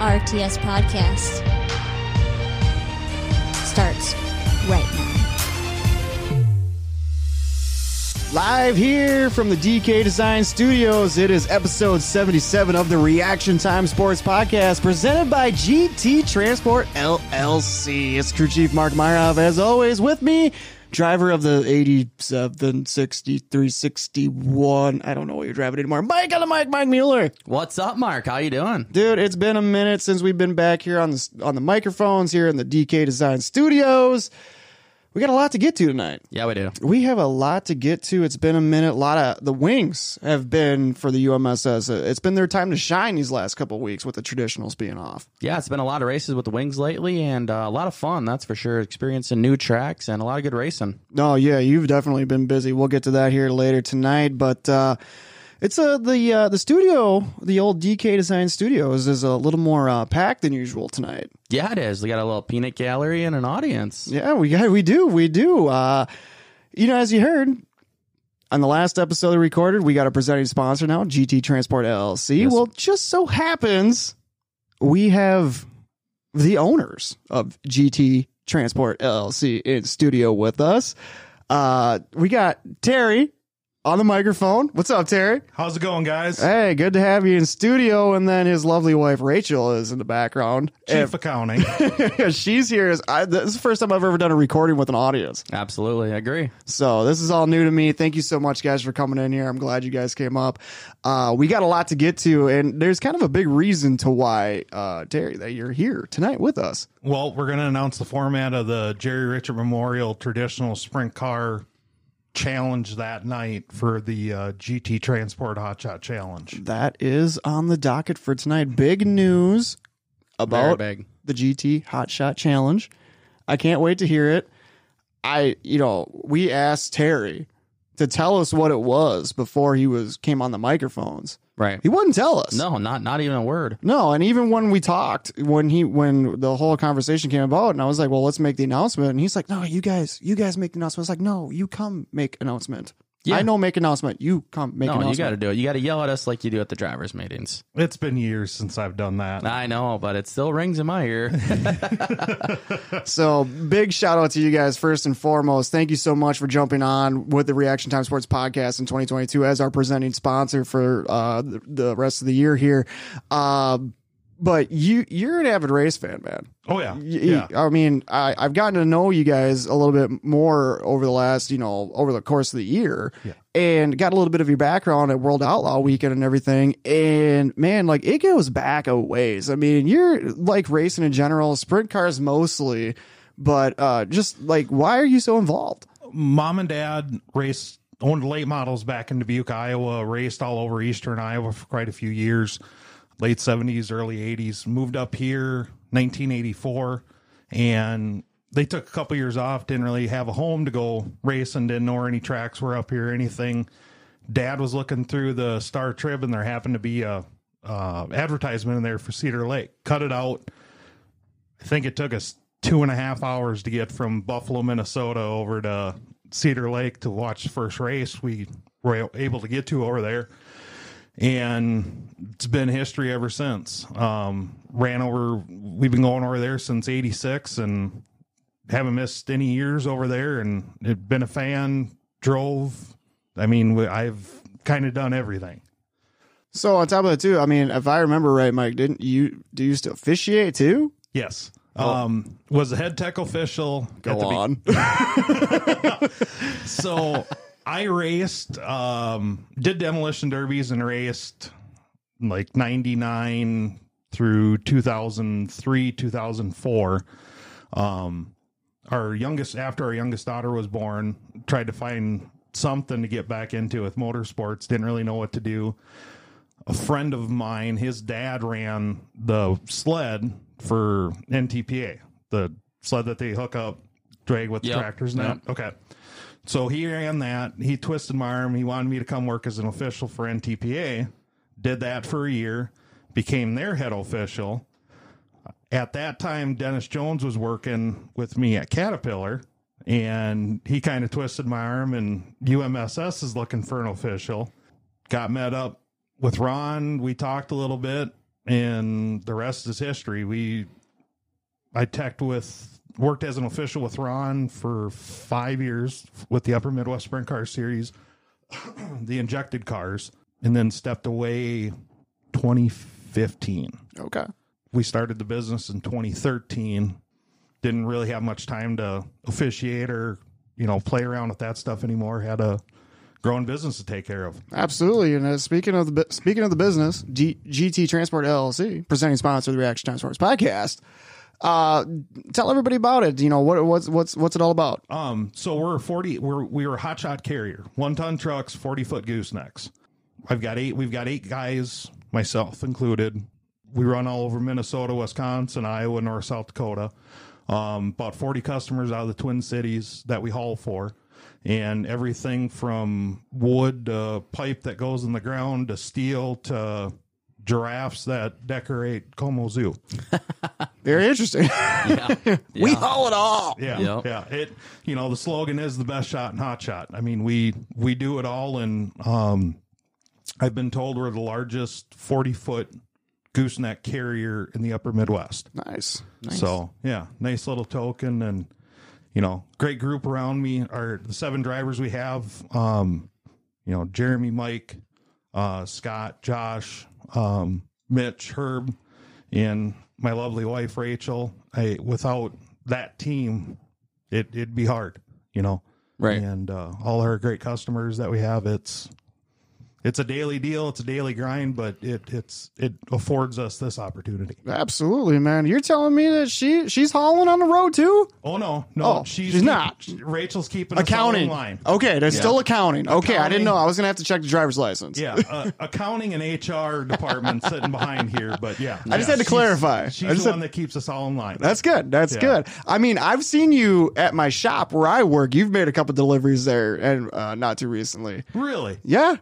RTS podcast starts right now. Live here from the DK Design Studios, it is episode 77 of the Reaction Time Sports Podcast presented by GT Transport LLC. It's crew chief Mark Meyerhoff, as always, with me, driver of the 87, 63, 61. I don't know what you're driving anymore. Mike on the mic, Mike Mueller. What's up, Mark? How you doing? Dude, it's been a minute since we've been back here on the, on the microphones here in the DK Design Studios. We got a lot to get to tonight. Yeah, we do. We have a lot to get to. It's been a minute. A lot of the wings have been for the UMSS. It's been their time to shine these last couple of weeks with the traditionals being off. Yeah, it's been a lot of races with the wings lately, and uh, a lot of fun. That's for sure. Experiencing new tracks and a lot of good racing. Oh yeah, you've definitely been busy. We'll get to that here later tonight, but uh it's uh, the uh, the studio, the old DK Design Studios, is a little more uh, packed than usual tonight. Yeah, it is. We got a little peanut gallery and an audience. Yeah, we got we do we do. Uh, you know, as you heard on the last episode we recorded, we got a presenting sponsor now, GT Transport LLC. Yes. Well, just so happens we have the owners of GT Transport LLC in studio with us. Uh, we got Terry on the microphone. What's up, Terry? How's it going, guys? Hey, good to have you in studio. And then his lovely wife Rachel is in the background. Chief accounting. And she's here. Is, I, this is the first time I've ever done a recording with an audience. Absolutely, I agree. So this is all new to me. Thank you so much, guys, for coming in here. I'm glad you guys came up. Uh, we got a lot to get to, and there's kind of a big reason to why, uh, Terry, that you're here tonight with us. well, we're going to announce the format of the Jerry Richard Memorial Traditional Sprint Car Challenge that night for the uh, GT Transport Hot Shot Challenge. That is on the docket for tonight. Big news Very about big. the GT Hot Shot Challenge. I can't wait to hear it. I, you know, we asked Terry to tell us what it was before he was came on the microphones. Right. He wouldn't tell us. No, not not even a word. No, and even when we talked, when he when the whole conversation came about, and I was like, "Well, let's make the announcement," and he's like, "No, you guys, you guys make the announcement." I was like, "No, you come make announcement. Yeah. I know make announcement. You come make No, you got announcement." to do it. You got to yell at us like you do at the drivers' meetings. It's been years since I've done that. I know, but it still rings in my ear. So big shout out to you guys first and foremost. Thank you so much for jumping on with the Reaction Time Sports Podcast in 2022 as our presenting sponsor for uh, the- the rest of the year here. Uh, but you you're an avid race fan, man. oh, yeah. yeah. Yeah. I mean, I, I've gotten to know you guys a little bit more over the last, you know, over the course of the year Yeah. and got a little bit of your background at World Outlaw Weekend and everything. And man, like it goes back a ways. I mean, you're like racing in general, sprint cars mostly, but uh just like why are you so involved? Mom and dad raced, owned late models back in Dubuque, Iowa, raced all over Eastern Iowa for quite a few years, late 70s, early 80s. Moved up here 1984, and they took a couple years off, didn't really have a home to go racing, didn't know where any tracks were up here, or anything. Dad was looking through the Star Trib, and there happened to be a uh, advertisement in there for Cedar Lake. Cut it out. I think it took us two and a half hours to get from Buffalo, Minnesota, over to Cedar Lake to watch the first race we were able to get to over there. And it's been history ever since. Um, ran over, we've been going over there since 86 and haven't missed any years over there. And it been a fan, drove. I mean, we- I've kind of done everything. So on top of that too, I mean, if I remember right, Mike, didn't you do you still officiate too? Yes. Um, was the head tech official Go at the be- on. so I raced, um, did demolition derbies and raced like 99 through 2003, 2004. Um, our youngest, after our youngest daughter was born, tried to find something to get back into with motorsports, didn't really know what to do. A friend of mine, his dad ran the sled for NTPA, the sled that they hook up, drag with the Yep. tractors now. Yep. Okay. So he ran that. He twisted my arm. He wanted me to come work as an official for NTPA. Did that for a year, became their head official. At that time, Dennis Jones was working with me at Caterpillar, and he kind of twisted my arm. And UMSS is looking for an official. Got met up with Ron. We talked a little bit. and the rest is history. We I teched with worked as an official with Ron for five years with the Upper Midwest Sprint Car Series, the injected cars, and then stepped away 2015. Okay. We started the business in 2013. Didn't really have much time to officiate or you know play around with that stuff anymore. Had a growing business to take care of. Absolutely. And uh, speaking of the bu- speaking of the business, G- GT Transport LLC, presenting sponsor of the Reaction Time Sports Podcast. Uh, tell everybody about it. You know what what's what's what's it all about? Um, so we're a forty. We're we were a hot shot carrier, one ton trucks, forty foot goosenecks. I've got eight. We've got eight guys, myself included. We run all over Minnesota, Wisconsin, Iowa, North South Dakota. Um, about forty customers out of the Twin Cities that we haul for, and everything from wood to pipe that goes in the ground to steel to giraffes that decorate Como Zoo. Very interesting. We Yeah. haul it all. Yeah, Yep. yeah. It you know the slogan is the best shot and hot shot. I mean we we do it all, and um, I've been told we're the largest forty foot gooseneck carrier in the Upper Midwest. Nice. So yeah, nice little token, and you know great group around me are the seven drivers we have. Um, you know Jeremy, Mike, uh, Scott, Josh, um, Mitch, Herb, and my lovely wife Rachel. I without that team, it it'd be hard, you know. Right. And uh, all our great customers that we have, it's it's a daily deal, it's a daily grind, but it it's it affords us this opportunity. Absolutely, man. You're telling me that she she's hauling on the road too? Oh no, no, Oh, she's not. Rachel's keeping us all in Accounting. Oh. line. Okay, there's still accounting. Okay, I didn't Accounting. know. I was gonna have to check the driver's license. Yeah, uh, accounting and HR department sitting behind here, but yeah, I just had yeah, to she's- clarify. I She's just the had- one that keeps us all in line. That's good. That's Yeah. good. I mean, I've seen you at my shop where I work. You've made a couple deliveries there, and uh, not too recently. really. Yeah,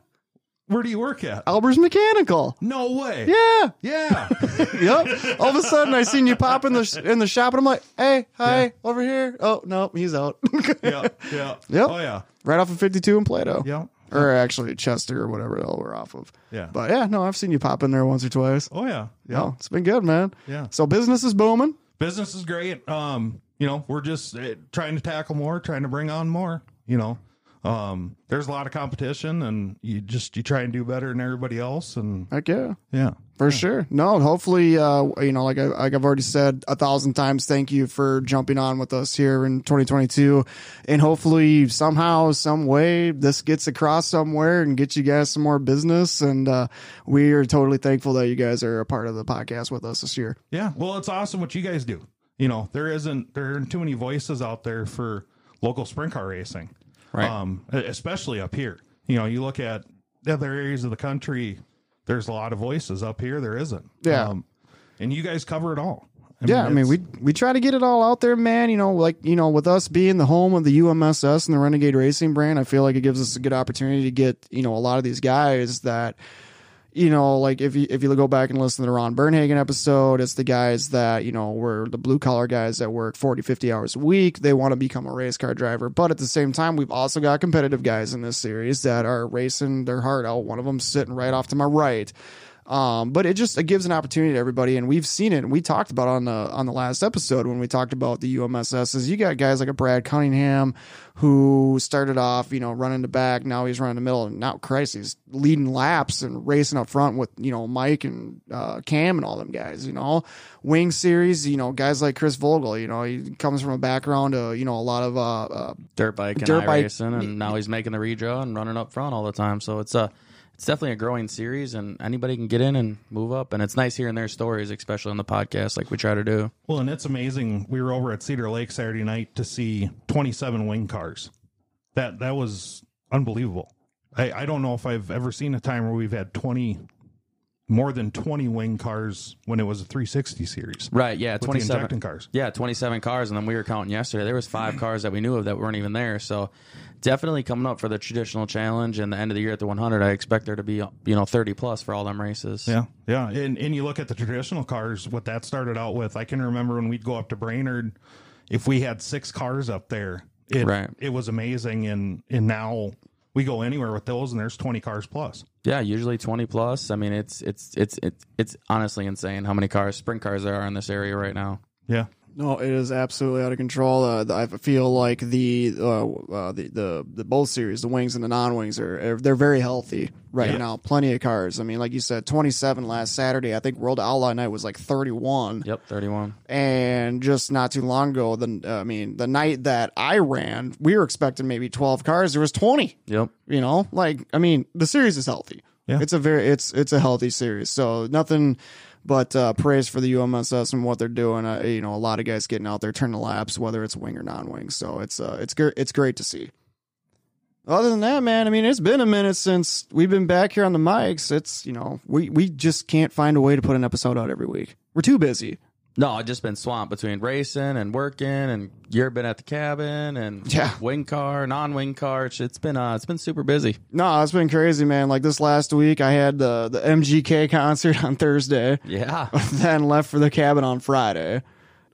Where do you work at? Albers Mechanical. No way. Oh. Yeah, Yeah. yep. All of a sudden, I seen you pop in the in the shop, and I'm like, "Hey, hi, over here." Oh no, he's out. yeah. Yeah. Yep. Oh yeah. right off of 52 and Plato. Yeah. Or actually Chester or whatever the hell we're off of. Yeah. But yeah, no, I've seen you pop in there once or twice. Oh yeah. Yeah, it's been good, man. Yeah. So business is booming. Business is great. Um, you know, we're just uh, trying to tackle more, trying to bring on more, you know. Um, there's a lot of competition and you just you try and do better than everybody else and Heck yeah. yeah. For sure. No, hopefully, uh, you know, like, I, like I've already said a thousand times, thank you for jumping on with us here in 2022. And hopefully, somehow, some way, this gets across somewhere and gets you guys some more business. And uh, we are totally thankful that you guys are a part of the podcast with us this year. Yeah. Well, it's awesome what you guys do. You know, there isn't there aren't too many voices out there for local sprint car racing. Right. Um, e- especially up here. You know, you look at the other areas of the country, there's a lot of voices up here, there isn't. Yeah. Um, and you guys cover it all. I Yeah, I mean, it's- we we try to get it all out there, man. You know, like you know, with us being the home of the UMSS and the Renegade Racing brand, I feel like it gives us a good opportunity to get you know a lot of these guys that you know, like if you if you go back and listen to the Ron Bernhagen episode, it's the guys that you know were the blue collar guys that work 40, 50 hours a week. They want to become a race car driver, but at the same time, we've also got competitive guys in this series that are racing their heart out. One of them sitting right off to my right. Um, but it just it gives an opportunity to everybody, and we've seen it. And we talked about on the on the last episode when we talked about the UMSS. Is you got guys like a Brad Cunningham who started off, you know, running the back. Now he's running the middle, and now Christ, he's leading laps and racing up front with you know Mike and uh, Cam and all them guys. You know, Wing Series, you know, guys like Chris Vogel. You know, he comes from a background of you know a lot of uh, uh, dirt bike and Dirt dirt bike. racing, and now he's making the redraw and running up front all the time. So it's a it's definitely a growing series, and anybody can get in and move up. And it's nice hearing their stories, especially on the podcast, like we try to do. Well, and it's amazing. We were over at Cedar Lake Saturday night to see 27 wing cars. That that was unbelievable. I, I don't know if I've ever seen a time where we've had 20 more than 20 wing cars when it was a 360 series. Right? Yeah, With the twenty injecting seven cars. Yeah, 27 cars, and then we were counting yesterday. There was five cars that we knew of that weren't even there. So definitely coming up for the traditional challenge and the end of the year at the 100. I expect there to be you know 30 plus for all them races. Yeah. Yeah. And and you look at the traditional cars, what that started out with. I can remember when we'd go up to Brainerd, if we had six cars up there, it Right. it was amazing and and now we go anywhere with those, and there's 20 cars plus. Yeah, usually twenty plus. I mean, it's it's it's it's it's honestly insane how many cars, sprint cars, there are in this area right now. Yeah. No, it is absolutely out of control. Uh, the- I feel like the, uh, uh, the the the both series, the wings and the non wings, are are- they're very healthy right now. Plenty of cars. I mean, like you said, twenty seven last Saturday. I think World Outlaw Night was like thirty one. Yep, thirty one. and just not too long ago the i mean the night that i ran we were expecting maybe 12 cars there was 20 Yep. you know like i mean the series is healthy Yeah. it's a very it's it's a healthy series so nothing but uh praise for the umss and what they're doing uh, you know a lot of guys getting out there turning laps whether it's wing or non-wing so it's uh it's gr- it's great to see other than that, man, I mean, it's been a minute since we've been back here on the mics. It's, you know, we, we just can't find a way to put an episode out every week. We're too busy. No, I've just been swamped between racing and working, and you've been at the cabin and Yeah. wing car, non wing car. It's- It's been uh, it's been super busy. No, it's been crazy, man. Like this last week, I had the the MGK concert on Thursday, Yeah, then left for the cabin on Friday.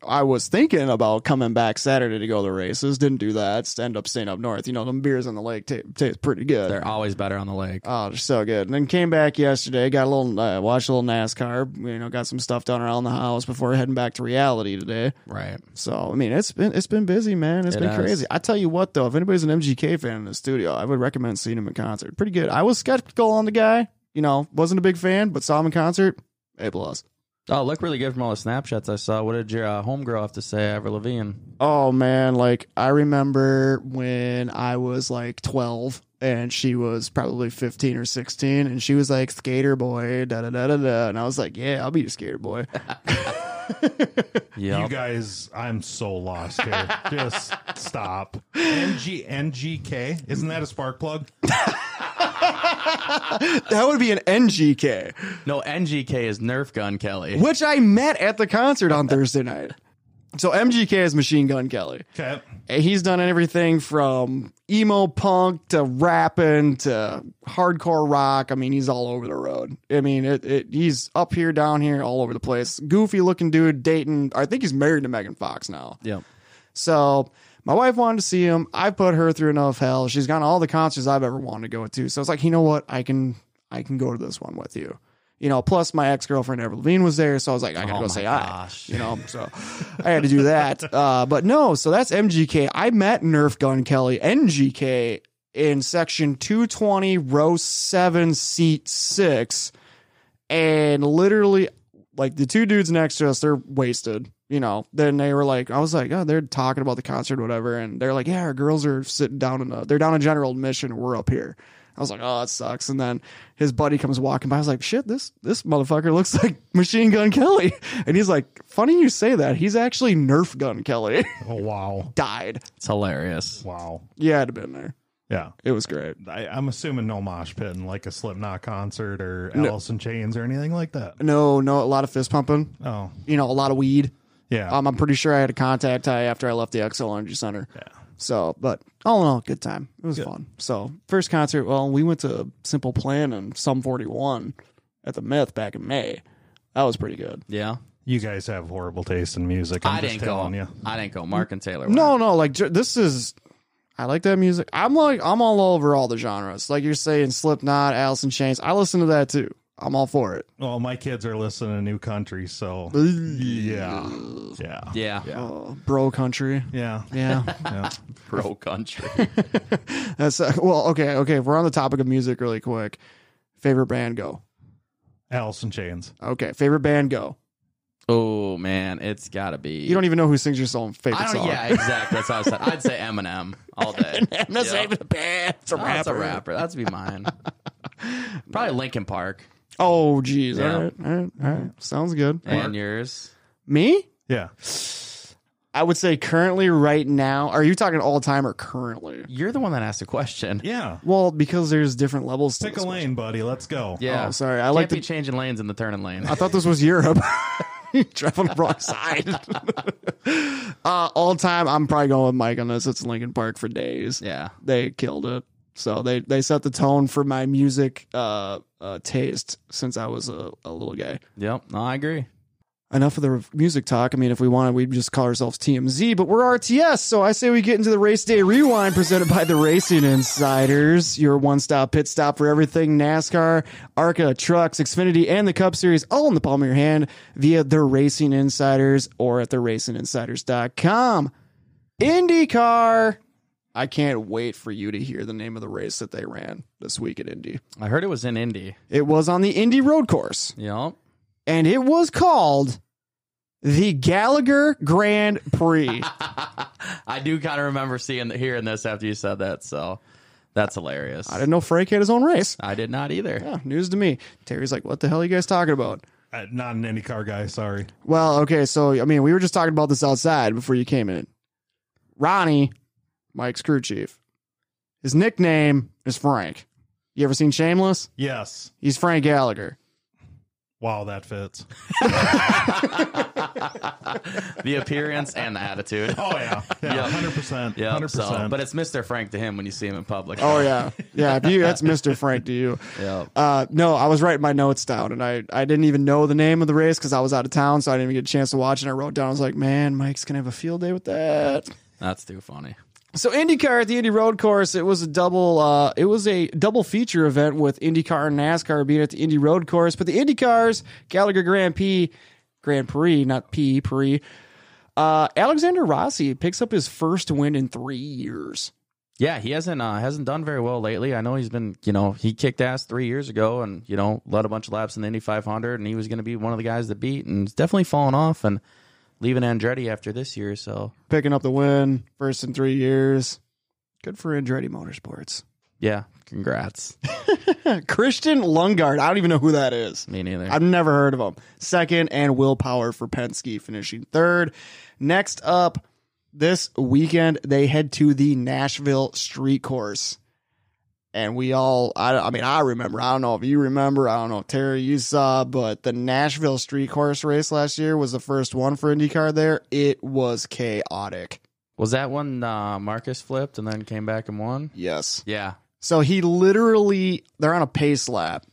I was thinking about coming back Saturday to go to the races. Didn't do that. Just End up staying up north. You know, them beers on the lake ta- taste pretty good. they're always better on the lake. Oh, they're so good. And then came back yesterday. Got a little uh, watched a little NASCAR. You know, got some stuff done around the house before heading back to reality today. right. So I mean, it's been it's been busy, man. It's It been has. crazy. I tell you what, though, if anybody's an MGK fan in the studio, I would recommend seeing him in concert. Pretty good. I was skeptical on the guy. You know, wasn't a big fan, but saw him in concert. A plus. Oh, look really good from all the snapshots I saw. What did your uh, homegirl have to say, Ever Levine? Oh man, like I remember when I was like twelve and she was probably fifteen or sixteen, and she was like skater boy, da da da da da, and I was like, yeah, I'll be your skater boy. Yeah, You guys, I'm so lost here. Just stop. NG NGK, isn't that a spark plug? that would be an NGK, no NGK is Nerf Gun Kelly. which I met at the concert on Thursday night. So MGK is Machine Gun Kelly. Okay. And he's done everything from emo punk to rapping to hardcore rock. I mean, he's all over the road. I mean, it, it, he's up here, down here, all over the place. Goofy looking dude, Dayton. I think he's married to Megan Fox now. Yep. So my wife wanted to see him. I put her through enough hell. She's gone to all the concerts I've ever wanted to go to. So it's like, you know what? I can I can go to this one with you. You know, plus my ex girlfriend Ever Levine was there, so I was like, I gotta Oh go my say gosh. I. You know, so I had to do that. Uh, but no, so that's MGK. I met Nerf Gun Kelly, NGK, in section 220, row seven, seat six and literally like the two dudes next to us they're wasted you know then they were like i was like oh they're talking about the concert whatever and they're like yeah our girls are sitting down in the they're down in general admission we're up here i was like oh that sucks and then his buddy comes walking by i was like shit this this motherfucker looks like machine gun kelly and he's like funny you say that he's actually nerf gun kelly Oh wow. died It's hilarious. Wow. yeah i'd have been there Yeah. it was great I, I'm assuming no mosh pit in like a Slipknot concert or Alice in Chains or anything like that. no no a lot of fist pumping Oh, you know a lot of weed yeah. Um, I'm pretty sure I had a contact high after I left the XL Energy Center. Yeah. So, but all in all, good time. It was fun. So, first concert, well, we went to Simple Plan and Sum 41 at the Myth back in May. That was pretty good. Yeah, you guys have horrible taste in music. I'm I'm I just did not telling go. you. I didn't go. Mark and Taylor. went. No, no, like ju- this is. I like that music. I'm like I'm all over all the genres. Like you're saying, Slipknot, Alice in Chains. I listen to that too. I'm all for it. Well, my kids are listening to new country, so yeah, yeah, Yeah. Oh, bro country. yeah. Yeah. yeah. Pro country. That's uh, well, okay, okay. If we're on the topic of music, really quick. Favorite band go. Alice in Chains. Okay, favorite band go. oh man, it's gotta be. You don't even know who sings your song favorite I don't. song. Yeah, exactly. That's how I said. I'd say Eminem all day. That's Yeah. not even a band. It's a Oh, rapper. That's a rapper. That'd be mine. Probably Linkin Park Oh, geez. Yeah. All right. All right. All right. Sounds good. and yours. Me? Yeah, I would say currently, right now. Are you talking all time or currently? You're the one that asked the question. yeah. Well, because there's different levels. to Pick a this. lane, buddy. Let's go. Yeah. Oh, sorry. I Can't like be the- changing lanes in the turning lane. I thought this was Europe. Drive on the wrong side. uh, all time, I'm probably going with Mike on this. It's Lincoln Park for days. yeah. they killed it. So they they set the tone for my music uh, uh taste since I was a, a little guy. Yep. No, I agree. enough of the music talk. I mean, if we wanted, we'd just call ourselves TMZ, but we're RTS. So I say we get into the race day rewind presented by the Racing Insiders, your one stop pit stop for everything NASCAR, ARCA, trucks, Xfinity, and the Cup Series, all in the palm of your hand via the Racing Insiders or at theracinginsiders.com. IndyCar. I can't wait for you to hear the name of the race that they ran this week at Indy. I heard it was in Indy. It was on the Indy Road Course Yep. and it was called the Gallagher Grand Prix. I do kind of remember seeing hearing this after you said that, so that's hilarious. I didn't know Frank had his own race. I did not either. Yeah, news to me. Terry's like, "What the hell are you guys talking about?" Uh, not an IndyCar guy, sorry. Well, okay, so I mean, we were just talking about this outside before you came in. Ronnie, Mike's crew chief, his nickname is Frank. You ever seen Shameless? Yes. He's Frank Gallagher. Wow, that fits. The appearance and the attitude. Oh yeah, yeah, hundred percent, Yeah, hundred so, percent. but it's Mr. Frank to him when you see him in public. Oh yeah, yeah. If you, that's Mister Frank to you. yeah. Uh, no, I was writing my notes down, and I, I didn't even know the name of the race because I was out of town, so I didn't even get a chance to watch. it. And I wrote down, I was like, man, Mike's gonna have a field day with that. That's too funny. So IndyCar at the Indy Road Course, it was a double, uh, it was a double feature event with IndyCar and NASCAR being at the Indy Road Course, but the IndyCars Gallagher Grand Prix, Grand Prix, not P Prix. Uh, Alexander Rossi picks up his first win in three years. Yeah, he hasn't uh, hasn't done very well lately. I know he's been, you know, he kicked ass three years ago, and you know, led a bunch of laps in the Indy 500, and he was going to be one of the guys that beat, and he's definitely fallen off and leaving Andretti after this year. So Picking up the win, first in three years. Good for Andretti Motorsports. yeah, congrats. Christian Lungard. I don't even know who that is. Me neither. I've never heard of him. Second, and Will Power for Penske finishing third. Next up, this weekend, they head to the Nashville Street Course. And we all, I, I mean, I remember. I don't know if you remember. I don't know if Terry you saw, but the Nashville Street Course race last year was the first one for IndyCar there. It was chaotic. Was that when uh, Marcus flipped and then came back and won? Yes. Yeah, So he literally, they're on a pace lap,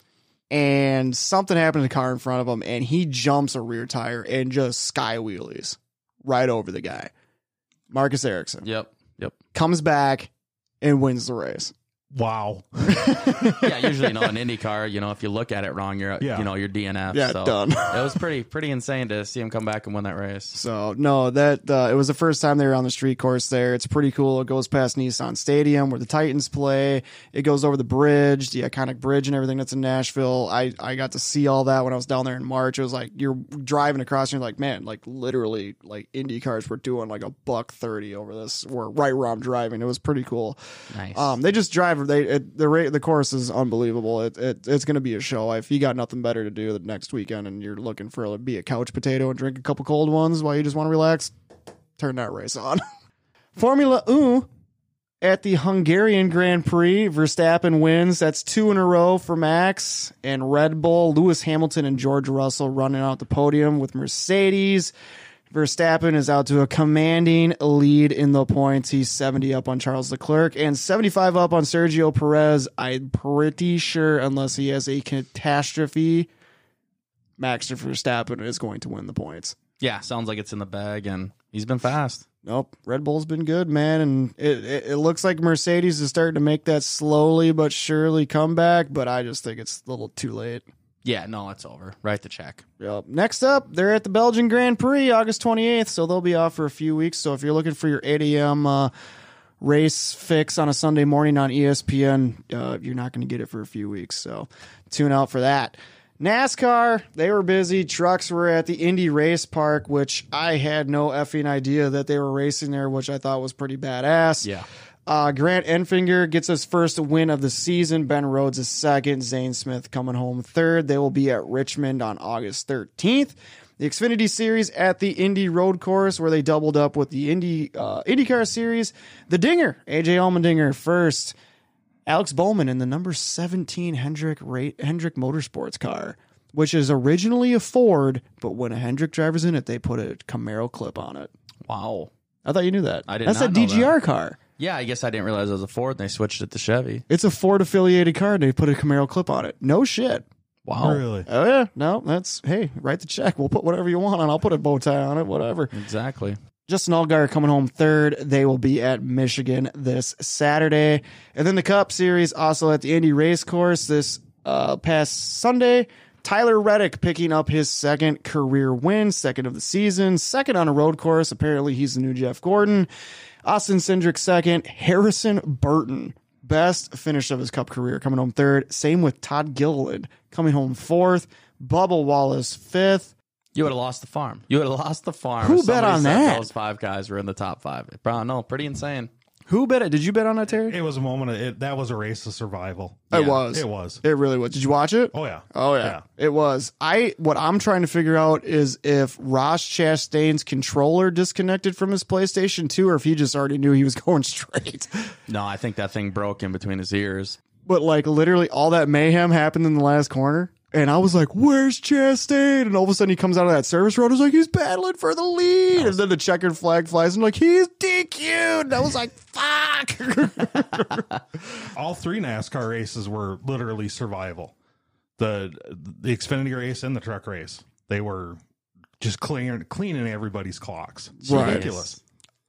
and something happened to the car in front of him, and he jumps a rear tire and just sky wheelies right over the guy. Marcus Erickson yep, yep. comes back and wins the race. wow, Yeah, usually you know an IndyCar, you know, if you look at it wrong, you're Yeah. you know you're DNF. Yeah, so done. it was pretty pretty insane to see him come back and win that race. So no, that uh, it was the first time they were on the street course there. It's pretty cool. It goes past Nissan Stadium where the Titans play. It goes over the bridge, the iconic bridge, and everything that's in Nashville. I I got to see all that when I was down there in March. It was like you're driving across, and you're like, man, like literally, like Indy cars were doing like a buck thirty over this. Where right where I'm driving, it was pretty cool. Nice. Um, they just drive. They it, the rate the course is unbelievable. It, it it's going to be a show. If you got nothing better to do the next weekend and you're looking for to be a couch potato and drink a couple cold ones while you just want to relax, turn that race on. Formula U at the Hungarian Grand Prix, Verstappen wins. That's two in a row for Max and Red Bull. Lewis Hamilton and George Russell running out the podium with Mercedes. Verstappen is out to a commanding lead in the points. He's 70 up on Charles Leclerc and 75 up on Sergio Perez. I'm pretty sure, unless he has a catastrophe, Max Verstappen is going to win the points. yeah, sounds like it's in the bag, and he's been fast. Nope. Red Bull's been good, man. And it, it, it looks like Mercedes is starting to make that slowly but surely comeback, but I just think it's a little too late. Yeah, no, it's over. Write the check. Yep. Next up, they're at the Belgian Grand Prix August 28th, so they'll be off for a few weeks. So if you're looking for your 8 a.m. Uh, race fix on a Sunday morning on E ESPN, uh, you're not going to get it for a few weeks. So tune out for that. NASCAR, they were busy. Trucks were at the Indy Race Park, which I had no effing idea that they were racing there, which I thought was pretty badass. Yeah. Uh, Grant Enfinger gets his first win of the season. Ben Rhodes is second. Zane Smith coming home third. They will be at Richmond on August 13th. The Xfinity Series at the Indy Road Course, where they doubled up with the Indy uh, IndyCar Series. The Dinger, AJ Allmendinger first. Alex Bowman in the number 17 Hendrick, Ra- Hendrick Motorsports car, which is originally a Ford, but when a Hendrick driver's in it, they put a Camaro clip on it. Wow. I thought you knew that. I did That's not a know that. DGR car. Yeah, I guess I didn't realize it was a Ford, and they switched it to Chevy. It's a Ford affiliated car and they put a Camaro clip on it. No shit. Wow. Really? Oh yeah, no, that's hey, write the check. We'll put whatever you want on. I'll put a bow tie on it, whatever. Exactly. Justin Allgaier coming home third. They will be at Michigan this Saturday. And then the Cup Series also at the Indy Race Course this uh, past Sunday. Tyler Reddick picking up his second career win, second of the season, second on a road course. Apparently, he's the new Jeff Gordon. Austin Cindric second. Harrison Burton, best finish of his Cup career, coming home third. Same with Todd Gilliland coming home fourth. Bubba Wallace fifth. You would have lost the farm. You would have lost the farm. Who if bet somebody on said that? Those five guys were in the top five. Bro, no, pretty insane. Who bet it? Did you bet on that, Terry? It was a moment. Of, it, that was a race of survival. it was. It was. It really was. Did you watch it? Oh yeah. Oh yeah. It was. I what I'm trying to figure out is if Ross Chastain's controller disconnected from his PlayStation 2 or if he just already knew he was going straight. No, I think that thing broke in between his ears. But like literally all that mayhem happened in the last corner. And I was like, "Where's Chastain?" And all of a sudden, he comes out of that service road. I was like, "He's battling for the lead." And then the checkered flag flies. And I'm like, "He's DQ'd." And I was like, "Fuck!" All three NASCAR races were literally survival. The the Xfinity race and the truck race. They were just cleaning cleaning everybody's clocks. It's Right. Ridiculous.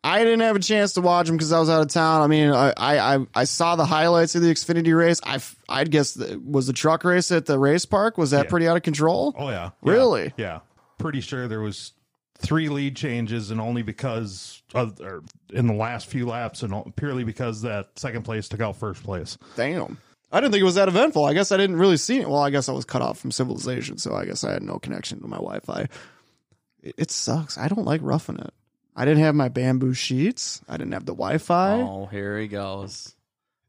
I didn't have a chance to watch them because I was out of town. I mean, I, I, I- I saw the highlights of the Xfinity race. I, f- I'd guess that was the truck race at the race park. Was that Yeah. pretty out of control? Oh yeah. Yeah. Really? Yeah. Pretty sure there was three lead changes, and only because of, or in the last few laps, and all- purely because that second place took out first place. Damn. I didn't think it was that eventful. I guess I didn't really see it. Well, I guess I was cut off from civilization, so I guess I had no connection to my Wi-Fi. It, it sucks. I don't like roughing it. I didn't have my bamboo sheets. I didn't have the Wi-Fi. Oh, here he goes.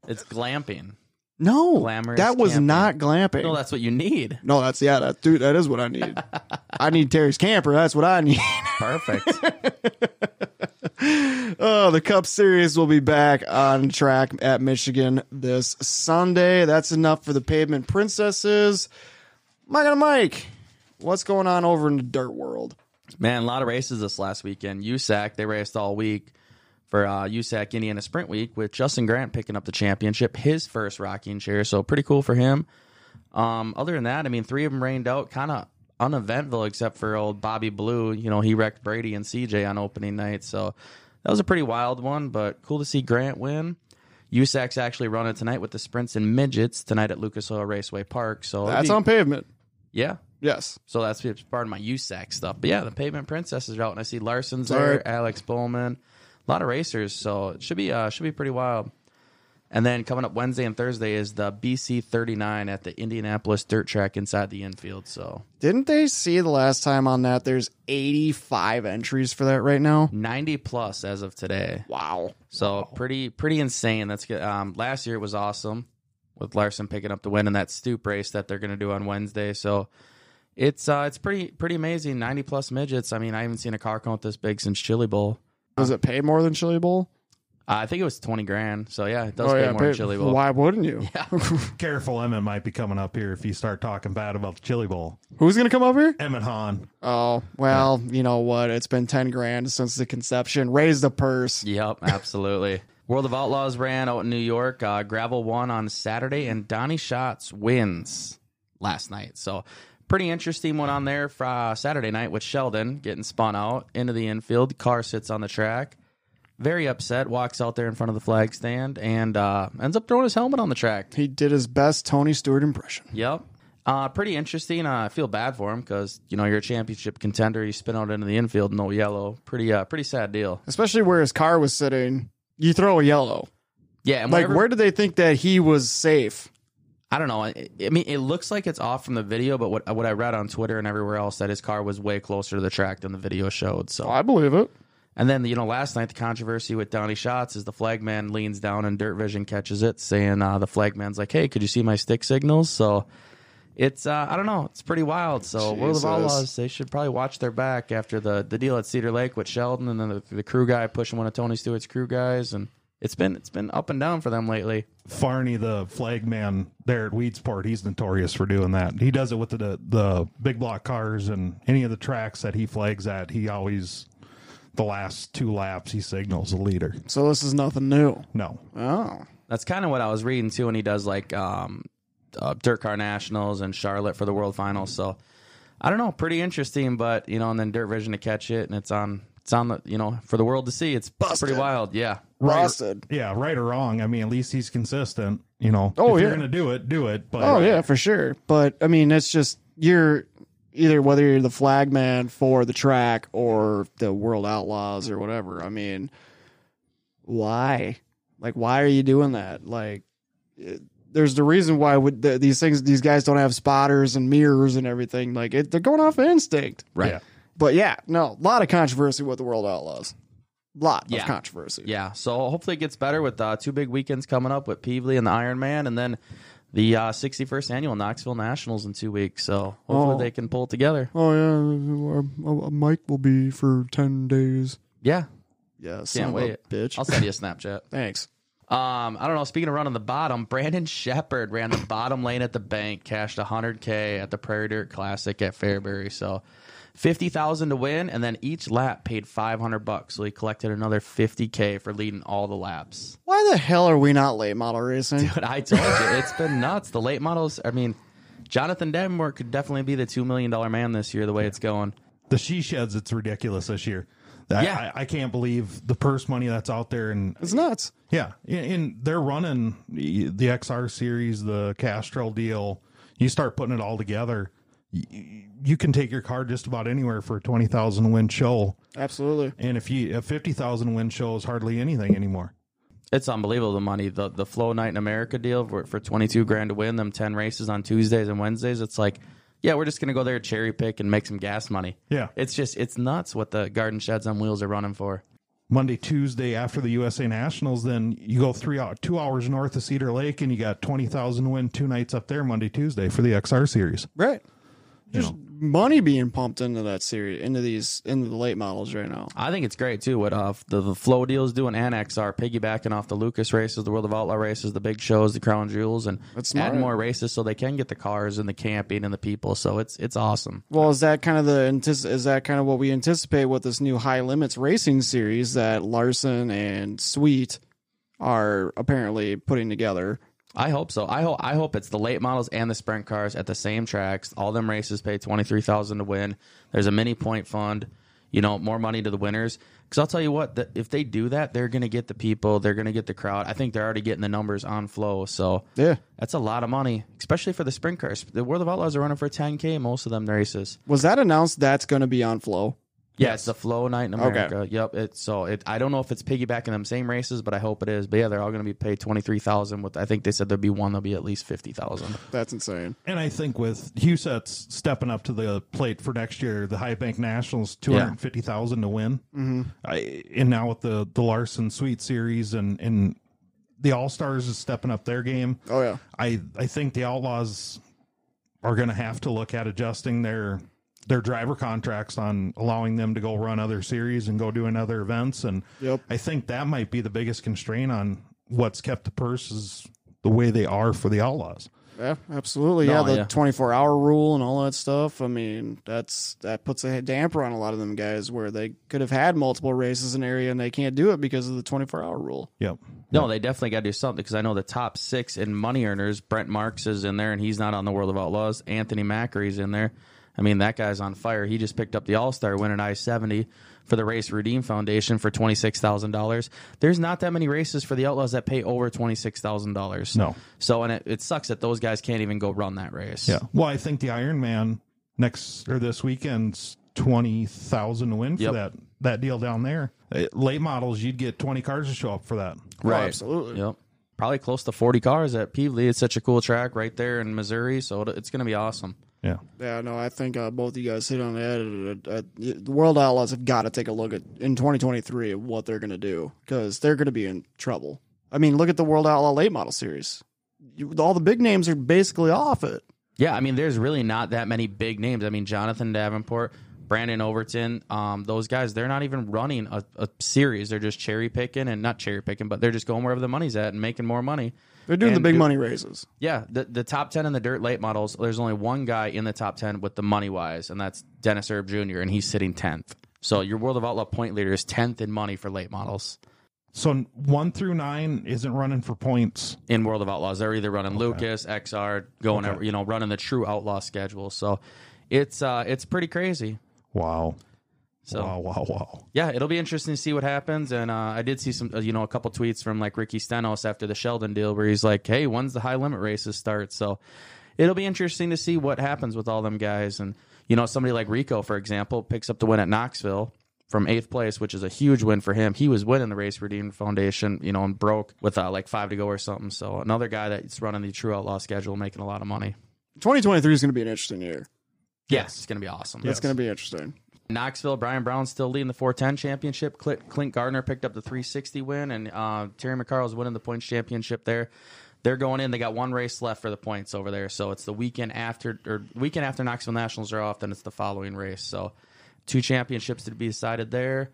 It's glamping. no, Glamorous that was camping. not glamping. No, that's what you need. no, that's yeah, that dude. That is what I need. I need Terry's camper. That's what I need. Perfect. Oh, the Cup Series will be back on track at Michigan this Sunday. That's enough for the Pavement Princesses. Mike and Mike, what's going on over in the dirt world? Man, a lot of races this last weekend. USAC, they raced all week for uh, USAC Indiana Sprint Week with Justin Grant picking up the championship, his first rocking chair. So pretty cool for him. Um, other than that, I mean, three of them rained out, kind of uneventful, except for old Bobby Blue. You know, he wrecked Brady and CJ on opening night. So that was a pretty wild one, but cool to see Grant win. USAC's actually running tonight with the sprints and midgets tonight at Lucas Oil Raceway Park. So it'll That's be- on pavement. yeah, Yes. so that's it's part of my USAC stuff. But yeah, the Pavement Princesses are out, and I see Larson's Sorry. there, Alex Bowman, a lot of racers. So it should be uh, should be pretty wild. And then coming up Wednesday and Thursday is the BC 39 at the Indianapolis Dirt Track inside the infield. So Didn't they see the last time on that? There's 85 entries for that right now. 90 plus as of today. Wow. So pretty pretty insane. That's good. Um, last year it was awesome with Larson picking up the win in that stoop race that they're going to do on Wednesday. So it's uh, it's pretty pretty amazing. 90 plus midgets. I mean, I haven't seen a car count this big since Chili Bowl. Does it pay more than Chili Bowl? Uh, I think it was twenty grand. So Oh, yeah, it does pay more than Oh, pay- chili bowl. Why wouldn't you? Careful, Emmett might be coming up here if you start talking bad about the Chili Bowl. Who's going to come up here? Emmett Hahn. Oh, well, you know what? It's been 10 grand since the conception. Raise the purse. Yep, absolutely. World of Outlaws ran out in New York. Uh, Gravel won on Saturday, and Donnie Schatz wins last night. So pretty interesting one on there for uh, Saturday night with Sheldon getting spun out into the infield. Car sits on the track. Very upset, walks out there in front of the flag stand and uh, ends up throwing his helmet on the track. He did his best Tony Stewart impression. Yep. Uh, pretty interesting. Uh, I feel bad for him because you know you're a championship contender. You spin out into the infield, no yellow. Pretty, uh, pretty sad deal. especially where his car was sitting. You throw a yellow. Yeah, and Like, whenever- where did they think that he was safe? I don't know. I, I mean, it looks like it's off from the video, but what what I read on Twitter and everywhere else that his car was way closer to the track than the video showed. So I believe it. And then, you know, last night, the controversy with Donnie Schatz is the flagman leans down and Dirt Vision catches it, saying uh, the flagman's like, hey, could you see my stick signals? So it's, uh, I don't know, it's pretty wild. So World Jesus. of Outlaws, they should probably watch their back after the, the deal at Cedar Lake with Sheldon and then the, the crew guy pushing one of Tony Stewart's crew guys. And it's been it's been up and down for them lately. Farney, the flag man there at Weedsport, he's notorious for doing that. He does it with the the big block cars and any of the tracks that he flags at. He always the last two laps he signals the leader. So this is nothing new. No, Oh, That's kind of what I was reading too. And he does like um, uh, Dirt Car Nationals and Charlotte for the World Finals. So I don't know, pretty interesting. But you know, and then Dirt Vision to catch it, and it's on. It's on the you know for the world to see. It's pretty wild. Yeah. Boston. Yeah, right or wrong. I mean, at least he's consistent. You know, Oh, if yeah. you're gonna do it, do it. But Oh yeah, for sure. But I mean, it's just you're either whether you're the flag man for the track or the World Outlaws or whatever. I mean, why? Like, why are you doing that? Like, it- there's the reason why would th- these things these guys don't have spotters and mirrors and everything. Like, it, they're going off of instinct. Right. Yeah. But yeah, no, a lot of controversy with the World Outlaws. Lot Yeah. of controversy. Yeah, so hopefully it gets better with uh, two big weekends coming up with Peevely and the Iron Man, and then the uh, 61st annual Knoxville Nationals in two weeks. So hopefully Oh. they can pull it together. Oh yeah, our, our Mike will be for ten days. Yeah, Yeah, son can't of a wait. bitch. I'll send you a Snapchat. Thanks. Um, I don't know. Speaking of running the bottom, Brandon Shepard ran the bottom lane at the bank, cashed 100k at the Prairie Dirt Classic at Fairbury. So 50,000 to win, and then each lap paid 500 bucks. So he collected another 50k for leading all the laps. Why the hell are we not late model racing? But I told you, it's been nuts. The late models. I mean, Jonathan Davenport could definitely be the two million dollar man this year. The way it's going. the she sheds, it's ridiculous this year. That, Yeah. I, I can't believe the purse money that's out there, and It's nuts. yeah, and- and they're running the the XR series, the Castrol deal. You start putting it all together, you, you can take your car just about anywhere for a twenty thousand win show, Absolutely. and if you a fifty thousand win show is hardly anything anymore. It's unbelievable the money. The the Flow Night in America deal for for twenty two grand to win them ten races on Tuesdays and Wednesdays. It's like, yeah, we're just gonna go there cherry pick and make some gas money. Yeah. it's just it's nuts what the garden sheds on wheels are running for. Monday, Tuesday after the USA Nationals, then you go three out two hours north of Cedar Lake, and you got twenty thousand win two nights up there Monday, Tuesday for the XR series. Right. There's money being pumped into that series, into these, into the late models right now. I think it's great too. What uh, the, the flow deals doing and XR piggybacking off the Lucas races, the World of Outlaw races, the big shows, the Crown Jewels, and That's smart. adding more races so they can get the cars and the camping and the people. So it's it's awesome. Well, is that kind of the antici- is that kind of what we anticipate with this new high limits racing series that Larson and Sweet are apparently putting together? I hope so. I hope I hope it's the late models and the sprint cars at the same tracks. All them races pay twenty three thousand to win. There's a mini point fund. You know, more money to the winners. Because I'll tell you what, that if they do that, they're going to get the people. They're going to get the crowd. I think they're already getting the numbers on flow. So Yeah. That's a lot of money, especially for the sprint cars. The World of Outlaws are running for 10K most of them races. Was that announced? That's going to be on Flow. Yeah, it's the Flow Night in America. Yep. It's so it, I don't know if it's piggybacking them same races, but I hope it is. But yeah, they're all going to be paid 23,000 with I think they said there'd be one that'll be at least 50,000. That's insane. And I think with Huset's stepping up to the plate for next year, the High Bank Nationals two hundred fifty thousand to win, mm-hmm. I, and now with the the Larson Sweet Series and and the All Stars is stepping up their game. Oh yeah. I I think the Outlaws are going to have to look at adjusting their their driver contracts on allowing them to go run other series and go doing other events and Yep. I think that might be the biggest constraint on what's kept the purses the way they are for the Outlaws. Yeah, absolutely. yeah, No, the yeah. 24 hour rule and all that stuff. I mean, that's that puts a damper on a lot of them guys where they could have had multiple races in an area and they can't do it because of the 24 hour rule. Yep. No, they definitely got to do something because I know the top six in money earners, Brent Marks is in there and he's not on the World of Outlaws. Anthony Mackery's in there. I mean, that guy's on fire. He just picked up the All Star win at I 70 for the Race Redeem Foundation for $26,000. There's not that many races for the Outlaws that pay over $26,000. No. So, and it, it sucks that those guys can't even go run that race. Yeah. Well, I think the Iron Man next or this weekend's twenty thousand to win for Yep. that that deal down there. Uh, Late models, you'd get twenty cars to show up for that. Right. absolutely. Yep. Probably close to 40 cars at Peevely. It's such a cool track right there in Missouri. So it, it's going to be awesome. Yeah. Yeah, no, I think uh, both you guys hit on the head. Uh, uh, the World Outlaws have got to take a look at in 2023 at what they're going to do because they're going to be in trouble. I mean, look at the World Outlaw Late Model Series. You, all the big names are basically off it. Yeah, I mean, there's really not that many big names. I mean, Jonathan Davenport, Brandon Overton, um, those guys, they're not even running a, a series. They're just cherry picking and not cherry picking, but they're just going wherever the money's at and making more money. They're doing And the big do- money races. Yeah, the, the top 10 in the dirt late models, there's only one guy in the top 10 with the money wise, and that's Dennis Erb Jr., and he's sitting 10th. So your World of Outlaw point leader is 10th in money for late models. So one through nine isn't running for points. in World of Outlaws. They're either running Lucas, XR, going ever you know running the true outlaw schedule. So it's uh it's pretty crazy. Wow. So Wow, wow, wow. yeah, it'll be interesting to see what happens. And uh, I did see some uh, you know a couple tweets from like Ricky Stenos after the Sheldon deal where he's like, hey, when's the high limit races start? So it'll be interesting to see what happens with all them guys. And you know somebody like Rico, for example, picks up the win at Knoxville. From eighth place, which is a huge win for him. He was winning the race redeemed foundation, you know, and broke with uh, like five to go or something. So another guy that's running the true outlaw schedule, making a lot of money. 2023 is going to be an interesting year. Yes, it's gonna be awesome. It's going to be interesting. Knoxville, Brian Brown's still leading the 410 championship. Cl- Clint Gardner picked up the 360 win, and uh, Terry McCarl's winning the points championship there. They're going in. They got one race left for the points over there, so it's the weekend after or weekend after Knoxville Nationals are off. Then it's the following race. So two championships to be decided there.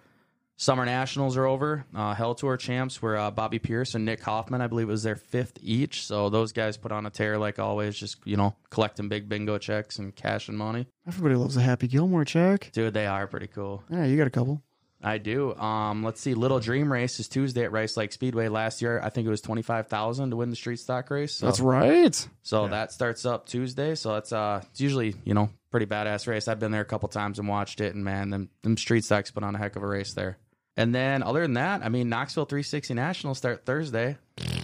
Summer Nationals are over. Uh, Hell Tour champs were uh, Bobby Pierce and Nick Hoffman. I believe it was their fifth each. So those guys put on a tear like always, just you know collecting big bingo checks and cash and money. Everybody loves a Happy Gilmore check. Dude, they are pretty cool. Yeah, you got a couple. I do. Um, let's see. Little Dream Race is Tuesday at Rice Lake Speedway. Last year, I think it was twenty five thousand to win the street stock race. So, That's right. So that starts up Tuesday. So that's uh, it's usually you know pretty badass race. I've been there a couple times and watched it, and man, them them street stocks put on a heck of a race there. And then other than that, I mean, Knoxville three sixty nationals start Thursday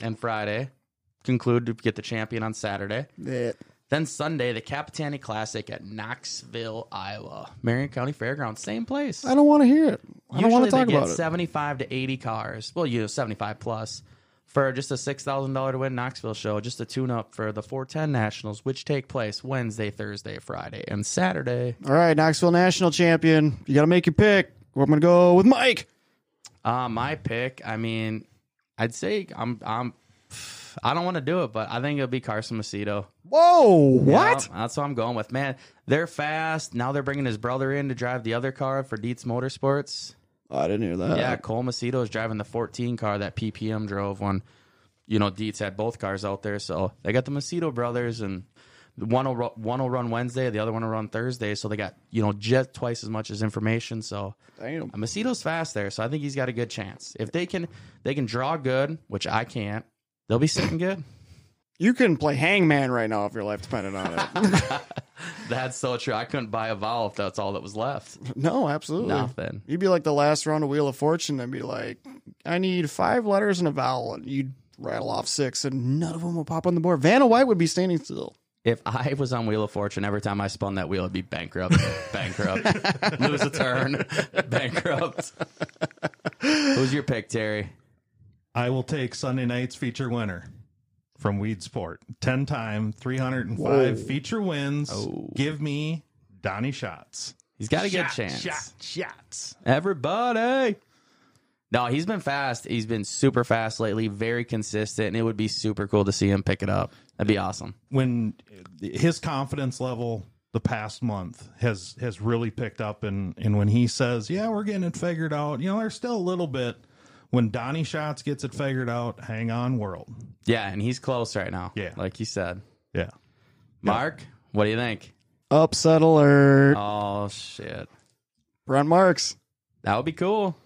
and Friday. Conclude to get the champion on Saturday. Yeah. Then Sunday, the Capitani Classic at Knoxville, Iowa, Marion County Fairgrounds, same place. I don't want to hear it. I don't want to Usually talk they get about it. 75 to 80 cars. Well, you know, 75 plus for just a $6,000 to win Knoxville show, just a tune up for the 410 Nationals, which take place Wednesday, Thursday, Friday, and Saturday. All right, Knoxville national champion. You got to make your pick. I'm going to go with Mike. Uh, my pick, I mean, I'd say I'm, I'm, I don't want to do it, but I think it'll be Carson Macedo. Whoa, what? Yeah, that's what I'm going with. Man, they're fast. Now they're bringing his brother in to drive the other car for Dietz Motorsports. Oh, I didn't hear that. Yeah, Cole Macedo is driving the 14 car that PPM drove when, you know, Dietz had both cars out there. So they got the Macedo brothers, and one will, ru- one will run Wednesday, the other one will run Thursday. So they got, you know, just twice as much as information. So uh, Damn. Macedo's fast there, so I think he's got a good chance. If they can they can draw good, which I can't, they'll be sitting good. You couldn't play hangman right now if your life depended on it. That's so true. I couldn't buy a vowel if that's all that was left. no, absolutely. Nothing. You'd be like the last round of Wheel of Fortune and be like, I need five letters and a vowel. And you'd rattle off six and none of them will pop on the board. Vanna White would be standing still. If I was on Wheel of Fortune, every time I spun that wheel, I'd be bankrupt, bankrupt, lose a turn, bankrupt. Who's your pick, Terry? I will take Sunday night's feature winner from Weed Sport. 10 time, 305 feature wins. Give me Donnie Shots. He's got a good chance. Shots, shots. Everybody. No, he's been fast. He's been super fast lately, very consistent, and it would be super cool to see him pick it up. That'd be awesome. When his confidence level the past month has has really picked up and and when he says, "Yeah, we're getting it figured out." You know, there's still a little bit when Donnie Shots gets it figured out, hang on world. Yeah, and he's close right now. Yeah. Like you said. Yeah. Mark, what do you think? Upset alert. Oh, shit. Ron Marks. That would be cool.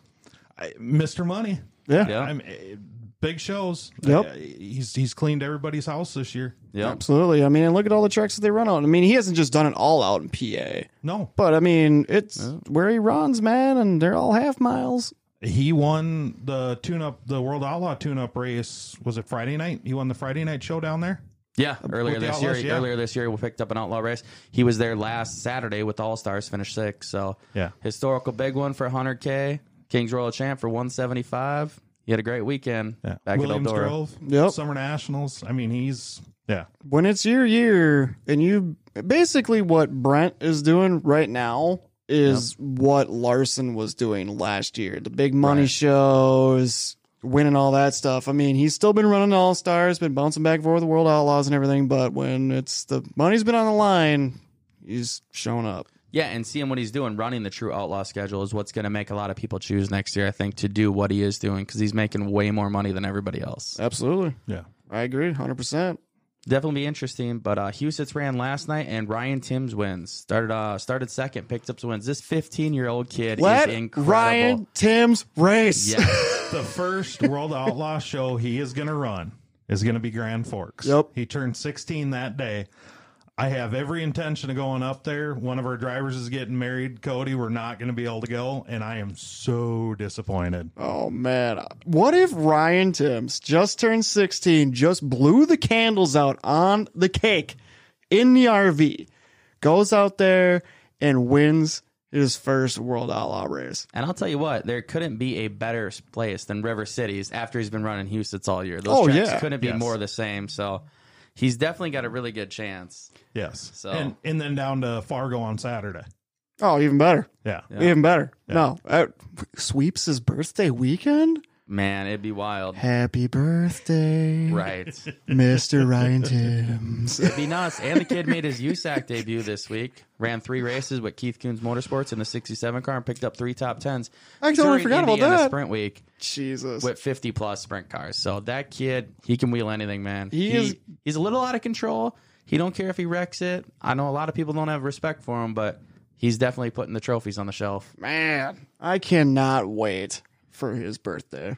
I, Mr. Money. Yeah. Yeah. I'm eh, big shows. Yep. Uh, he's he's cleaned everybody's house this year. Yep. Absolutely. I mean, and look at all the tracks that they run on. I mean, he hasn't just done it all out in PA, No, but I mean, it's where he runs, man, and they're all half miles. he won the tune up, the World Outlaw tune up race. Was it Friday night? He won the Friday night show down there. Yeah, earlier with the this Outlaws, year. yeah. Earlier this year, we picked up an outlaw race. He was there last Saturday with All Stars, finished sixth. So Yeah. historical big one for 100K. Kings Royal Champ for 175. He had a great weekend back Williams at Eldora. Grove, Yep. Summer Nationals. I mean, he's yeah, When it's your year, and you basically what Brent is doing right now is what Larson was doing last year the big money shows, winning all that stuff. I mean, he's still been running All Stars, been bouncing back and forth with the World Outlaws and everything, but when it's the money's been on the line, he's shown up. Yeah, and seeing what he's doing, running the true outlaw schedule is what's going to make a lot of people choose next year, I think, to do what he is doing because he's making way more money than everybody else. Absolutely. yeah. I agree, hundred percent. Definitely be interesting. But uh, Houston's ran last night, and Ryan Timms wins. Started uh, started second, picked up some wins. This 15 year old kid Let is incredible. Ryan Timms race. Yeah. the first World Outlaw show he is going to run is going to be Grand Forks. Yep. He turned 16 that day. I have every intention of going up there. One of our drivers is getting married, Cody. We're not going to be able to go, and I am so disappointed. Oh man, what if Ryan Timms just turned 16, just blew the candles out on the cake in the RV, goes out there and wins his first World Outlaw race? And I'll tell you what, there couldn't be a better place than River Cities after he's been running Houston's all year. Those Oh, tracks yeah. couldn't be Yes. more the same. So he's definitely got a really good chance. Yes. So- And, and then down to Fargo on Saturday. Oh, even better, Yeah. even better. No, uh, sweeps his birthday weekend. Man, it'd be wild. Happy birthday, Right. Mr. Ryan Timms. It'd be nuts. And the kid made his USAC debut this week. Ran three races with Keith Coons Motorsports in the 67 car and picked up three top 10s. I totally during forgot about Indiana that. sprint week Jesus. with 50 plus sprint cars. So that kid, he can wheel anything, man. He is- he's a little out of control. He don't care if he wrecks it. I know a lot of people don't have respect for him, but he's definitely putting the trophies on the shelf. Man, I cannot wait for his birthday.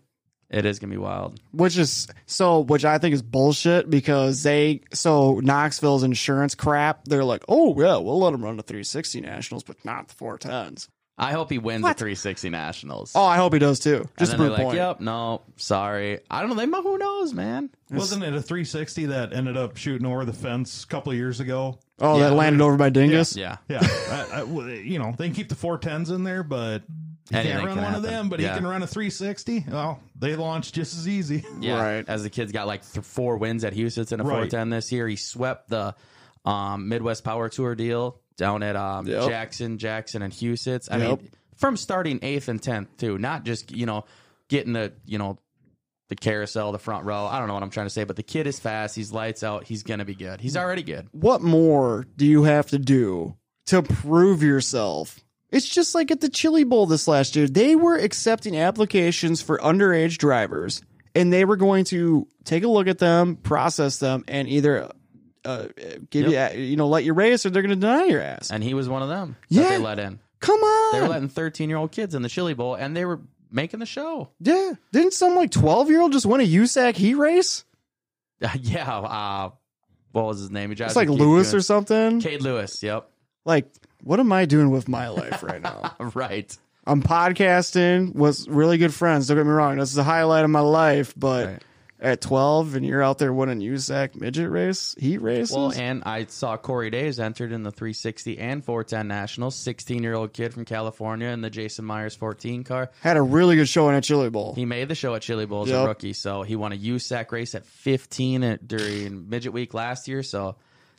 It is going to be wild. which is so which i think is bullshit because they so knoxville's insurance crap they're like oh yeah we'll let them run the 360 nationals but not the 410s I hope he wins the 360 Nationals. oh i hope he does too and just then for they're a like, point yep, no, sorry. I don't know. They, who knows, man? Wasn't it a 360 that ended up shooting over the fence a couple of years ago? oh that Yeah. landed over my dingus Yeah. Yeah. I, I- w- you know, they keep the 410s in there, but he Anything can't run can one of happen. them, but Yeah. he can run a 360. Well, they launch just as easy. Yeah. Right. As the kid's got like th- four wins at Houston and a Right. 410 this year. He swept the um, Midwest Power Tour deal down at um, Yep. Jackson, Jackson, and Houston. I Yep. mean, from starting eighth and 10th, too, not just, you know, getting the, you know, the carousel, the front row. I don't know what I'm trying to say, but the kid is fast. He's lights out. He's going to be good. He's already good. what more do you have to do to prove yourself? It's just like at the Chili Bowl this last year. They were accepting applications for underage drivers and they were going to take a look at them, process them, and either uh, give you, you know, let you race or they're going to deny your ass. And he was one of them Yeah. that they let in. Come They were on. letting 13 year old kids in the Chili Bowl and they were making the show. yeah. Didn't some like 12 year old just win a USAC heat race? yeah. Uh, what was his name? He It's like Lewis or something. Cade Lewis. Yep. Like, what am I doing with my life right now? Right. I'm podcasting with really good friends. Don't get me wrong. This is the highlight of my life. But Right. at 12 and you're out there winning USAC midget race, heat races. Well, and I saw Corey Davis entered in the 360 and 410 Nationals. 16 year old kid from California in the Jason Myers 14 car. had a really good showing at Chili Bowl. He made the show at Chili Bowl as Yep. a rookie, so he won a USAC race at 15 at, during midget week last year. So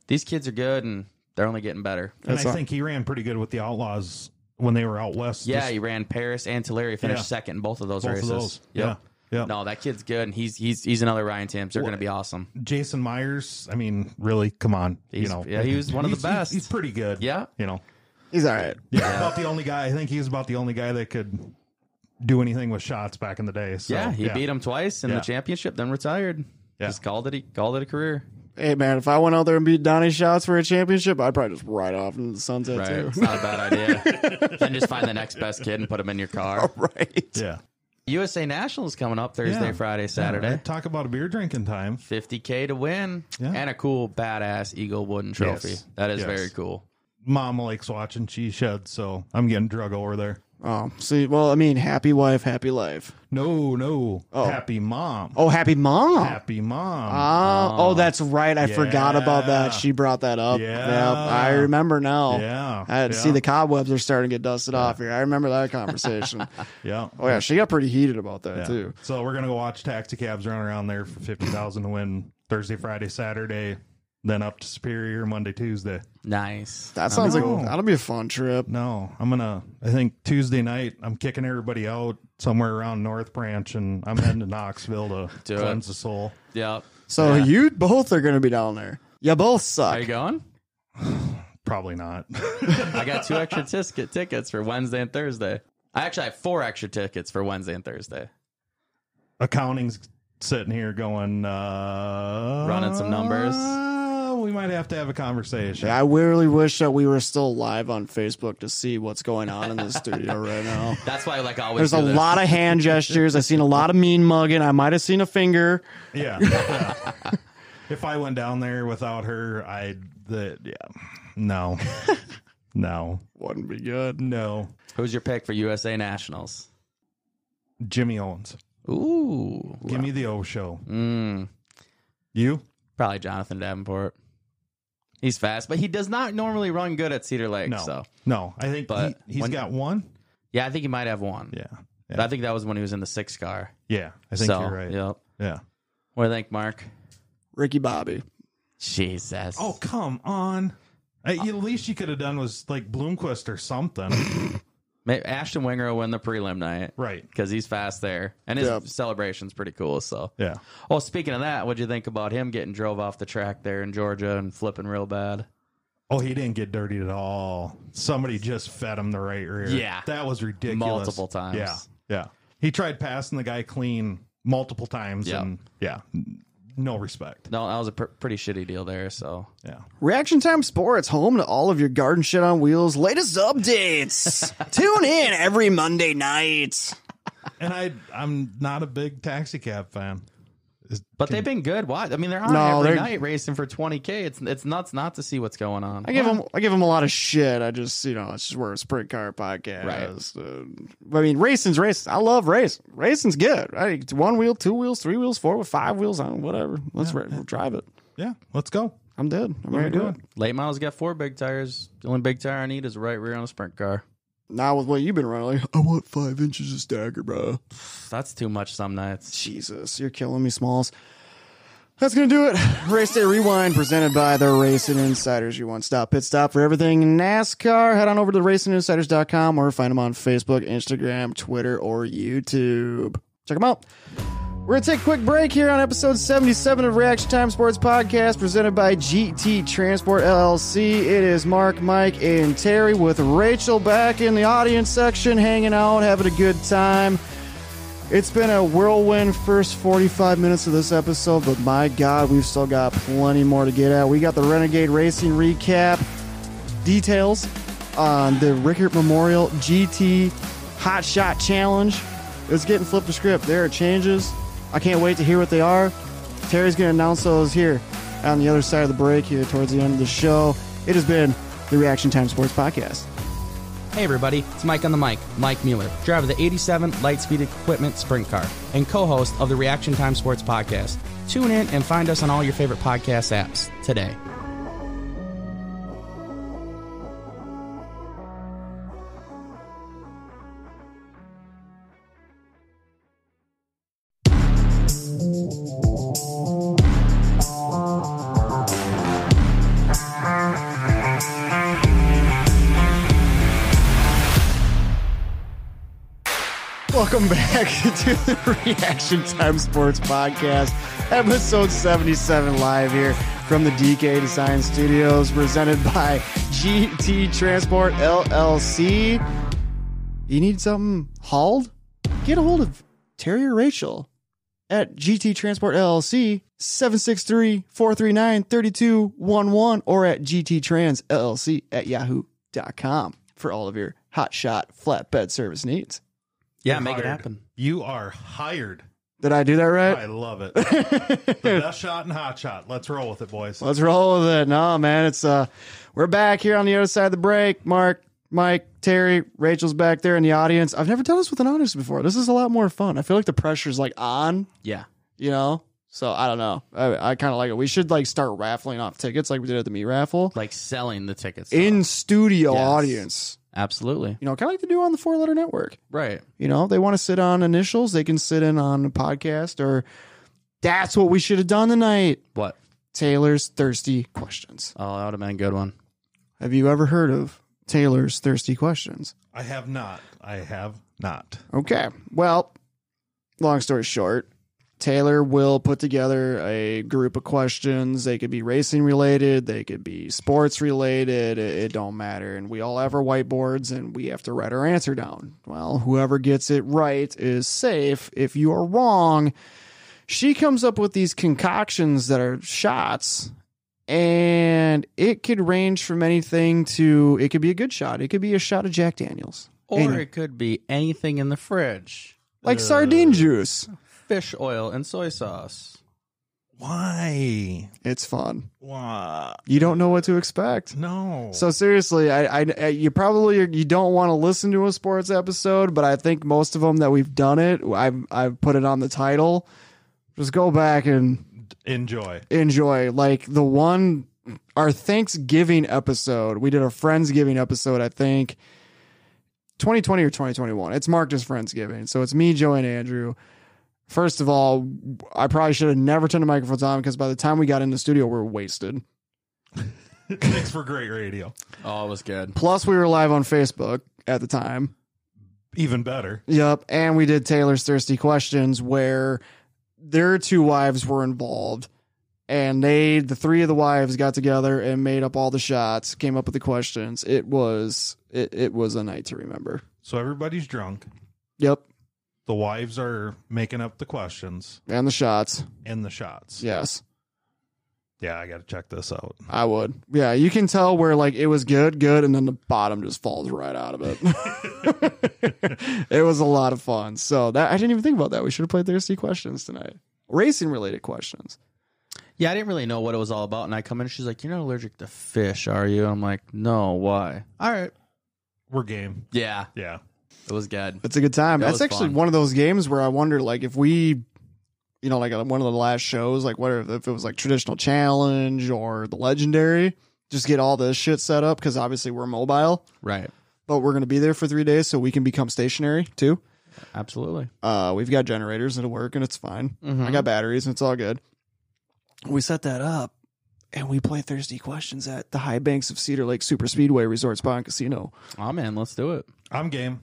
these kids are good and they're only getting better. And That's I all. think he ran pretty good with the Outlaws when they were out west. Yeah, Just he ran Paris and Tulare, finished Yeah. second in both of those both races. of those. Yep. Yeah. Yeah. No, that kid's good, and he's he's he's another Ryan Timms. They're going to be awesome. Jason Myers, I mean, really, come on. you He's- know, yeah, he was one of the He's- he's- best. He's, pretty good. Yeah. You know, He's all right. yeah. about the only guy, I think he's about the only guy that could do anything with shots back in the day. So, yeah, he beat him twice in Yeah. the championship, then retired. Yeah. Just called it. He called it a career. Hey, man, if I went out there and beat Donnie Shots for a championship, I'd probably just ride off into the sunset, Right. too. It's not a bad idea. then just find the next best kid and put him in your car. right. Yeah. USA Nationals coming up Thursday, Oh. Yeah. Friday, Yeah, Saturday. right. Talk about a beer drinking time. 50K to win Yeah. and a cool, badass Eagle Wooden trophy. Yes. That is Yes. very cool. Mom likes watching She Shed, so I'm getting drug over there. Oh, see, well, I mean, happy wife, happy life. No, no. Happy mom. Oh, happy mom. Happy mom. Ah, oh, that's right. I forgot about Yeah. that. She brought that up. Yeah. Yep, I remember now. Yeah, I had to yeah. see the cobwebs are starting to get dusted off here. I remember that conversation. yeah. Oh yeah, she got pretty heated about that Yeah. too. So we're gonna go watch taxi cabs run around there for fifty thousand to win Thursday, Friday, Saturday, then up to Superior Monday, Tuesday. Nice. That sounds no. like that'll be a fun trip. No, I'm gonna. I think Tuesday night I'm kicking everybody out somewhere around North Branch, and I'm heading to Knoxville Do to it. cleanse the soul. Yep. So Yeah. you both are gonna be down there. You both suck. Are you going? Probably not. I got two extra tisket tickets for Wednesday and Thursday. I actually have four extra tickets for Wednesday and Thursday. Accounting's sitting here going, uh, Running some numbers. We might have to have a conversation. I really wish that we were still live on Facebook to see what's going on in the studio right now. That's why, like, I always There's a do this. lot of hand gestures. I've seen a lot of mean mugging. I might have seen a finger. Yeah. yeah. if I went down there without her, I the yeah. No. no. Wouldn't be good. No. Who's your pick for USA Nationals? Jimmy Owens. Ooh, Give me the O show. Mm, You? probably Jonathan Davenport. He's fast, but he does not normally run good at Cedar Lake. No. So, No. I think But he, has when- got one. yeah, I think he might have one. Yeah. But I think that was when he was in the six car. Yeah. I think so, you're right. Yep. Yeah. What do you think, Mark? Ricky Bobby. Jesus. Oh, come on. At least you could have done was like Bloomquist or something. Maybe Ashton Winger will win the prelim night right. because he's fast there, and his Yeah. celebration's pretty cool. So, Yeah. oh, speaking of that, what'd you think about him getting drove off the track there in Georgia and flipping real bad? Oh, he didn't get dirtied at all. Somebody just fed him the right rear. Yeah. That was ridiculous. Multiple times. Yeah. Yeah. He tried passing the guy clean multiple times Yeah. and yeah. n- No respect. No, that was a pr- pretty shitty deal there. So, Yeah. Reaction Time Sports, home to all of your garden shit on wheels, latest updates. Tune in every Monday night. And I I'm not a big taxi cab fan. But they've been good. Why? I mean, they're on No, every they're- night racing for 20k. It's it's nuts not to see what's going on. I give him, I give him a lot of shit. I just, you know, it's just we're a sprint car podcast. Uh, I mean, racing's racing. I love racing. Racing's good. Right? It's one wheel, two wheels, three wheels, four with five wheels on, whatever. Let's ra- drive it. Yeah. Let's go. I'm dead. I'm ready to do it. Late miles got four big tires. The only big tire I need is a right rear on a sprint car. Now with what you've been running, like, I want five inches of stagger, bro. That's too much some nights. Jesus, you're killing me, Smalls. That's gonna do it. Race Day Rewind, presented by the Racing Insiders. Your one-stop pit stop for everything NASCAR. Head on over to racinginsiders.com or find them on Facebook, Instagram, Twitter, or YouTube. Check them out. We're gonna take a quick break here on episode 77 of Reaction Time Sports Podcast, presented by GT Transport LLC. It is Mark, Mike, and Terry with Rachel back in the audience section, hanging out, having a good time. It's been a whirlwind first 45 minutes of this episode, but my God, we've still got plenty more to get at. We got the Renegade Racing recap, details on the Rickert Memorial GT Hot Shot Challenge. It's getting flipped the script. There are changes. I can't wait to hear what they are. Terry's going to announce those here on the other side of the break here towards the end of the show. It has been the Reaction Time Sports Podcast. Hey everybody, it's Mike on the mic, Mike Mueller, driver of the 87 Lightspeed Equipment Sprint Car and co-host of the Reaction Time Sports Podcast. Tune in and find us on all your favorite podcast apps today. Welcome back to the Reaction Time Sports Podcast, episode 77, live here from the DK Design Studios, presented by GT Transport LLC. You need something hauled? Get a hold of Terry or Rachel at GT Transport LLC, 763 439 3211, or at GTTransLLC at yahoo.com for all of your hotshot flatbed service needs. Yeah, make it Hired. happen. You are hired. Did I do that right? I love it. the best shot and hot shot. Let's roll with it, boys. Let's roll with it. No, man, it's uh, we're back here on the other side of the break. Mark, Mike, Terry, Rachel's back there in the audience. I've never done this with an audience before. This is a lot more fun. I feel like the pressure's like on, Yeah. you know. So I don't know. I, I kind of like it. We should like start raffling off tickets like we did at the meat raffle Like selling the tickets. in studio Yes. audience. Absolutely. You know, kind of like they do on the Four Letter Network. Right. You know, they want to sit on initials, they can sit in on a podcast. Or that's what we should have done tonight. What? Taylor's thirsty questions. Oh, that would have been a good one. Have you ever heard of Taylor's Thirsty Questions? I have not. I have not. Okay. Well, long story short, Taylor will put together a group of questions. They could be racing related, they could be sports related. It, it don't matter. And we all have our whiteboards and we have to write our answer down. Well, whoever gets it right is safe. If you are wrong, She comes up with these concoctions that are shots, and it could range from anything to it could be a good shot, it could be a shot of Jack Daniels, Or And- it could be anything in the fridge. like sardine juice. Fish oil and soy sauce. Why? It's fun. Why? You don't know what to expect. No. So seriously, I, I, I you probably you don't want to listen to a sports episode, but I think most of them that we've done it, I've I've put it on the title. Just go back and enjoy. enjoy. Like the one our Thanksgiving episode, we did a Friendsgiving episode, I think. 2020 or 2021. It's marked as Friendsgiving. So it's me, Joe, and Andrew. First of all, I probably should have never turned the microphones on because by the time we got in the studio, we were wasted. Thanks for great radio. Oh, it was good. Plus, we were live on Facebook at the time. Even better. Yep. And we did Taylor's Thirsty Questions where their two wives were involved. And they, the three of the wives, got together and made up all the shots, came up with the questions. It was, it, it was a night to remember. So everybody's drunk. Yep. The wives are making up the questions And the shots. and the shots. Yes. Yeah, I got to check this out. I would. Yeah. You can tell where like it was good, good. And then the bottom just falls right out of it. it was a lot of fun. So that, I didn't even think about that. We should have played Thirsty Questions tonight. Racing related questions. Yeah, I didn't really know what it was all about. And I come in, she's like, You're not allergic to fish, are you? I'm like, No, why? All right. We're game. Yeah, Yeah. it was good. It's a good time. That That's was actually fun. one of those games where I wonder, like, if we, you know, like on one of the last shows, like, what if if it was like traditional challenge or the legendary? Just get all this shit set up because obviously we're mobile, Right. but we're gonna be there for three days, so we can become stationary too. Absolutely. Uh, we've got generators that'll work, and it's fine. I got batteries, and it's all good. We set that up, and we play Thursday questions at the High Banks of Cedar Lake Super Speedway Resort Spa and Casino. Oh, man, let's do it. I'm game.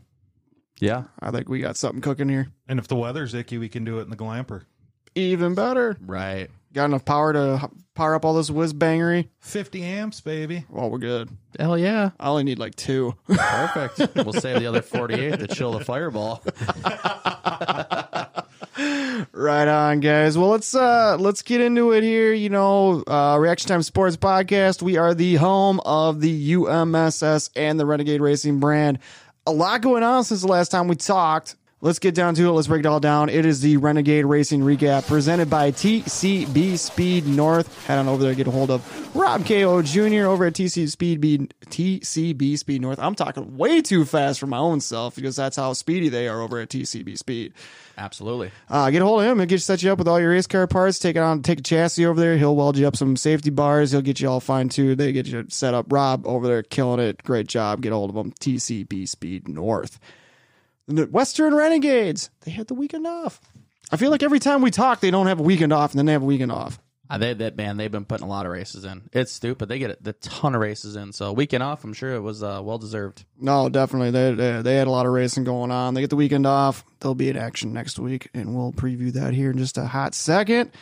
Yeah. I think we got something cooking here. And if the weather's icky, we can do it in the glamper. Even better. Right. Got enough power to h- power up all this whiz bangery? 50 amps, baby. Well, we're good. Hell yeah. I only need like two. Perfect. we'll save the other 48 to chill the fireball. right on, guys. Well, let's uh let's get into it here. You know, uh Reaction Time Sports Podcast. We are the home of the UMSS and the Renegade Racing brand. A lot going on since the last time we talked. Let's get down to it. Let's break it all down. It is the Renegade Racing Recap presented by TCB Speed North. Head on over there, get a hold of Rob KO Jr. over at TCB Speed B- TCB Speed North. I'm talking way too fast for my own self because that's how speedy they are over at TCB Speed. Absolutely. Uh, get a hold of him. He'll get set you up with all your race car parts. Take it on, take a chassis over there. He'll weld you up some safety bars. He'll get you all fine too. They get you set up. Rob over there, killing it. Great job. Get a hold of him. TCB Speed North. And the Western Renegades. They had the weekend off. I feel like every time we talk, they don't have a weekend off, and then they have a weekend off. Uh, they, that man, they've been putting a lot of races in. It's stupid. They get a the ton of races in. So weekend off, I'm sure it was uh, well deserved. No, definitely. They, they they had a lot of racing going on. They get the weekend off. They'll be in action next week, and we'll preview that here in just a hot second.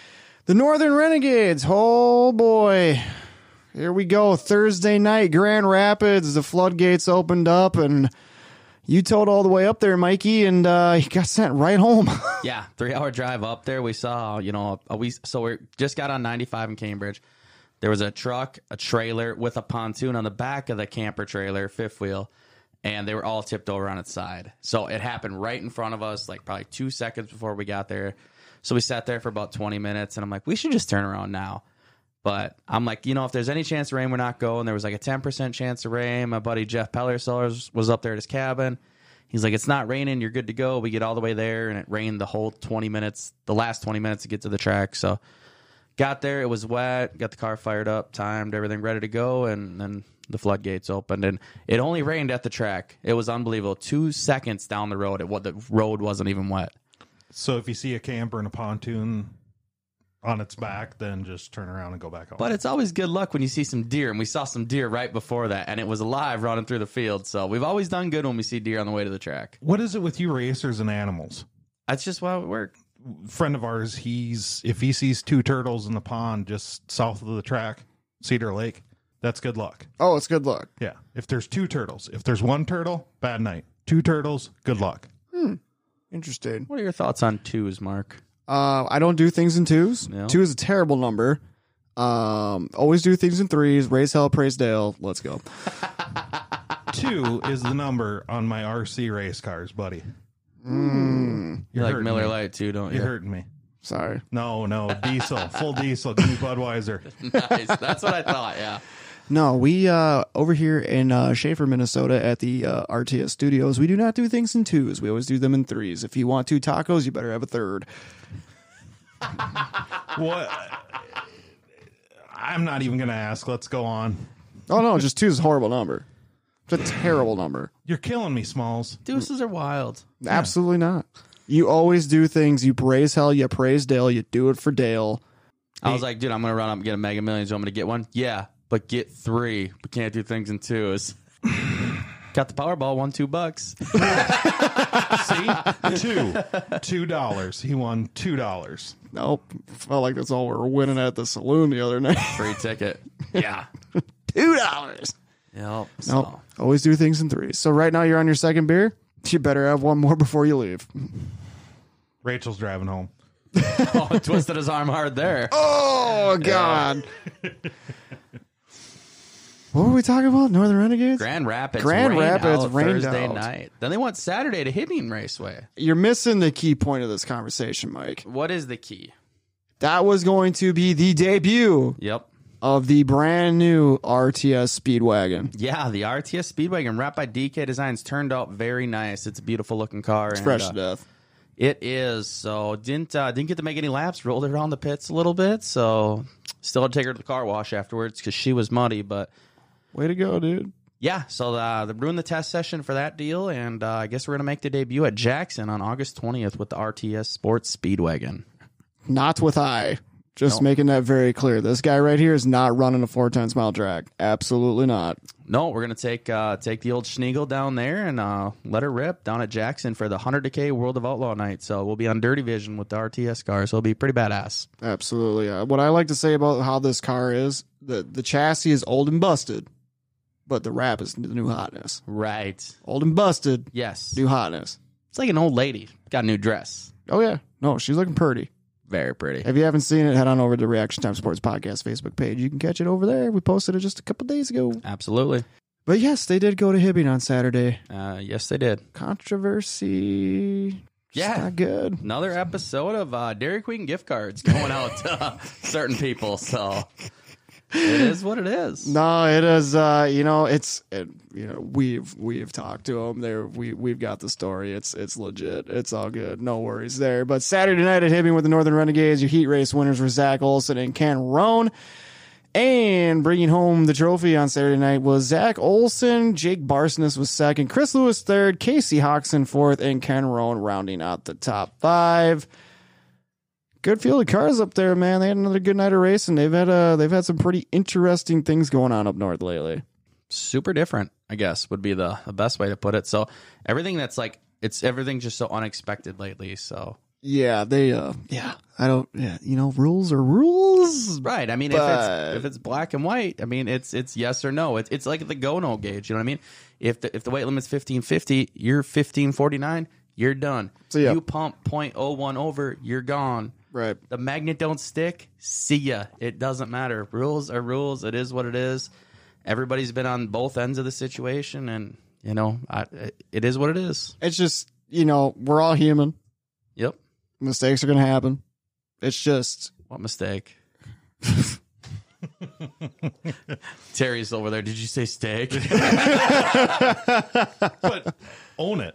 The Northern Renegades. Oh boy, here we go. Thursday night, Grand Rapids. The floodgates opened up, and you towed all the way up there, Mikey, and uh, he got sent right home. Yeah, three hour drive up there. We saw, you know, a, we so we just got on 95 in Cambridge. There was a truck, a trailer with a pontoon on the back of the camper trailer, fifth wheel, and they were all tipped over on its side. So it happened right in front of us, like probably two seconds before we got there. So we sat there for about 20 minutes, and I'm like, we should just turn around now. But I'm like, you know, if there's any chance of rain, we're not going. There was like a 10% chance of rain. My buddy Jeff Pellersellers was up there at his cabin. He's like, it's not raining. You're good to go. We get all the way there, and it rained the whole 20 minutes, the last 20 minutes to get to the track. So got there. It was wet. Got the car fired up, timed, everything ready to go. And then the floodgates opened, and it only rained at the track. It was unbelievable. Two seconds down the road, it, what the road wasn't even wet. So if you see a camper and a pontoon on its back, then just turn around and go back home. But it's always good luck when you see some deer, and we saw some deer right before that, and it was alive running through the field. So we've always done good when we see deer on the way to the track. what is it with you racers and animals? That's just why it worked. friend of ours, he's if he sees two turtles in the pond just south of the track, Cedar Lake, that's good luck. oh, it's good luck. Yeah. If there's two turtles, if there's one turtle, bad night. Two turtles, good luck. Interesting. What are your thoughts on twos, Mark? Uh, I don't do things in twos. No. Two is a terrible number. Um, always do things in threes. Raise hell, praise Dale. Let's go. Two is the number on my RC race cars, buddy. You You're Hmm. like hurting Miller me. Lite too, don't You're you? hurting me. Sorry. No, no, diesel, full diesel. Give me Budweiser. nice. That's what I thought. Yeah. No, we uh, over here in uh, Schaefer, Minnesota, at the uh, RTS Studios, we do not do things in twos. We always do them in threes. If you want two tacos, you better have a third. What? I'm not even gonna ask. Let's go on. Oh no, just two is a horrible number. It's a terrible number. You're killing me, Smalls. Deuces are wild. Absolutely not. You always do things. You praise hell. You praise Dale. You do it for Dale. I was like, dude, I'm gonna run up and get a Mega Millions. You want me to get one? Yeah, but get three. We can't do things in twos. Got the Powerball, won two bucks. See, two, two dollars. He won two dollars. Nope. Felt like that's all we were winning at the saloon the other night. Free ticket. Yeah. Two dollars. Oh. Yep. So. Nope. Always do things in threes. So right now you're on your second beer. You better have one more before you leave. Rachel's driving home. Oh, twisted his arm hard there. Oh God. what were we talking about? Northern Renegades. Grand Rapids. Grand rained Rapids out rained Thursday out. night. Then they want Saturday to Hibbing Raceway. You're missing the key point of this conversation, Mike. What is the key? That was going to be the debut Yep. of the brand new RTS Speedwagon. Yeah, the RTS Speedwagon wrapped by DK Designs turned out very nice. It's a beautiful looking car. and, Fresh uh, to death. It is. So didn't uh, didn't get to make any laps. Rolled it around the pits a little bit. So still had to take her to the car wash afterwards because she was muddy. But Way to go, dude. yeah, so uh, they ruined the test session for that deal, and uh, I guess we're gonna make the debut at Jackson on August twentieth with the RTS Sports Speedwagon. Not with I. Just making that very clear. This guy right here is not running a four times mile drag. Absolutely not. No, we're gonna take uh, take the old Schneagle down there and uh, let her rip down at Jackson for the Hundred Decay World of Outlaw night. So we'll be on Dirty Vision with the RTS car. So it'll be pretty badass. Absolutely. Uh, what I like to say about how this car is the the chassis is old and busted, but the wrap is the new hotness. Right. Old and busted, Yes. new hotness. It's like an old lady got a new dress. Oh yeah, no, she's looking pretty. Very pretty. If you haven't seen it, head on over to the Reaction Time Sports Podcast Facebook page. You can catch it over there. We posted it just a couple days ago. Absolutely. But yes, they did go to Hibbing on Saturday. Uh, yes, they did. Controversy. just Yeah. not good. Another episode of uh, Dairy Queen gift cards going out to uh, certain people. So it is what it is. No, it is. Uh, you know, it's it, you know we've we've talked to them. There we we've got the story. It's it's legit. It's all good. No worries there. But Saturday night at Hibbing with the Northern Renegades, your heat race winners were Zach Olson and Ken Roan. And bringing home the trophy on Saturday night was Zach Olson, Jake Barsness was second, Chris Lewis third, Casey Hawkson fourth, and Ken Roan rounding out the top five good field of cars up there, man. They had another good night of racing. They've had uh they've had some pretty interesting things going on up north lately. Super different, I guess, would be the, the best way to put it. So everything that's like, it's everything just so unexpected lately. So, Yeah, they uh yeah. I don't yeah, you know, rules are rules. right. I mean, if, But- it's, if it's black and white, I mean, it's it's yes or no. It's, it's like the go no gauge. You know what I mean? If the, if the weight limit's 1550, you're 1549, you're done. So, yeah. You pump 0.01 over, you're gone. Right. The magnet don't stick. See ya. It doesn't matter. Rules are rules. It is what it is. Everybody's been on both ends of the situation, and you know, I, it is what it is. It's just, you know, we're all human. Yep. Mistakes are gonna happen. It's just What mistake? Terry's over there. Did you say steak? But own it.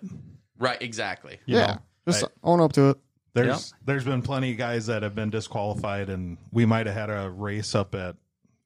right. Exactly. you yeah. know? just I- own up to it. There's there's been plenty of guys that have been disqualified, and we might have had a race up at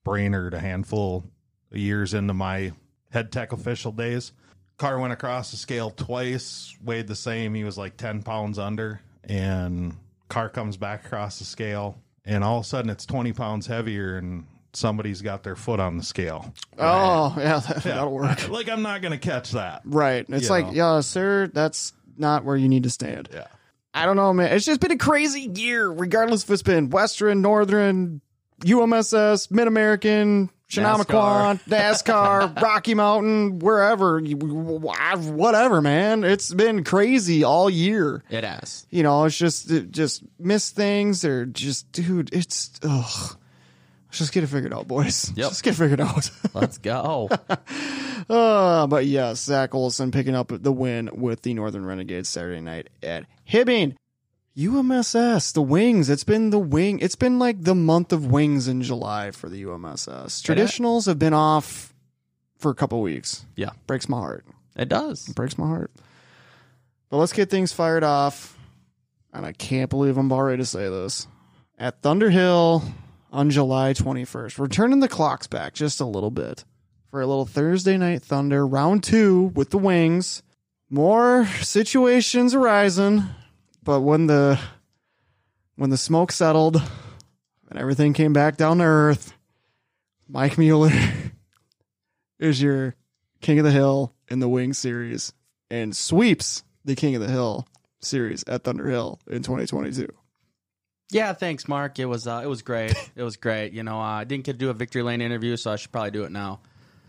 Brainerd a handful of years into my head tech official days. Car went across the scale twice, weighed the same. He was like ten pounds under, and car comes back across the scale, and all of a sudden it's twenty pounds heavier, and somebody's got their foot on the scale. Oh, yeah, that, that'll work. Like I'm not gonna catch that. Right. It's You like, know. yeah, sir, that's not where you need to stand. Yeah. I don't know, man. It's just been a crazy year, regardless if it's been Western, Northern, UMSS, Mid American, Shenamaquan, NASCAR, Rocky Mountain, wherever, you- whatever, man. It's been crazy all year. It has. You know, it's just it just miss things or just dude, it's ugh. Let's just get it figured out, boys. Yep. Just get it figured out. Let's go. Uh, but yes, Zach Olson picking up the win with the Northern Renegades Saturday night at Hibbing. UMSS, the wings. It's been the wing. It's been like the month of wings in July for the UMSS. Traditionals have been off for a couple weeks. Yeah. Breaks my heart. It does. Breaks my heart. But let's get things fired off. And I can't believe I'm about ready to say this. At Thunder Hill on July 21st, we're turning the clocks back just a little bit for a little Thursday night Thunder round two with the Wings. More situations arising, but when the when the smoke settled and everything came back down to earth, Mike Mueller is your King of the Hill in the Wing series and sweeps the King of the Hill series at Thunder Hill in 2022. Yeah, thanks, Mark. It was uh, it was great. It was great. You know, uh, I didn't get to do a victory lane interview, so I should probably do it now.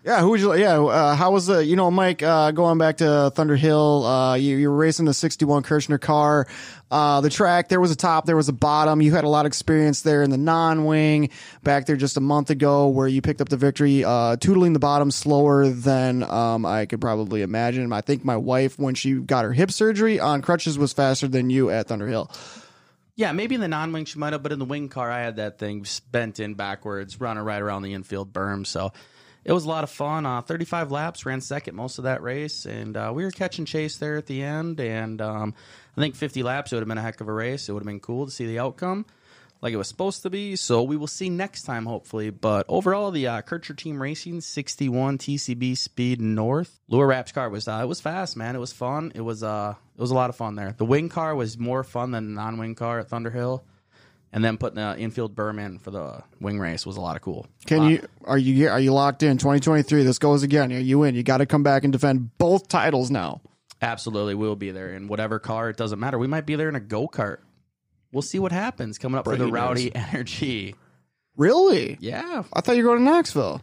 Yeah, who would you? Yeah, uh, how was the? You know, Mike, uh, going back to Thunder Hill, uh, you you were racing the '61 Kirshner car. Uh, the track there was a top, there was a bottom. You had a lot of experience there in the non-wing back there just a month ago, where you picked up the victory, uh, tootling the bottom slower than um, I could probably imagine. I think my wife, when she got her hip surgery on crutches, was faster than you at Thunder Hill. Yeah, maybe in the non-wing she might have, but in the wing car I had that thing bent in backwards, running right around the infield berm. So it was a lot of fun. Uh, Thirty-five laps, ran second most of that race, and uh, we were catching chase there at the end. And um, I think fifty laps it would have been a heck of a race. It would have been cool to see the outcome like it was supposed to be. So we will see next time, hopefully. But overall, the uh, Kircher Team Racing 61 TCB Speed North Lure Wraps car was uh, it was fast, man. It was fun. It was uh it was a lot of fun there. The wing car was more fun than the non-wing car at Thunder Hill, and then putting the infield berm in for the wing race was a lot of cool. Can you are you are you locked in 2023? This goes again. Are you in? You got to come back and defend both titles now. Absolutely, we'll be there in whatever car. It doesn't matter. We might be there in a go kart. We'll see what happens coming up for the Rowdy Energy. Really? Yeah, I thought you were going to Knoxville.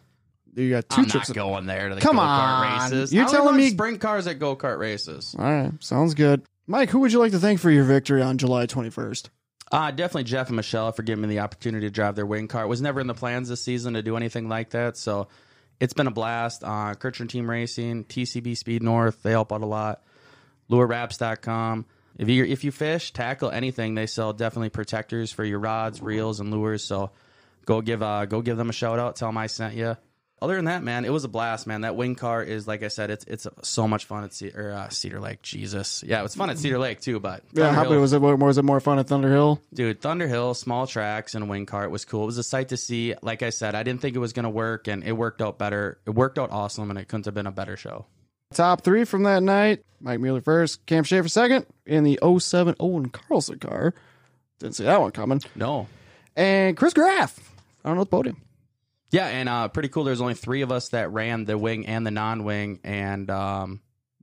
You got 2 I'm trips. not going there to the Come go-kart on. races. You're I only telling run me- sprint cars at go kart races. All right, sounds good. Mike, who would you like to thank for your victory on July 21st? Uh, definitely Jeff and Michelle for giving me the opportunity to drive their wing car. It was never in the plans this season to do anything like that, so it's been a blast. Uh, Kirchner Team Racing, TCB Speed North, they help out a lot. LureWraps.com. If you if you fish, tackle anything, they sell definitely protectors for your rods, reels, and lures. So go give uh, go give them a shout out. Tell them I sent you. Other than that, man, it was a blast, man. That wing car is like I said, it's it's so much fun at Ce- or, uh, Cedar Lake. Jesus, yeah, it was fun at Cedar Lake too, but Yeah, how Underhill- was it? Was it more fun at Thunder Hill? Dude, Thunder Hill, small tracks and a wing car. It was cool. It was a sight to see. Like I said, I didn't think it was going to work, and it worked out better. It worked out awesome, and it couldn't have been a better show. Top three from that night: Mike Mueller first, Cam Schaefer second, and the 07 Owen Carlson car. Didn't see that one coming. No. And Chris Graff on the podium. Yeah, and uh, pretty cool. There's only three of us that ran the wing and the non wing, and um,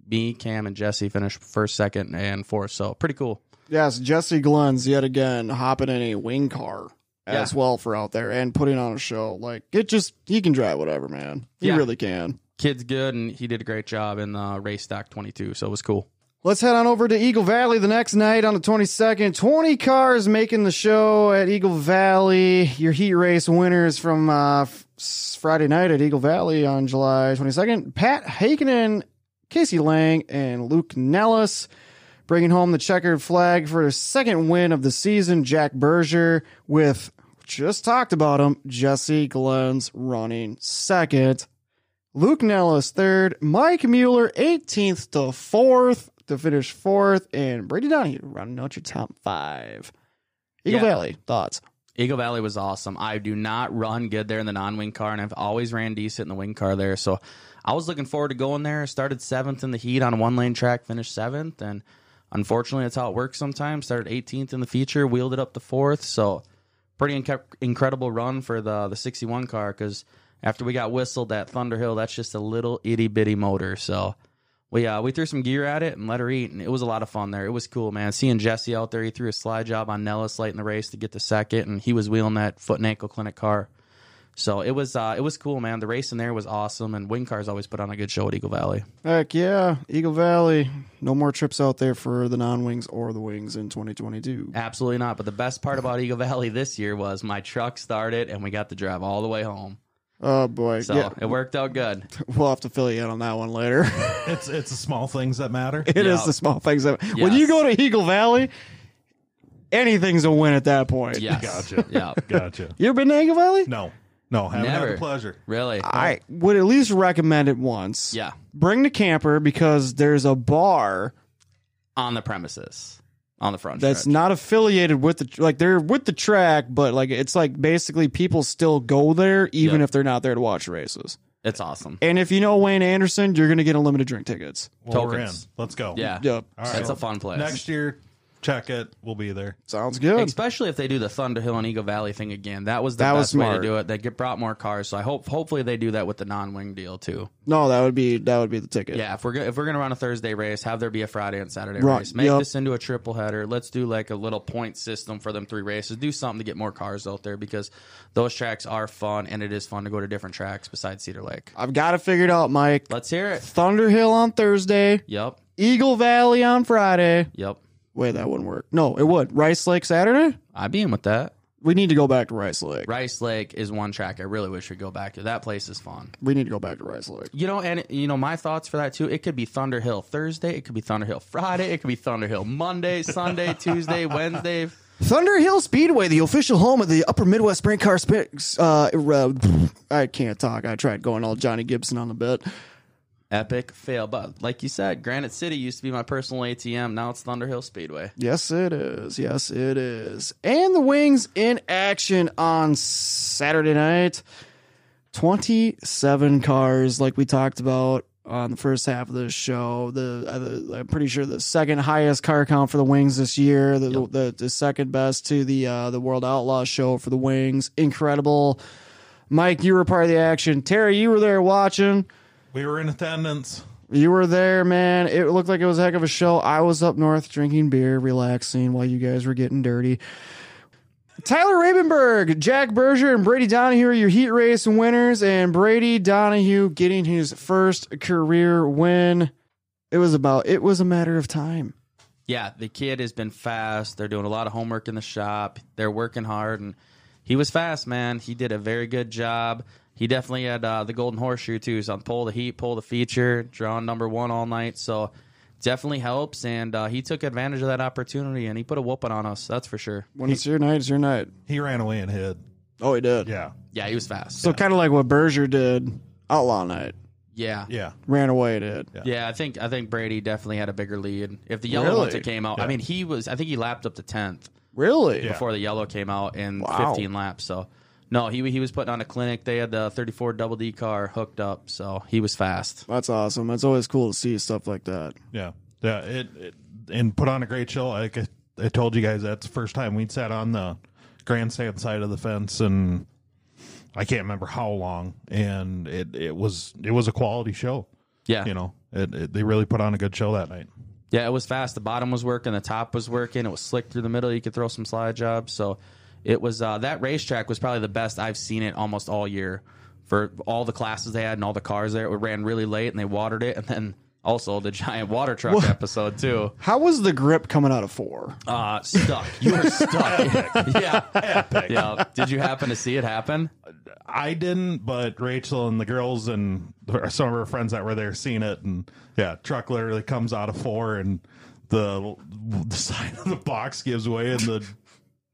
me, Cam, and Jesse finished first, second, and fourth. So pretty cool. Yes, Jesse Glenn's yet again hopping in a wing car as well for out there and putting on a show. Like it just he can drive whatever, man. He Yeah. really can. Kid's good, and he did a great job in the race stock 22, so it was cool. Let's head on over to Eagle Valley the next night on the 22nd. 20 cars making the show at Eagle Valley. Your heat race winners from uh, f- s- Friday night at Eagle Valley on July 22nd. Pat Hakenin, Casey Lang, and Luke Nellis bringing home the checkered flag for their second win of the season. Jack Berger with, just talked about him, Jesse Glenn's running second. Luke Nellis third, Mike Mueller 18th to fourth to finish fourth, and Brady Donahue running out your top five. Eagle Yeah. Valley thoughts. Eagle Valley was awesome. I do not run good there in the non-wing car, and I've always ran decent in the wing car there. So I was looking forward to going there. Started seventh in the heat on a one-lane track, finished seventh, and unfortunately, that's how it works sometimes. Started 18th in the feature, wheeled it up to fourth. So pretty inca- incredible run for the the 61 car because after we got whistled at Thunder Hill, that's just a little itty bitty motor. So we uh, we threw some gear at it and let her eat, and it was a lot of fun there. It was cool, man. Seeing Jesse out there, he threw a slide job on Nellis late in the race to get the second, and he was wheeling that foot and ankle clinic car. So it was uh, it was cool, man. The race in there was awesome, and wing cars always put on a good show at Eagle Valley. Heck yeah, Eagle Valley. No more trips out there for the non wings or the wings in 2022. Absolutely not. But the best part about Eagle Valley this year was my truck started, and we got to drive all the way home. Oh boy, So yeah, it worked out good. we'll have to fill you in on that one later. It's it's the small things that matter. It is Yeah. the small things that when Yes. you go to Eagle Valley, anything's a win at that point. Yes. Gotcha. Yeah. Gotcha. you ever been to Eagle Valley? No, no, haven't had Never. the pleasure. Really. I would at least recommend it once. Yeah. bring the camper because there's a bar On the premises. On the front. that's stretch. not affiliated with the like they're with the track, but like it's like basically people still go there even Yeah. if they're not there to watch races. It's awesome. And if you know Wayne Anderson, you're gonna get unlimited drink tickets. Well, we're in. Tokens. Let's go. Yeah. Yep. All right. That's a fun place. Next year, check it. We'll be there. Sounds good. Especially if they do the Thunder Hill and Eagle Valley thing again. That was the That was best way to smart. do it. They get brought more cars, so I hope hopefully they do that with the non wing deal too. No, that would be that would be the ticket. Yeah, if we're go- if we're gonna run a Thursday race, have there be a Friday and Saturday Right, race. Make yep. this into a triple header. Let's do like a little point system for them three races. Do something to get more cars out there because those tracks are fun and it is fun to go to different tracks besides Cedar Lake. I've got it figured out, Mike. Let's hear it. Thunder Hill on Thursday, Yep. Eagle Valley on Friday. Yep. Wait, that wouldn't work. No, it would. Rice Lake Saturday? I'd be in with that. We need to go back to Rice Lake. Rice Lake is one track I really wish we'd go back to. That place is fun. We need to go back to Rice Lake. You know, and you know, my thoughts for that too. It could be Thunder Hill Thursday, it could be Thunder Hill Friday, it could be Thunder Hill Monday, Sunday, Tuesday, Wednesday. Thunder Hill Speedway, the official home of the Upper Midwest Sprint Car Spits. Uh, uh, I can't talk. I tried going all Johnny Gibson on the bit. Epic fail. But like you said, Granite City used to be my personal ATM. Now it's Thunder Hill Speedway. Yes, it is. Yes, it is. And the Wings in action on Saturday night. 27 cars, like we talked about on the first half of this show. The, uh, the I'm pretty sure the second highest car count for the Wings this year. The the, the second best to the uh, the World Outlaw show for the Wings. Incredible. Mike, you were part of the action. Terry, you were there watching. We were in attendance. You were there, man. It looked like it was a heck of a show. I was up north drinking beer, relaxing while you guys were getting dirty. Tyler Ravenberg, Jack Berger, and Brady Donahue are your heat race winners, and Brady Donahue getting his first career win. It was about it was a matter of time. Yeah, the kid has been fast. They're doing a lot of homework in the shop. They're working hard, and he was fast, man. He did a very good job. He definitely had uh, the golden horseshoe too. So on pull the heat, pull the feature, drawing number one all night. So definitely helps, and uh, he took advantage of that opportunity, and he put a whooping on us. That's for sure. When it's your night, it's your night. He ran away and hid. Oh, he did. Yeah. Yeah, he was fast. So kind of like what Berger did, outlaw night, yeah. Yeah. ran away. Did Yeah, I think I think Brady definitely had a bigger lead. If the yellow Really? ones that came out, I mean, he was. I think he lapped up to tenth. really? Yeah. before the yellow came out in Wow. 15 laps. So, no, he he was putting on a clinic. They had the 34 double D car hooked up, so he was fast. That's awesome. It's always cool to see stuff like that. Yeah. Yeah. It, it and put on a great show. Like I, I told you guys, that's the first time we'd sat on the grandstand side of the fence, and I can't remember how long. And it it was it was a quality show. Yeah, You know, it, it, they really put on a good show that night. yeah, it was fast. The bottom was working, the top was working. It was slick through the middle. You could throw some slide jobs. So, it was uh, that racetrack was probably the best I've seen it almost all year for all the classes they had and all the cars there. It ran really late, and they watered it, and then. Also, the giant water truck episode too. How was the grip coming out of four? Uh, stuck. You were stuck. yeah. Yeah. Did you happen to see it happen? I didn't, but Rachel and the girls and the- some of her friends that were there seen it, and yeah, truck literally comes out of four, and the, the side of the box gives way, and the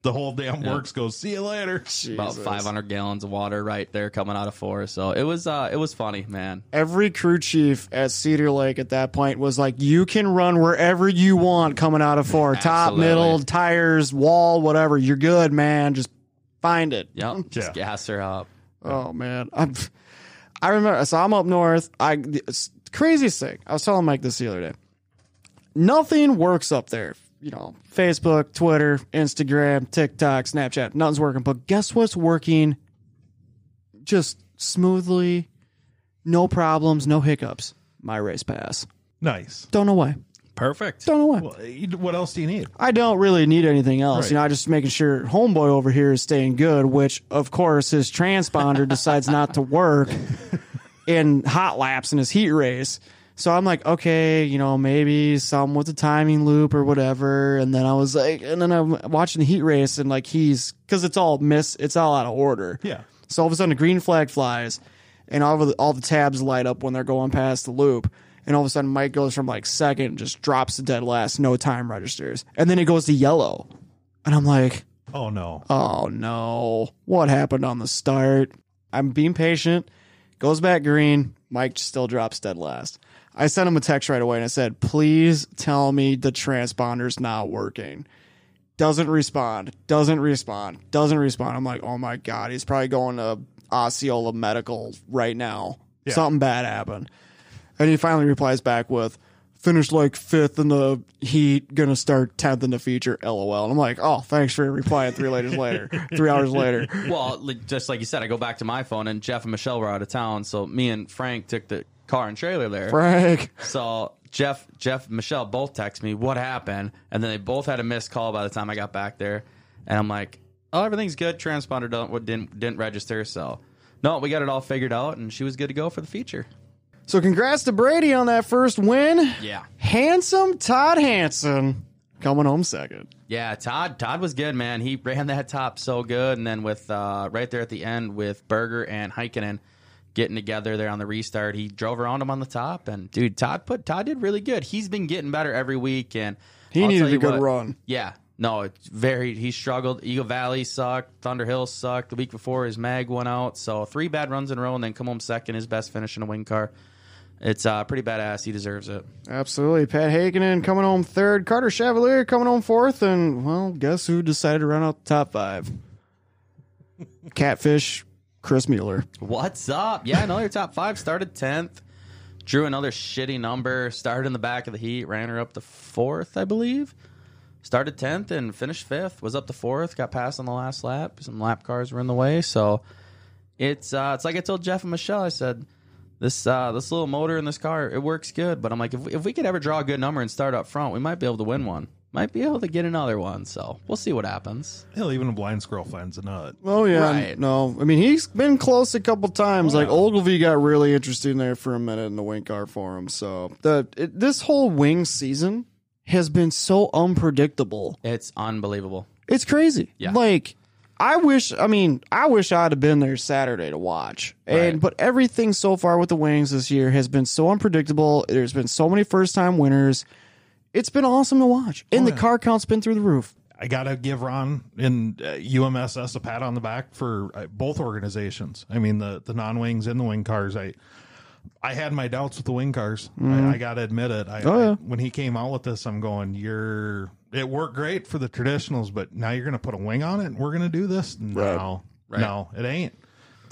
the whole damn works goes. See you later. about 500 gallons of water right there coming out of four. So it was uh it was funny, man. Every crew chief at Cedar Lake at that point was like, "You can run wherever you want coming out of four, top, Absolutely. middle, tires, wall, whatever. You're good, man. Just find it." Yep, just Yeah. gas her up. Oh man, I'm. I remember. So I'm up north. I it's the craziest thing. I was telling Mike this the other day. Nothing works up there. You know, Facebook, Twitter, Instagram, TikTok, Snapchat. Nothing's working. But guess what's working? Just smoothly, no problems, no hiccups. My race pass. Nice. Don't know why. Perfect. Don't know why. Well, you- What else do you need? I don't really need anything else. Right. You know, I just making sure homeboy over here is staying good, which of course his transponder decides not to work in hot laps in his heat race. So I'm like, okay, you know, maybe something with the timing loop or whatever. And then I was like, and then I'm watching the heat race and like he's because it's all miss, it's all out of order. Yeah. So all of a sudden, a green flag flies, and all the all the tabs light up when they're going past the loop. And all of a sudden, Mike goes from like second, just drops to dead last, no time registers, and then it goes to yellow. And I'm like, Oh no. oh no, what happened on the start? I'm being patient. Goes back green. Mike still drops dead last. I sent him a text right away and I said, please tell me the transponder's not working doesn't respond, doesn't respond, doesn't respond. I'm like, oh my God, he's probably going to Osceola Medical right now. Something bad happened. And he finally replies back with, finished like fifth in the heat, gonna start 10th in the feature, lol. And I'm like, oh, thanks for replying three later later, three hours later. Well, li- just like you said, I go back to my phone, and Jeff and Michelle were out of town, so me and Frank took the car and trailer there. Frank. So Jeff, Jeff, and Michelle both text me what happened, and then they both had a missed call by the time I got back there, and I'm like, "Oh, everything's good. Transponder don't, what didn't didn't register, so no, we got it all figured out, and she was good to go for the feature." So congrats to Brady on that first win. Yeah, Handsome Todd Hanson coming home second. yeah. Todd, Todd was good, man. He ran that top so good, and then with uh, right there at the end with Berger and Heikkinen getting together there on the restart, he drove around him on the top, and dude, Todd put Todd did really good. He's been getting better every week, and He I'll needed tell a you good what, run. Yeah. No, it's very he struggled. Eagle Valley sucked. Thunder Hill sucked. The week before his mag went out. So three bad runs in a row and then come home second, his best finish in a wing car. It's uh, pretty badass. He deserves it. Absolutely. Pat Hagenin coming home third. Carter Chevalier coming home fourth. And, well, guess who decided to run out the top five? Catfish, Chris Mueller. What's up? Yeah, another top five. Started tenth. Drew another shitty number. Started in the back of the heat. Ran her up to fourth, I believe. Started tenth and finished fifth. Was up to fourth. Got passed on the last lap. Some lap cars were in the way, so it's uh, it's like I told Jeff and Michelle. I said this uh, this little motor in this car it works good, but I'm like if we, if we could ever draw a good number and start up front, we might be able to win one. Might be able to get another one. So we'll see what happens. Hell, even a blind squirrel finds a nut. Oh, yeah. Right. No, I mean, he's been close a couple times. Like, Ogilvy got really interesting there for a minute in the wing car for him. So, the, it, this whole wing season has been so unpredictable. It's unbelievable. It's crazy. Yeah. Like I wish I mean, I wish I'd have been there Saturday to watch. And Right. but everything so far with the Wings this year has been so unpredictable. There's been so many first time winners. It's been awesome to watch. And Oh, the car count's been through the roof. I gotta give Ron and uh, UMSS a pat on the back for uh, both organizations. I mean the the non wings and the wing cars. I I had my doubts with the wing cars. I, I gotta admit it. I, Mm-hmm. Oh, yeah. I- when he came out with this, I'm going, you're it worked great for the traditionals, but now you're gonna put a wing on it. and We're gonna do this. No, no, it ain't.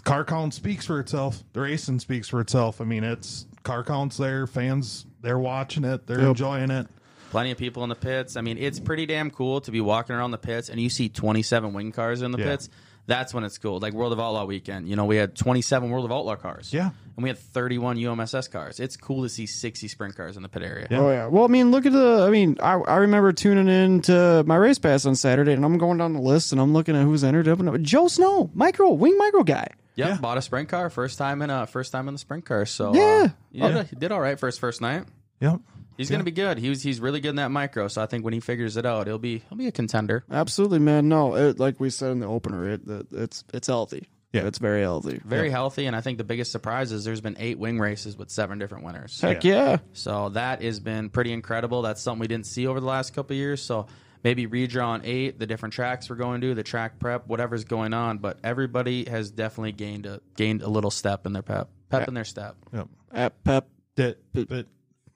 Car count speaks for itself. The racing speaks for itself. I mean, it's car counts there. Fans, they're watching it. They're enjoying it. plenty of people in the pits. I mean, it's pretty damn cool to be walking around the pits and you see 27 wing cars in the Yeah. pits. That's when it's cool. Like World of Outlaw weekend, you know, we had 27 World of Outlaw cars. Yeah. And we had 31 UMSS cars. It's cool to see 60 sprint cars in the pit area. Yeah. Oh yeah. Well, I mean, look at the. I mean, I, I remember tuning in to my race pass on Saturday, and I'm going down the list, and I'm looking at who's entered up and up. Joe Snow, micro wing micro guy. Yep, bought a sprint car first time in a first time in the sprint car. So uh, Yeah. yeah, he did all right for his first night. Yep. He's gonna be good. He was he's really good in that micro. So I think when he figures it out, he'll be he'll be a contender. Absolutely, man. No, it, like we said in the opener, it, it it's it's healthy. Yeah. it's very healthy. Very healthy, and I think the biggest surprise is there's been eight wing races with seven different winners. Heck yeah. So that has been pretty incredible. That's something we didn't see over the last couple of years. So maybe redraw on eight, the different tracks we're going to, the track prep, whatever's going on. But everybody has definitely gained a gained a little step in their pep, pep in their step. Yep. At Pep Did, but,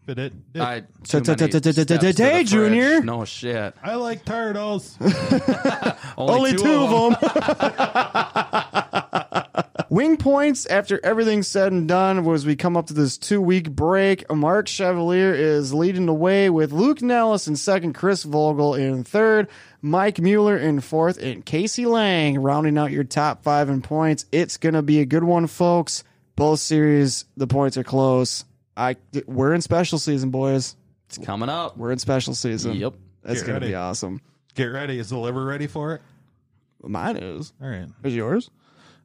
but, it, did. I Ta- too ta- many ta- ta- ta- steps to ta- the ta- Junior. fridge. No shit. I like turtles. Only two of them. Wing points after everything's said and done was we come up to this two week break. Mark Chevalier is leading the way with Luke Nellis in second, Chris Vogel in third, Mike Mueller in fourth, and Casey Lang rounding out your top five in points. It's gonna be a good one, folks. Both series, the points are close. I we're in special season, boys. It's coming up. We're in special season. Yep. That's Get going to ready. be awesome. Get ready. Is the liver ready for it? Mine is. All right. Is yours?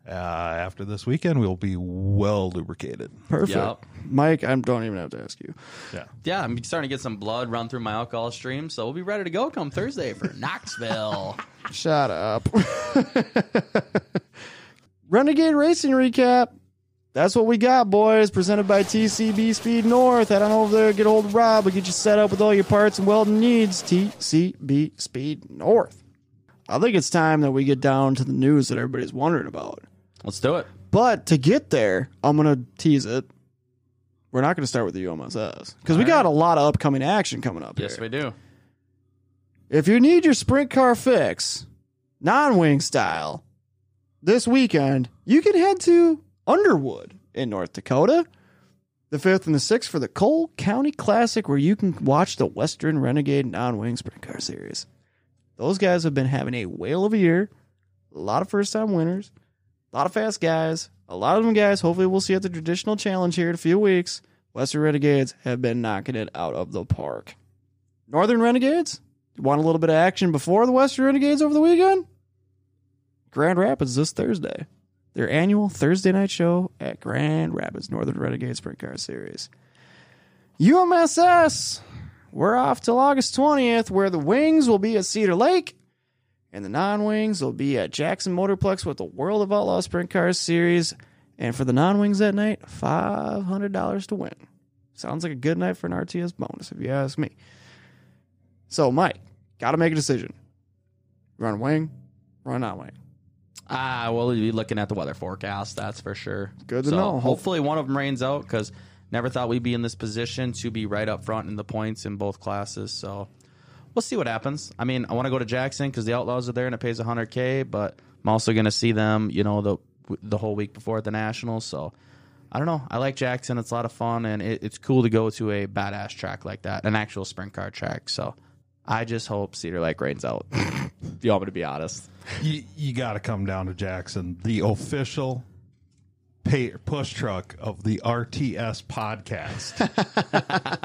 Uh, after this weekend, we'll be well lubricated. Perfect. Yep. Mike, I don't even have to ask you. Yeah. Yeah, I'm starting to get some blood run through my alcohol stream, so we'll be ready to go come Thursday for Knoxville. Shut up. Renegade Racing Recap. That's what we got, boys. Presented by TCB Speed North. Head on over there, get hold of Rob. We'll get you set up with all your parts and welding needs. TCB Speed North. I think it's time that we get down to the news that everybody's wondering about. Let's do it. But to get there, I'm going to tease it. We're not going to start with the UMSS because we got a lot of upcoming action coming up. Yes, here. we do. If you need your sprint car fix, non wing style, this weekend, you can head to Underwood in North Dakota. The fifth and the sixth for the Cole County Classic, where you can watch the Western Renegade non wing sprint car series. Those guys have been having a whale of a year. A lot of first time winners, a lot of fast guys. A lot of them guys, hopefully, we'll see at the traditional challenge here in a few weeks. Western Renegades have been knocking it out of the park. Northern Renegades, want a little bit of action before the Western Renegades over the weekend? Grand Rapids this Thursday. Their annual Thursday night show at Grand Rapids Northern Renegades Sprint Car Series. UMSS, we're off till August 20th, where the wings will be at Cedar Lake and the non wings will be at Jackson Motorplex with the World of Outlaw Sprint Car Series. And for the non wings that night, $500 to win. Sounds like a good night for an RTS bonus, if you ask me. So, Mike, got to make a decision. Run wing, run not wing. Ah, well, we'll be looking at the weather forecast. That's for sure. Good to So, know. Hopefully, one of them rains out because never thought we'd be in this position to be right up front in the points in both classes. So we'll see what happens. I mean, I want to go to Jackson because the Outlaws are there and it pays 100k, but I'm also going to see them, you know, the the whole week before at the Nationals. So I don't know. I like Jackson. It's a lot of fun and it, it's cool to go to a badass track like that, an actual sprint car track. So I just hope Cedar Lake rains out. if you want me to be honest. You, you got to come down to Jackson, the official pay, push truck of the RTS podcast.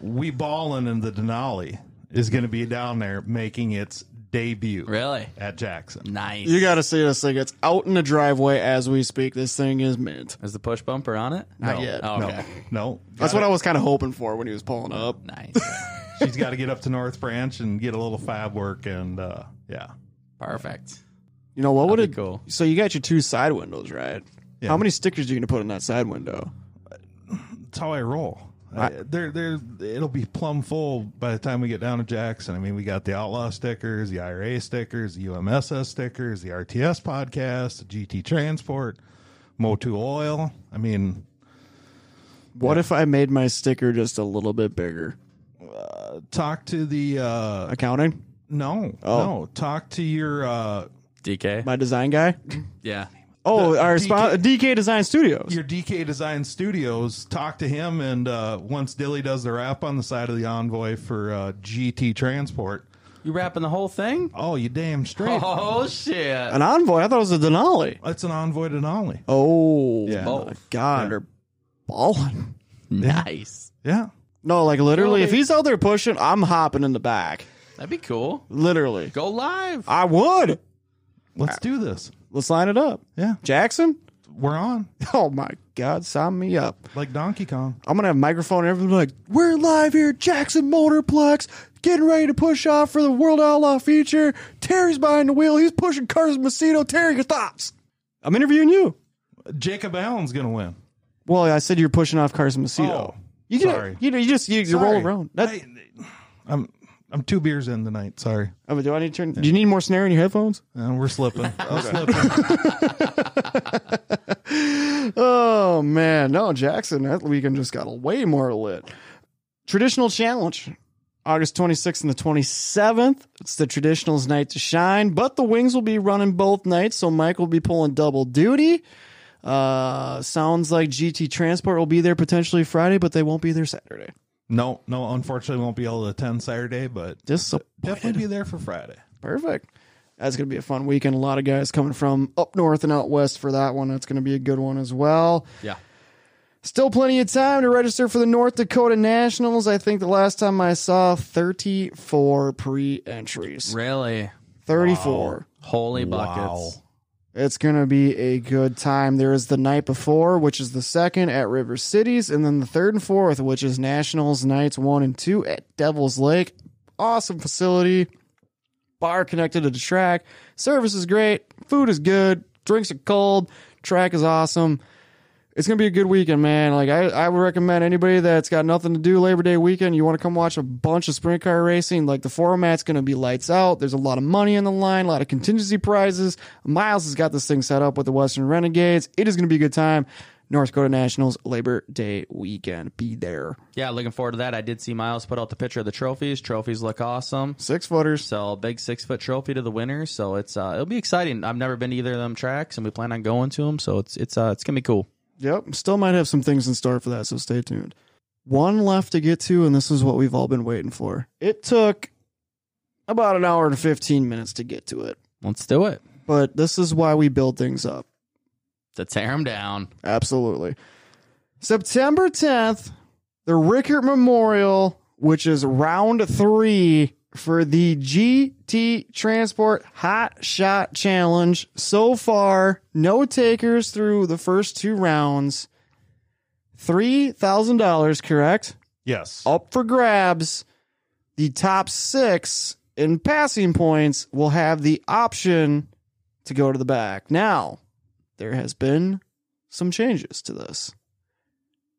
we ballin' in the Denali is going to be down there making its debut Really? at Jackson. Nice. You got to see this thing. It's out in the driveway as we speak. This thing is mint. Is the push bumper on it? Not yet. Oh, okay. No, That's what I was kind of hoping for when he was pulling up. Nice. she's got to get up to North Branch and get a little fab work and uh, yeah, Perfect. You know what would That'd it? be cool. So you got your two side windows, right? Yeah. How many stickers are you gonna put in that side window? that's how I roll. I, there, there, it'll be plumb full by the time we get down to Jackson. I mean, we got the Outlaw stickers, the IRA stickers, the UMSS stickers, the RTS podcast, the GT Transport, Motu Oil. I mean, What if I made my sticker just a little bit bigger? talk to the uh, Accounting, no, no, talk to your uh, DK. my design guy. Yeah. Oh, our DK spon- DK Design Studios. your DK Design Studios. Talk to him, and uh, once Dilly does the wrap on the side of the Envoy for uh, GT Transport, You wrapping the whole thing? oh, you damn straight. Oh shit. An envoy. I thought it was a Denali. It's an Envoy Denali. Oh, Yeah. my God, Yeah. they're balling. Nice. Yeah. No, like literally, No, if they- he's out there pushing, I'm hopping in the back. That'd be cool. Literally, Go live. I would. Let's do this. Let's line it up. Yeah. Jackson. We're on. Oh my God, sign me up. Like Donkey Kong. I'm gonna have a microphone and everyone like, we're live here, at Jackson Motorplex, getting ready to push off for the World Outlaw feature. Terry's behind the wheel. He's pushing cars. Macedo. Terry, your thoughts? I'm interviewing you. Jacob Allen's going to win. Well, I said you're pushing off Carson Macedo. Oh, you get, sorry. You know, you just you, you roll Sorry. around. That, I, am I'm two beers in tonight. Sorry. I mean, Oh, do I need to turn? Do you need more snare in your headphones? Uh, we're slipping. I'm slipping. Oh man, no, Jackson, that weekend just got way more lit. Traditional challenge. August 26th and the 27th. It's the traditionals night to shine, but the wings will be running both nights, so Mike will be pulling double duty. Uh, sounds like GT Transport will be there potentially Friday, but they won't be there Saturday. No, no, unfortunately, won't be able to attend Saturday, but This definitely be there for Friday. Perfect. That's going to be a fun weekend. A lot of guys coming from up north and out west for that one. That's going to be a good one as well. Yeah. Still plenty of time to register for the North Dakota Nationals. I think the last time I saw 34 pre entries. Really? 34. Holy buckets. It's going to be a good time. There is the night before, which is the second at River Cities, and then the third and fourth, which is Nationals nights one and two at Devil's Lake. Awesome facility. Bar connected to the track. Service is great. Food is good. Drinks are cold. Track is awesome. It's going to be a good weekend, man. Like, I, I would recommend anybody that's got nothing to do Labor Day weekend, you want to come watch a bunch of sprint car racing. Like, the format's going to be lights out. There's a lot of money in the line, a lot of contingency prizes. Miles has got this thing set up with the Western Renegades. It is going to be a good time. North Dakota Nationals Labor Day weekend. Be there. Yeah, looking forward to that. I did see Miles put out the picture of the trophies. Trophies look awesome. Six footers. So big six foot trophy to the winner. So it's uh, it'll be exciting. I've never been to either of them tracks, and we plan on going to them. So it's it's uh, it's gonna be cool. Yep. Still might have some things in store for that, so stay tuned. One left to get to, and this is what we've all been waiting for. It took about an hour and 15 minutes to get to it, Let's do it. but this is why we build things up. To tear them down. Absolutely. September 10th, the Rickert Memorial, which is round three for the GT Transport Hot Shot Challenge. So far, no takers through the first two rounds. $3,000, correct? Yes. Up for grabs. The top six in passing points will have the option to go to the back. Now, there has been some changes to this.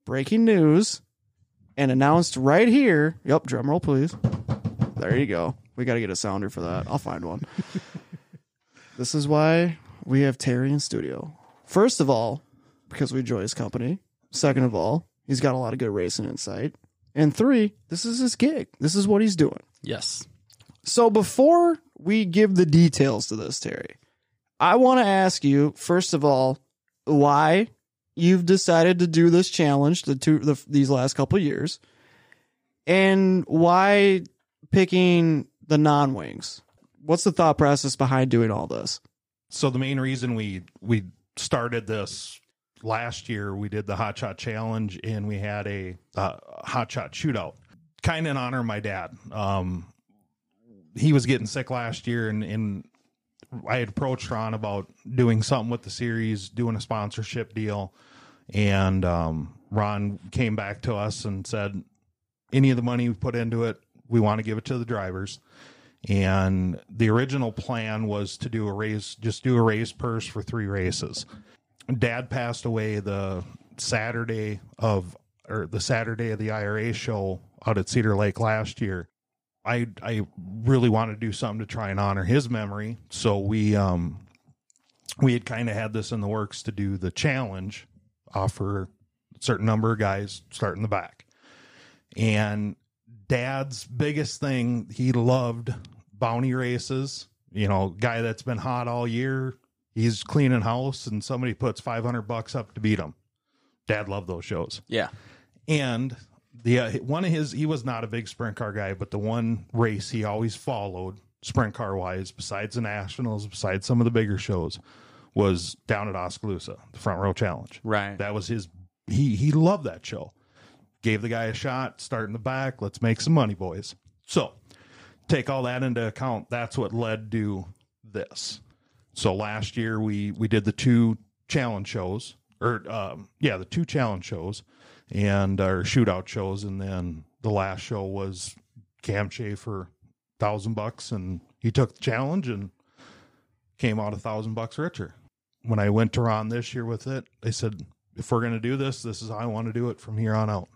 Breaking news and announced right here. Yep, drum roll, please. There you go. We got to get a sounder for that. I'll find one. this is why we have Terry in studio. First of all, because we enjoy his company. Second of all, he's got a lot of good racing insight. And three, this is his gig. This is what he's doing. Yes. So before we give the details to this, Terry, I want to ask you first of all why you've decided to do this challenge the two the, these last couple of years, and why picking the non wings. What's the thought process behind doing all this? so the main reason we we started this last year we did the hot shot challenge and we had a uh, hot shot shootout kind of in honor of my dad um he was getting sick last year and and i had approached ron about doing something with the series doing a sponsorship deal and um ron came back to us and said any of the money we put into it we want to give it to the drivers and the original plan was to do a race just do a race purse for three races dad passed away the saturday of or the saturday of the ira show out at cedar lake last year i i really wanted to do something to try and honor his memory so we um we had kind of had this in the works to do the challenge offer a certain number of guys start in the back and dad's biggest thing he loved bounty races you know guy that's been hot all year he's cleaning house and somebody puts 500 bucks up to beat him dad loved those shows Yeah. and the uh, one of his he was not a big sprint car guy but the one race he always followed sprint car wise besides the nationals besides some of the bigger shows was down at oskaloosa the front row challenge Right. that was his he he loved that show gave the guy a shot start in the back let's make some money boys so take all that into account that's what led to this so last year we we did the two challenge shows, or um, yeah, the two challenge shows, and our shootout shows, and then the last show was Cam Schaefer, thousand bucks, and he took the challenge and came out a thousand bucks richer. When I went to Ron this year with it, they said if we're gonna do this, this is how I want to do it from here on out.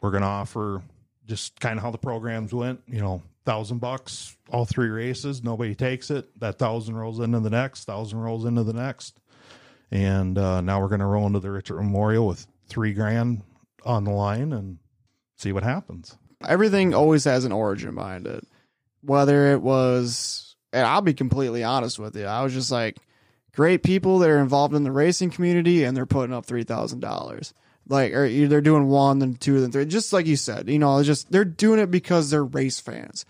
We're gonna offer just kind of how the programs went, you know, thousand bucks, all three races, nobody takes it. That thousand rolls into the next, thousand rolls into the next. And uh, now we're going to roll into the Richard Memorial with three grand on the line and see what happens. everything always has an origin behind it. Whether it was, and I'll be completely honest with you, I was just like, great people that are involved in the racing community and they're putting up three thousand dollars. Like, or either they're doing one, then two, then three. Just like you said, you know, it's just they're doing it because they're race fans.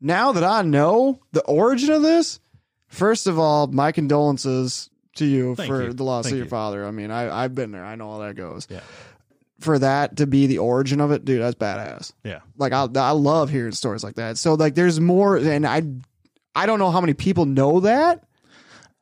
Now that I know the origin of this, first of all, my condolences to you Thank for you. the loss of Thank your you. father. I mean, I I've been there. I know how that goes. Yeah. For that to be the origin of it, dude, that's badass. Yeah. Like I I love hearing stories like that. So like, there's more, and I I don't know how many people know that.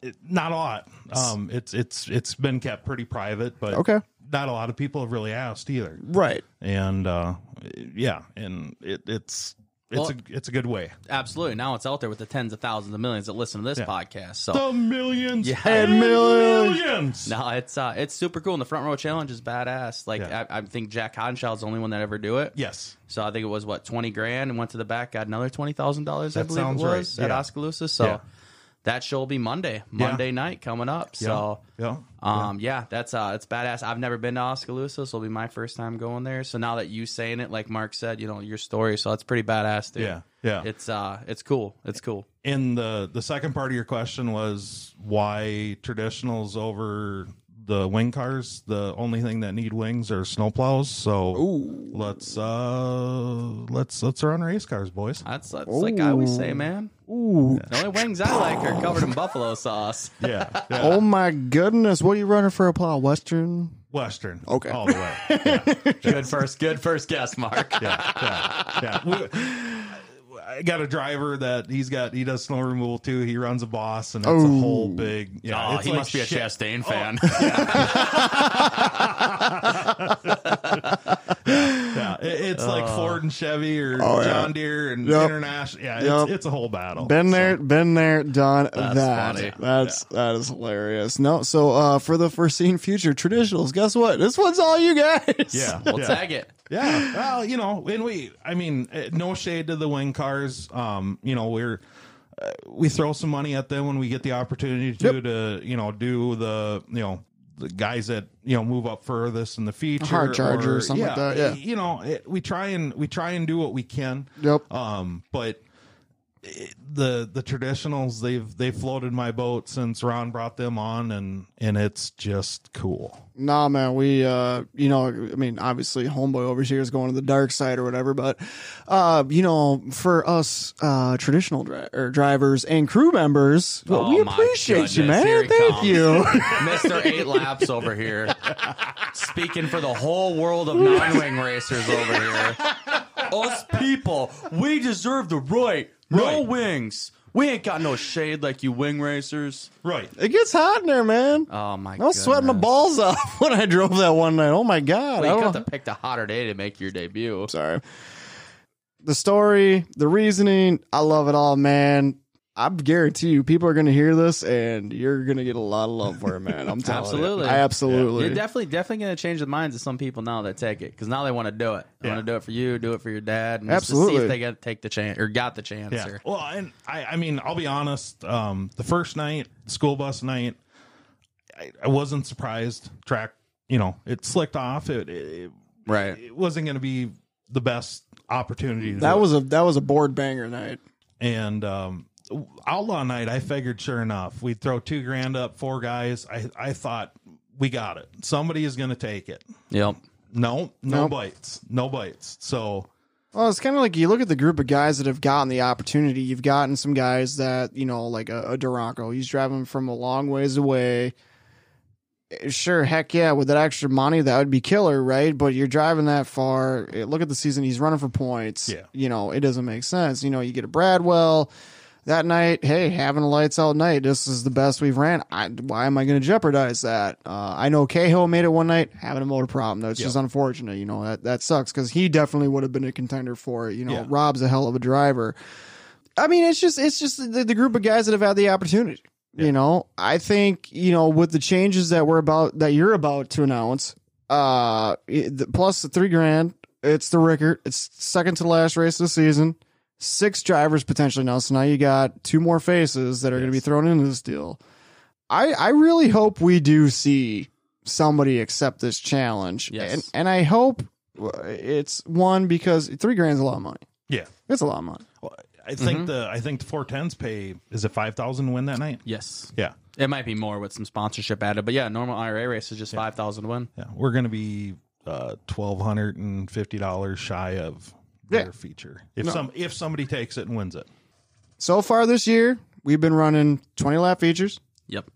It- not a lot. Um, it's it's it's been kept pretty private, but Okay. not a lot of people have really asked either. Right. And uh, yeah, and it, it's it's Well- a it's a good way. Absolutely. Now it's out there with the tens of thousands of millions that listen to this podcast. So The millions Yeah. Oh. and millions. millions. No, it's uh, it's super cool. And the front row challenge is badass. Like Yeah. I, I think Jack Hodenshaw is the only one that ever do it. Yes. So I think it was what twenty grand and went to the back, got another twenty thousand dollars. I That believe it sounds was right. at Yeah. Oskaloosa. So Yeah. that show will be Monday, Monday night coming up. So Yeah. um, yeah, that's uh, it's badass. I've never been to Oskaloosa, so it'll be my first time going there. So now that you saying it, like Mark said, you know your story, so that's pretty badass, dude. Yeah. Yeah. It's uh, it's cool. It's cool. And the the second part of your question was why traditionals over the wing cars. The only thing that need wings are snowplows. So let's uh let's let's run race cars, boys. That's, that's like I always say, man. Ooh, the only wings I like are covered in buffalo sauce. Yeah. yeah. Oh my goodness, what are you running for a plow? Western. Western. Okay. All the way. Yeah. Good first, good first guess, Mark. yeah, yeah. We- I got a driver that he's got. He does snow removal too. He runs a boss, and it's a whole big. Yeah, Oh, it's he like must be a shit. Chastain fan. Yeah, it- it's like Ford and Chevy or Oh, yeah. John Deere and Yep. international. Yeah, Yep. it's, it's a whole battle. Been there, been there, done That's that. funny. That's that is hilarious. No, so uh for the foreseen future, traditionals, guess what? This one's all you guys. Yeah, We'll yeah. tag it. Yeah, well, you know, and we, I mean, eh, no shade to the wing cars. Um, you know, we're uh, we throw some money at them when we get the opportunity to to you know do the you know the guys that you know move up furthest in the feature hard charger or something like that, yeah. eh, you know, it, we try and we try and do what we can. Yep. Um, but it- the the traditionals they've they floated my boat since Ron brought them on, and and it's just cool. Nah, man, we uh you know, I mean, obviously homeboy over here is going to the dark side or whatever, but uh, you know, for us uh traditional dri- or drivers and crew members, well, Oh, we my appreciate you, goodness. Here man. he Thank comes. you. Mr. Eight Laps over here. Speaking for the whole world of non wing racers over here. Us people, we deserve the right. No Right. wings. We ain't got no shade like you wing racers. Right. it gets hot in there, man. Oh my god. I was sweating my balls off when I drove that one night. Oh my god! I Well, you don't- could have picked a hotter day to make your debut. sorry. The story, the reasoning, I love it all, man. I guarantee you, people are going to hear this, and you're going to get a lot of love for it, man. I'm telling Absolutely. you, I absolutely. You're definitely definitely going to change the minds of some people now that take it because now they want to do it. They Yeah. want to do it for you, do it for your dad, and just to see Absolutely. if they got to take the chance or got the chance. Yeah. Or, Well, and I, I mean, I'll be honest. Um, the first night, school bus night, I, I wasn't surprised. Track, you know, it slicked off. It it, right. it wasn't going to be the best opportunity. to That do it. was a that was a board banger night. and um, outlaw night. I figured, sure enough, we'd throw two grand up, four guys. I I thought we got it. Somebody is going to take it. Yep. No, no Nope. bites, no bites. So Well, it's kind of like you look at the group of guys that have gotten the opportunity. You've gotten some guys that, you know, like a, a Durango, he's driving from a long ways away. Eh, Sure, heck yeah, with that extra money, that would be killer, right? But you're driving that far. Eh, Look at the season, he's running for points. Yeah. You know, it doesn't make sense. You know, you get a Bradwell that night. Hey, having a lights out night, this is the best we've ran. I, why am I going to jeopardize that? Uh, I know Cahill made it one night, having a motor problem. That's just unfortunate. You know, that, that sucks because he definitely would have been a contender for it. You know, Yeah. Rob's a hell of a driver. I mean, it's just it's just the, the group of guys that have had the opportunity. You know, I think you know with the changes that we're about that you're about to announce, uh, it- the- plus the three grand, it's the Rickert. It's second to the last race of the season. Six drivers potentially now, so now you got two more faces that are going to be thrown into this deal. I I really hope we do see somebody accept this challenge, Yes. and and I hope uh, it's one because three grand's a lot of money. yeah, It's a lot of money. Well, I think the I think the four tens pay is it five thousand win that night. Yes. Yeah. It might be more with some sponsorship added, but yeah, normal IRA race is just five thousand to win. Yeah, we're going to be uh, twelve hundred and fifty dollars shy of their Yeah. feature if some if somebody takes it and wins it. so far this year, we've been running 20 lap features, Yep.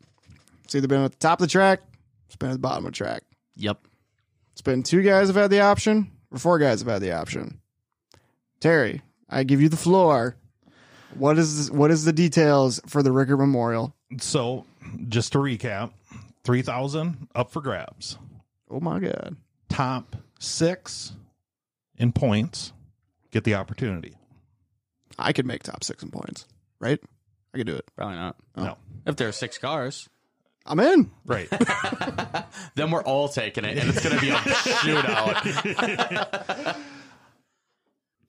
It's either been at the top of the track, it's been at the bottom of the track. Yep. It's been two guys have had the option, or four guys have had the option. Terry, I give you the floor. What is this, what is the details for the Ricker Memorial? So, just to recap, 3,000 up for grabs. Oh my god. Top six in points get the opportunity. I could make top 6 in points, right? I could do it. Probably not. No. If there are six cars, I'm in. Right. then we're all taking it, and it's going to be a shootout.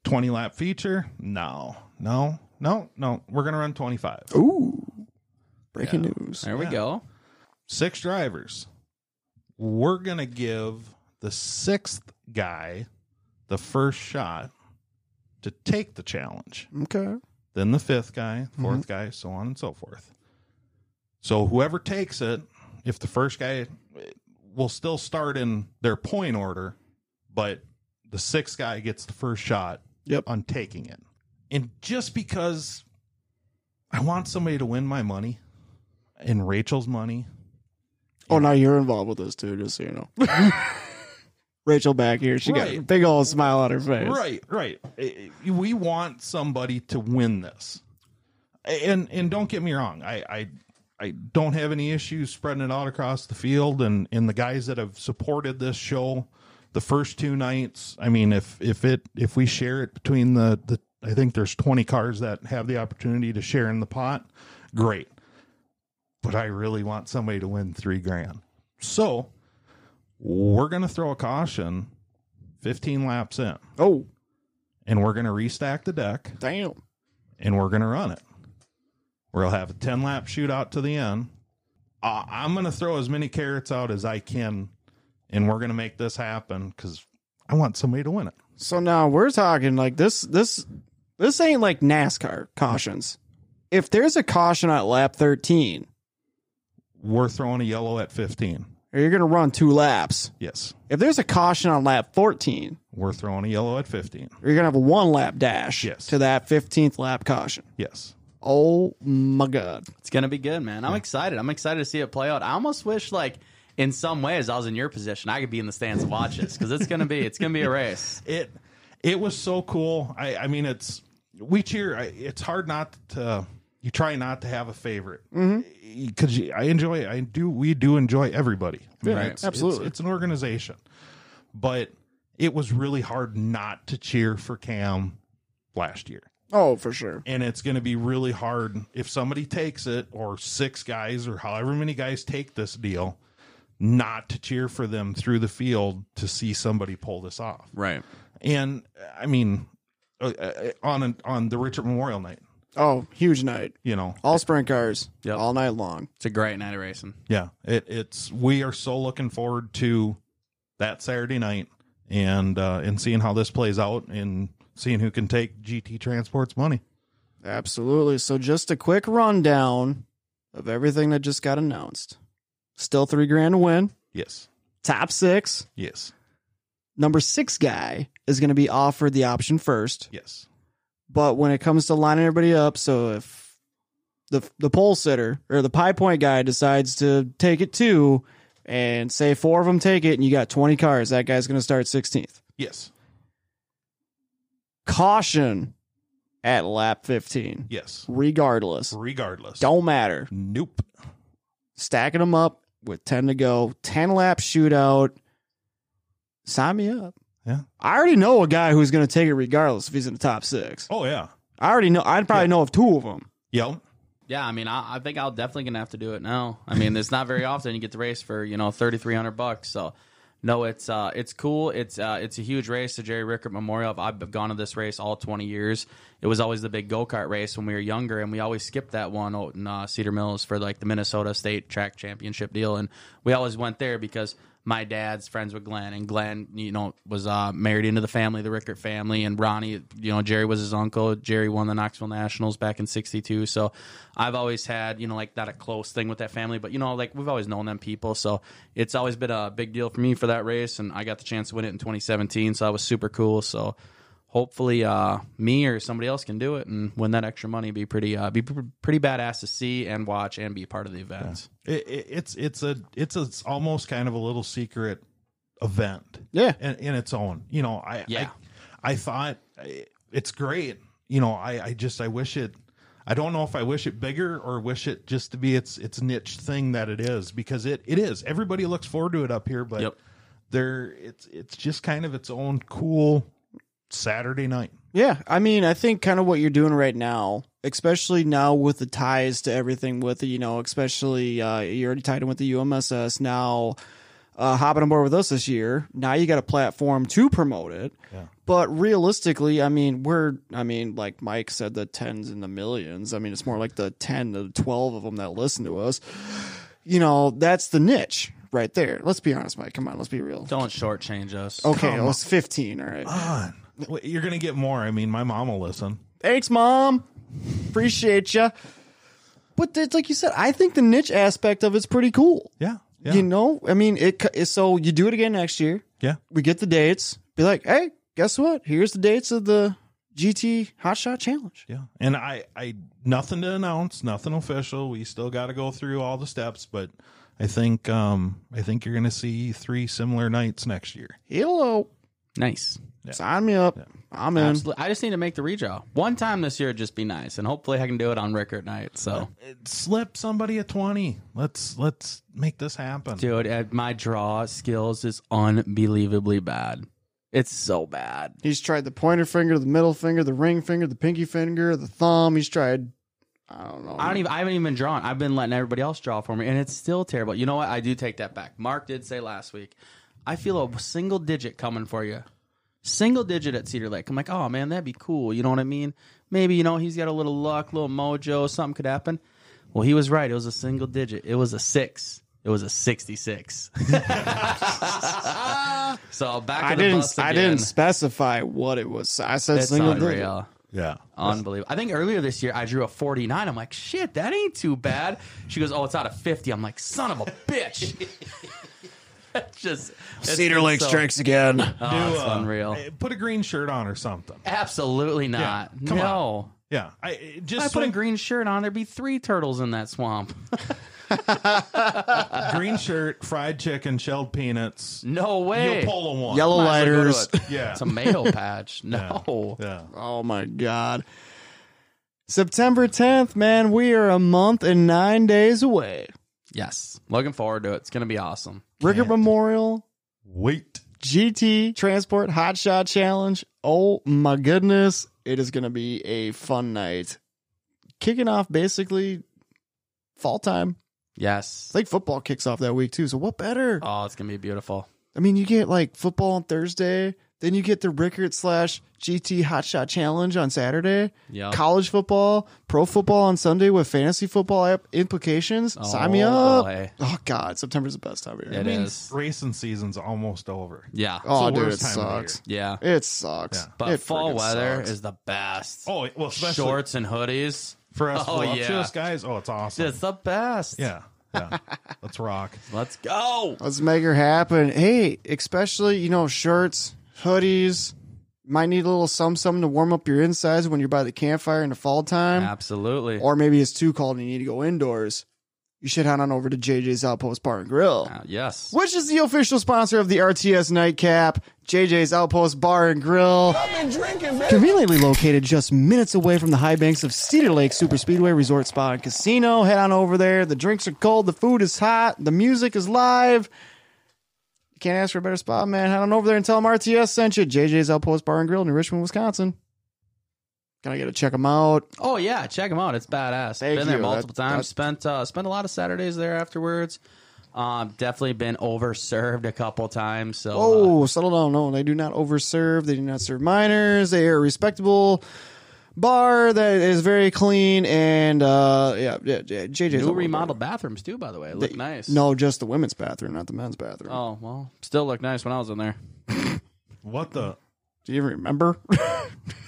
20 lap feature? No. No. No. No. We're going to run 25. Ooh. Breaking news. There we go. Six drivers. We're going to give the sixth guy the first shot to take the challenge. Okay. then the fifth guy, 4th guy, so on and so forth. So whoever takes it, if the first guy will still start in their point order, but the sixth guy gets the first shot Yep. on taking it. And just because I want somebody to win my money and Rachel's money, Oh, now you're involved with this too, just so you know. Rachel back here. She got a Right. big old smile on her face. Right, right. Eh, eh, We want somebody to win this. And and don't get me wrong, I I, I don't have any issues spreading it out across the field and, and the guys that have supported this show the first two nights. I mean, if if it if we share it between the, the I think there's twenty cars that have the opportunity to share in the pot, great. But I really want somebody to win three grand. So we're gonna throw a caution fifteen laps in Oh, and we're going to restack the deck damn. and we're going to run it. We'll have a 10 lap shootout to the end. Uh, I'm going to throw as many carrots out as I can and we're going to make this happen because I want somebody to win it. So now we're talking like this this this ain't like NASCAR cautions. If there's a caution at lap 13, We're throwing a yellow at 15. or you're going to run two laps. Yes. If there's a caution on lap 14, We're throwing a yellow at 15. you're going to have a one lap dash Yes. to that 15th lap caution. Yes. Oh my god. It's going to be good, man. I'm excited. I'm excited to see it play out. I almost wish, like, in some ways, I was in your position. I could be in the stands and watch this because it's going to be it's going to be a race. it it was so cool. I I mean it's we cheer. I, it's hard not to you try not to have a favorite because I enjoy I do we do enjoy everybody. I mean, Right. it's- it's- Absolutely. it's an organization, but it was really hard not to cheer for Cam last year Oh, for sure. and it's going to be really hard if somebody takes it or six guys or however many guys take this deal not to cheer for them through the field to see somebody pull this off Right. and I mean, uh, uh, on an, on the Richard Memorial Night, Oh, huge night. you know, All sprint cars Yep. all night long. It's a great night of racing. yeah, it, it's we are so looking forward to that Saturday night and uh, and seeing how this plays out and seeing who can take GT Transport's money. Absolutely. So just a quick rundown of everything that just got announced. Still 3 grand to win. Yes, Top 6 yes, number six guy is going to be offered the option first. yes, But when it comes to lining everybody up, so if the the pole sitter or the pie point guy decides to take it too, and say four of them take it, and you got twenty cars, that guy's going to start sixteenth. yes, Caution at lap fifteen, yes. regardless, Regardless, don't matter. nope. Stacking them up with ten to go, ten lap shootout. Sign me up. Yeah. I already know a guy who's going to take it regardless if he's in the top six. Oh yeah, I already know. I'd probably know of two of them. yeah. Yeah, I mean, I, I think I'll definitely gonna have to do it now. I mean, it's not very often you get to race for you know thirty three hundred bucks. So, no, it's uh, it's cool. It's uh, it's a huge race, the Jerry Rickert Memorial. I've gone to this race all twenty years. It was always the big go kart race when we were younger, and we always skipped that one out in uh, Cedar Mills for like the Minnesota State Track Championship deal, and we always went there because my dad's friends with Glenn, and Glenn, you know, was uh, married into the family, the Rickert family, and Ronnie, you know, Jerry was his uncle. Jerry won the Knoxville Nationals back in '62, so I've always had, you know, like not a close thing with that family, but you know, like we've always known them people, so it's always been a big deal for me for that race, and I got the chance to win it in 2017, so that was super cool. So hopefully uh, me or somebody else can do it and win that extra money. Be pretty uh, be pr- pretty badass to see and watch and be part of the event. It, it, it's it's a it's a, it's almost kind of a little secret event. Yeah. in, in its own. You know, I Yeah. I, I thought eh, it's great. You know, I I just I wish it. I don't know if I wish it bigger or wish it just to be its its niche thing that it is because it it is. Everybody looks forward to it up here, but Yep. there it's it's just kind of its own cool Saturday night. Yeah, I mean, I think kind of what you're doing right now, especially now with the ties to everything with it, you know, especially uh, you're already tied in with the UMSS now. Uh, hopping on board with us this year, now you got a platform to promote it. Yeah. But realistically, I mean, we're, I mean, like Mike said, the tens and the millions. I mean, it's more like the ten to twelve of them that listen to us. You know, that's the niche right there. Let's be honest, Mike. Come on, let's be real. Don't shortchange us. Okay, it was fifteen. All right. God, Well, you're gonna get more. I mean, my mom will listen. Thanks, mom. Appreciate you. But it's like you said, I think the niche aspect of it's pretty cool. Yeah, yeah, You know, I mean, it. co- So you do it again next year. yeah. We get the dates. Be like, hey, guess what? Here's the dates of the GT Hotshot Challenge. Yeah. And I, I nothing to announce, nothing official. We still got to go through all the steps, but I think um I think you're going to see three similar nights next year. Hello, Nice. sign me up. I'm in. Absolutely. I just need to make the redraw one time this year. Just be nice, and hopefully I can do it on record night. So, Slip somebody a 20. Let's let's make this happen. dude, uh, my draw skills is unbelievably bad. It's so bad. He's tried the pointer finger, the middle finger, the ring finger, the pinky finger, the thumb. He's tried. I don't know. I don't even. I haven't even been drawn. I've been letting everybody else draw for me, and it's still terrible. You know what? I do take that back. Mark did say last week, I feel a single digit coming for you. Single digit at Cedar Lake. I'm like, oh man, that'd be cool. You know what I mean? Maybe you know he's got a little luck, little mojo. Something could happen. Well, he was right. It was a single digit. It was a six. It was a sixty-six. so back. I of the didn't. bus I again. didn't specify what it was. I said It's single digit. unreal. Yeah. Oh, Unbelievable. I think earlier this year I drew a 49. I'm like, shit, that ain't too bad. She goes, oh, it's out of 50. I'm like, son of a bitch. It's just it's- it's so- again. Oh, it's unreal. eh, Put a green shirt on or something. Absolutely not. come no. Yeah. I eh, If just I put a swing- green shirt on. There'd be three turtles in that swamp. green shirt, fried chicken, shelled peanuts. No way. You'll pull a one. Yellow Might as well go to lighters. a Yeah. Tomato patch. No. Yeah. Oh my god. September 10th, man, we are a month and nine days away. Yes. Looking forward to it. It's going to be awesome. Rickert Memorial Wait. GT Transport Hotshot Challenge. Oh my goodness. It is going to be a fun night. Kicking off basically fall time. Yes. I think football kicks off that week too. So, what better? Oh, it's going to be beautiful. I mean, you get like football on Thursday, then you get the Rickert slash GT Hotshot Challenge on Saturday. Yeah. college football, pro football on Sunday with fantasy football ap- implications. Sign me Oh, up. boy. Oh God, September's the best time of year. It is. Racing season's almost over. Yeah. Oh It's the dude, it worst time of the sucks. Yeah. It sucks. But It fall friggin' weather sucks. is the best. Oh, well, especially shorts and hoodies. for us Oh, yeah. voluptuous guys. Oh, it's awesome. It's the best. Yeah. Yeah. Let's rock. Let's go. Let's make her happen. Hey, especially you know shirts, hoodies. Might need a little some something to warm up your insides when you're by the campfire in the fall time, Um, Absolutely. or maybe it's too cold and you need to go indoors. You should head on over to JJ's Outpost Bar and Grill. Uh, yes. which is the official sponsor of the RTS Nightcap, JJ's Outpost Bar and Grill. Conveniently located just minutes away from the high banks of Cedar Lake Super Speedway Resort Spa and Casino. Head on over there. The drinks are cold, the food is hot, the music is live. You can't ask for a better spot, man. Head on over there and tell them RTS sent you. JJ's Outpost Bar and Grill in Richmond, Wisconsin. Can I get to check them out? Oh yeah, check them out. It's badass. Thank been there you. multiple That- times. Spent uh, spent a lot of Saturdays there afterwards. Um, definitely been overserved a couple times. So uh, Oh, settle down. No, they do not overserve. They do not serve minors. They are a respectable bar that is very clean and uh yeah, yeah, yeah JJ's new remodeled bathrooms too. By the way, look nice. No, just the women's bathroom, not the men's bathroom. Oh well, still look nice when I was in there. What the? Do you even remember?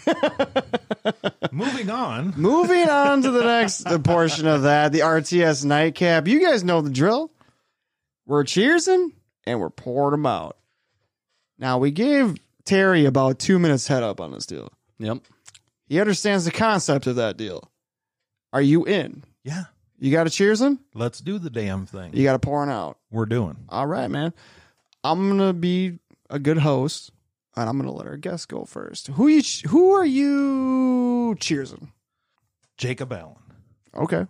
Moving on. Moving on to the next portion of that, the RTS nightcap. You guys know the drill. We're cheersing and we're pouring them out. Now we gave Terry about two minutes head up on this deal. Yep. He understands the concept of that deal. Are you in? Yeah. You got to cheers him. Let's do the damn thing. You got to pour 'em out. We're doing. All right, man. I'm gonna be a good host, and I'm gonna let our guest go first. Who you? ch- Who are you cheersing? Jacob Allen. Okay,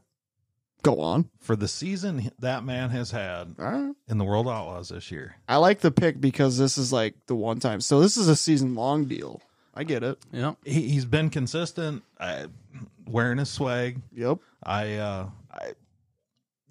go on. For the season that man has had All right. in the World Outlaws this year. I like the pick because this is like the one time. So this is a season long deal. I get it. Yep. He, he's been consistent, I, wearing his swag. Yep. I, uh, I,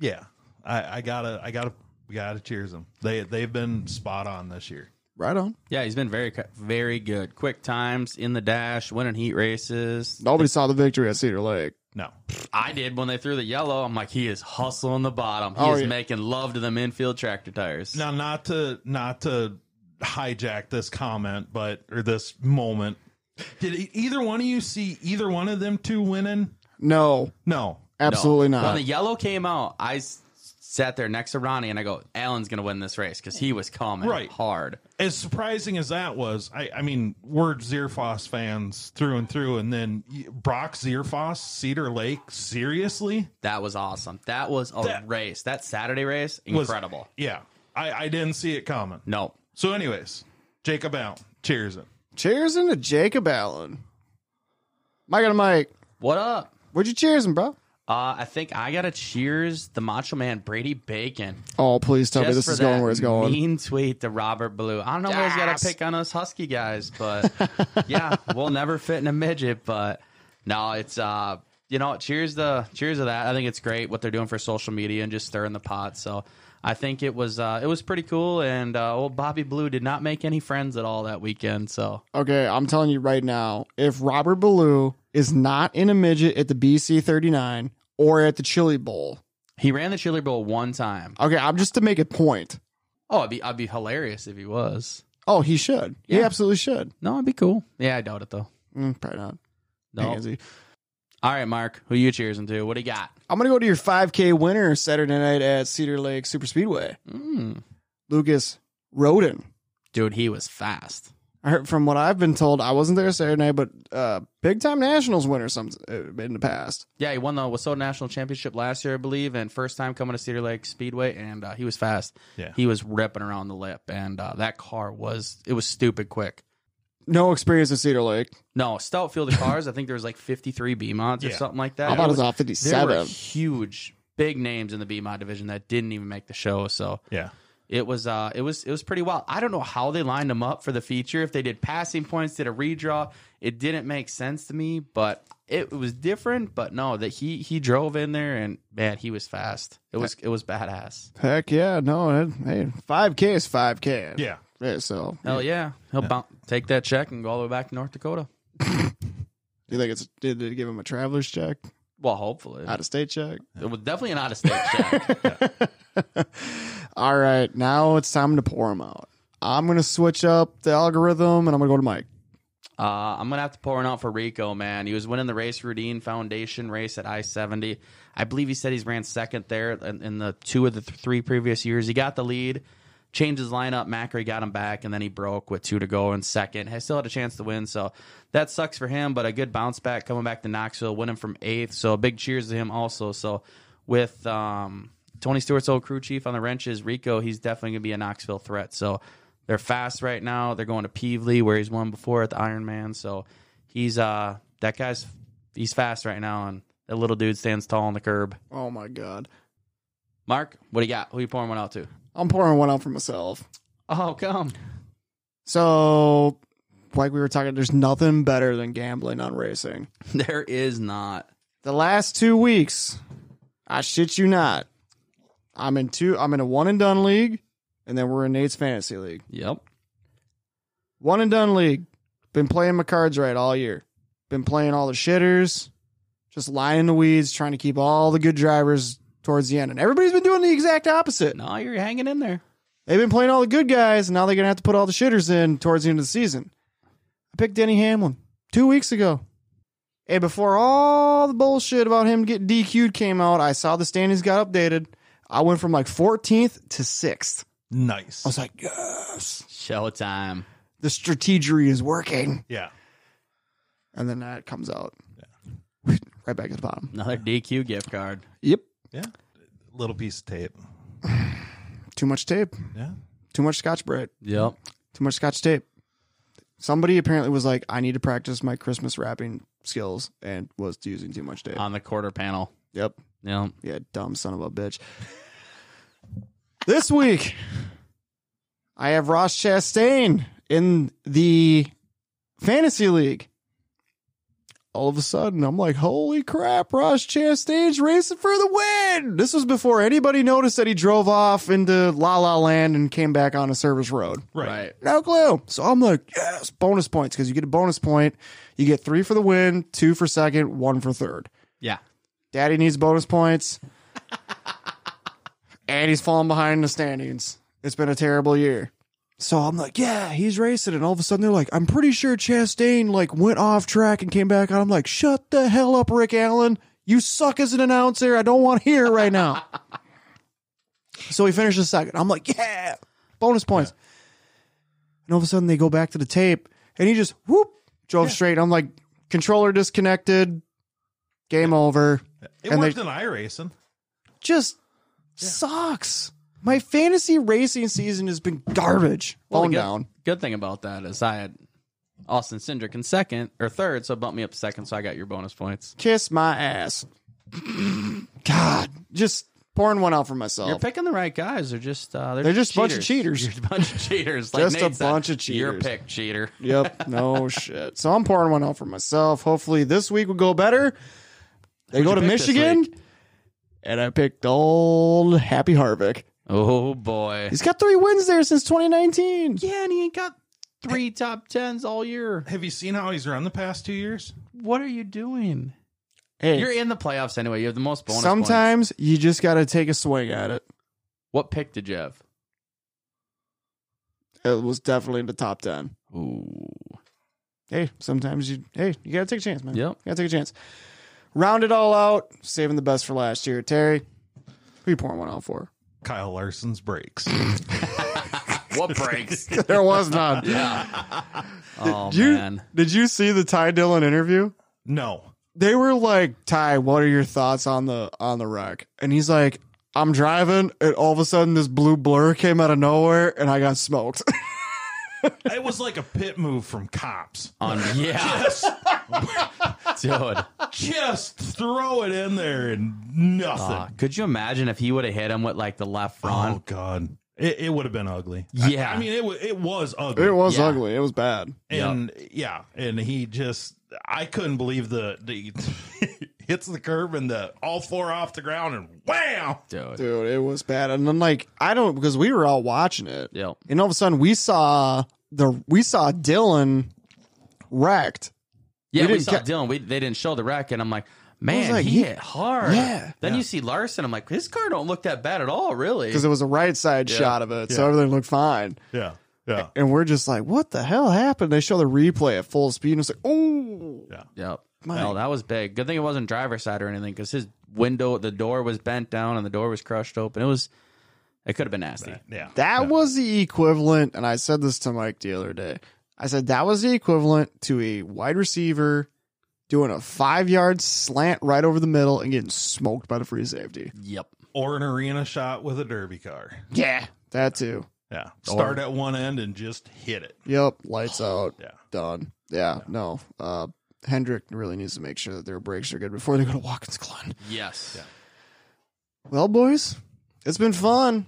yeah, I, I gotta, I gotta, we gotta cheers them. They, they've been spot on this year. Right on. Yeah, he's been very, cu- very good. Quick times in the dash, winning heat races. Nobody saw the victory at Cedar Lake. No, I did when they threw the yellow. I'm like, he is hustling the bottom. He Oh, is yeah. making love to them infield tractor tires. now not to, not to hijack this comment, but or this moment. Did e- either one of you see either one of them two winning? No, No. absolutely No. not. When the yellow came out, I s- sat there next to Ronnie and I go, Allen's going to win this race because he was coming Right. hard. As surprising as that was, I, I mean, we're Zierfoss fans through and through, and then y- Brock Zierfoss, Cedar Lake, seriously? That was awesome. That was a That- race. That Saturday race, was- incredible. yeah, I, I didn't see it coming. no. So, anyways, Jacob Allen, cheers it. Cheers into Jacob Allen. Mike and Mike, What up? where'd you cheers him, bro? Uh, I think I got to cheers the Macho Man Brady Bacon. Oh, please tell me Just this for is going that where it's going. Mean tweet to Robert Blue. I don't know where he's got Yes. to pick on us Husky guys, but yeah, we'll never fit in a midget. But no, it's uh, you know, cheers the cheers to that. I think it's great what they're doing for social media and just stirring the pot. So I think it was uh, it was pretty cool. And uh, old Bobby Blue did not make any friends at all that weekend. So Okay, I'm telling you right now, if Robert Ballou is not in a midget at the BC 39 or at the Chili Bowl, he ran the Chili Bowl one time. okay, I'm just to make a point. Oh, I'd be I'd be hilarious if he was. Oh, he should. He absolutely should. No, it'd be cool. Yeah, I doubt it though. Mm, probably not. No. Pansy. All right, Mark, who you cheersing to? What do you got? I'm gonna go to your 5K winner Saturday night at Cedar Lake Super Speedway. Mm. Lucas Roden. Dude, he was fast. I heard from what I've been told. I wasn't there Saturday night, but uh, big time nationals winner some uh, in the past. Yeah, he won the Wasota National Championship last year, I believe, and first time coming to Cedar Lake Speedway, and uh, he was fast. Yeah. he was ripping around the lip, and uh, that car was it was stupid quick. No experience at Cedar Lake. No, stout field of cars. I think there was like fifty three B mods or Yeah. something like that. I thought it It was off there 57. were huge, big names in the B mod division that didn't even make the show. So Yeah. it was uh it was it was pretty wild. I don't know how they lined them up for the feature. If they did passing points, did a redraw, it didn't make sense to me. But it was different. But no, that he he drove in there and man, he was fast. It was it was badass. Heck yeah, no. it- Hey, 5K is 5K. Yeah. Yeah, so Hell yeah, he'll boun take that check and go all the way back to North Dakota. do you think it's did they give him a traveler's check, Well, hopefully, out of state check? it was definitely an out of state check. All right, now it's time to pour him out. I'm gonna switch up the algorithm and I'm gonna go to Mike. Uh, I'm gonna have to pour one out for Rico, man. He was winning the race routine foundation race at I 70. I believe he said he's ran second there in, in the two of the th- three previous years. He got the lead, changed his lineup. Macri got him back, and then he broke with two to go in second. He still had a chance to win, so that sucks for him. But a good bounce back coming back to Knoxville, winning from eighth. So a big cheers to him also. So with um, Tony Stewart's old crew chief on the wrenches, Rico, he's definitely gonna be a Knoxville threat. So they're fast right now. They're going to Peevely where he's won before at the Iron Man. So he's uh that guy's he's fast right now and that little dude stands tall on the curb. Oh my god, Mark, what do you got? Who you pouring one out to? I'm pouring one out for myself. Oh come. So, like we were talking, there's nothing better than gambling on racing. There is not. The last two weeks, I shit you not, I'm in two. I'm in a one and done league, and then we're in Nate's fantasy league. Yep. One and done league. Been playing my cards right all year. Been playing all the shitters, just lying in the weeds, trying to keep all the good drivers towards the end. And everybody's been doing the exact opposite. No, you're hanging in there. They've been playing all the good guys, and now they're gonna have to put all the shitters in towards the end of the season. I picked Denny Hamlin two weeks ago. And before all the bullshit about him getting DQ'd came out, I saw the standings got updated. I went from like 14th to 6th. Oh, Nice. I was like, yes. Showtime. the strategery is working. Yeah. And then that comes out. right back to the bottom. Another DQ gift card. Yep. Yeah. Little piece of tape. Too much tape. Yeah. Too much scotch bread. Yep. Too much scotch tape. Somebody apparently was like, I need to practice my Christmas wrapping skills and was using too much tape. On the quarter panel. yep. Yep. Yeah, dumb son of a bitch. this week, I have Ross Chastain in the fantasy league. All of a sudden, I'm like, holy crap, Ross Chastain's racing for the win. This was before anybody noticed that he drove off into La La Land and came back on a service road. Right. No clue. So I'm like, yes, bonus points because you get a bonus point. You get three for the win, two for second, one for third. Yeah. Daddy needs bonus points. and he's falling behind in the standings. It's been a terrible year. So I'm like, yeah, he's racing. And all of a sudden they're like, I'm pretty sure Chastain like went off track and came back. on. I'm like, shut the hell up, Rick Allen. You suck as an announcer. I don't want to hear it right now. so he finishes second. I'm like, yeah, bonus points. And all of a sudden they go back to the tape and he just whoop drove straight. I'm like, controller disconnected. Game over It And worked in iRacing. just sucks. My fantasy racing season has been garbage. Well, the Bone good, down. Good thing about that is I had Austin Cindric in second or third, so it bumped me up to second, so I got your bonus points. Kiss my ass. God, just pouring one out for myself. You're picking the right guys. They're just uh, they're, They're just a bunch of cheaters. You're a bunch of cheaters. Like Just a Nate said, bunch of Your cheaters. pick, cheater. yep. No shit. So I'm pouring one out for myself. Hopefully this week will go better. They go you to pick this Michigan, and I picked old Happy Harvick. Oh boy. He's got three wins there since 2019. Yeah, and he ain't got three top tens all year. Have you seen how he's run the past two years? What are you doing? Hey, You're in the playoffs anyway. You have the most bonus. points. sometimes you just got to take a swing at it. What pick did you have? It was definitely in the top 10. Ooh. hey, sometimes you hey, you gotta take a chance, man. Yep. You gotta take a chance. Round it all out, saving the best for last year. Terry, who you pouring one out for? Kyle Larson's brakes. What breaks? There was none. oh you, man. Did you see the Ty Dillon interview? no. They were like, Ty, what are your thoughts on the on the wreck? And he's like, I'm driving, and all of a sudden this blue blur came out of nowhere and I got smoked. It was like a pit move from cops. On Um, yeah, Just, dude. just throw it in there and Uh, nothing. could you imagine if he would have hit him with like the left front? oh God. It, it would have been ugly. Yeah. I, I mean, it, wa- it was ugly. it was Yeah. ugly. It was bad. and yeah, and he just I couldn't believe the, the hits the curb and the all four off the ground and wham. dude. Dude, it was bad. And then like I don't because we were all watching it. Yep. And all of a sudden we saw the we saw Dylan wrecked. Yeah, we, didn't saw get- Dylan. We they didn't show the wreck, and I'm like, man, like, he, he- hit hard. Yeah. Then you see Larson. I'm like, his car don't look that bad at all, really. because it was a right side shot of it, so everything looked fine. Yeah. Yeah. And we're just like, what the hell happened? They show the replay at full speed, and it's like, oh, Yep. My- Well, that was big. Good thing it wasn't driver's side or anything because his window, the door was bent down and the door was crushed open. It was, it could have been nasty. Yeah. that was the equivalent. And I said this to Mike the other day. I said that was the equivalent to a wide receiver doing a five yard slant right over the middle and getting smoked by the free safety. Yep. or an arena shot with a derby car. Yeah, that too. Yeah. Start at one end and just hit it. Yep, lights out. Yeah. done. Yeah, no. Uh, Hendrick really needs to make sure that their brakes are good before they go to Watkins Glen. Yes. Well, boys, it's been fun.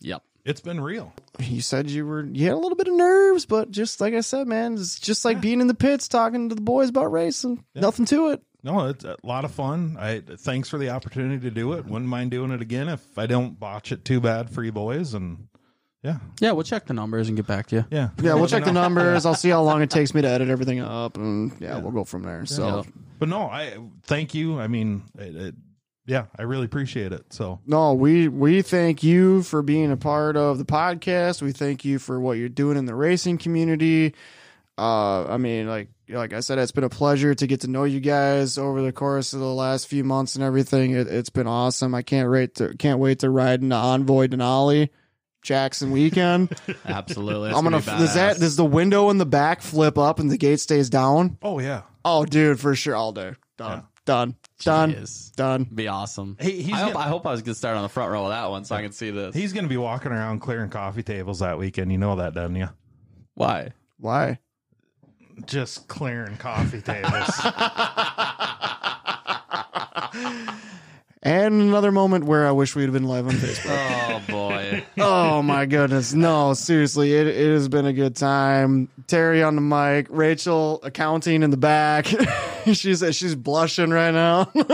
Yep. It's been real. You said you were you had a little bit of nerves, but just like I said, man, it's just like being in the pits talking to the boys about racing. Nothing to it. No, it's a lot of fun. I thanks for the opportunity to do it. Wouldn't mind doing it again if I don't botch it too bad for you boys. And yeah, Yeah, we'll check the numbers and get back to you. yeah, Yeah, we'll check the numbers. I'll see how long it takes me to edit everything up, and yeah, we'll go from there. So. Yep. But no, I thank you. I mean, it, it, yeah, I really appreciate it. So No, we we thank you for being a part of the podcast. We thank you for what you're doing in the racing community. Uh, I mean, like like I said, it's been a pleasure to get to know you guys over the course of the last few months and everything. It, it's been awesome. I can't wait to can't wait to ride in the Envoy Denali. Jackson weekend. Absolutely. That's I'm gonna. be Does that badass. does the window in the back flip up and the gate stays down? Oh yeah. Oh, dude, for sure, all day. Done, done, done, Jeez. done. be awesome. He- he's I, hope, gonna- I hope I was gonna start on the front row of that one so I can see this. He's going to be walking around clearing coffee tables that weekend. You know that, doesn't you? Why? Why? Just clearing coffee tables. And another moment where I wish we'd have been live on Facebook. Oh boy. oh my goodness, no, seriously, it it has been a good time. Terry on the mic, Rachel accounting in the back. she's she's blushing right now. I've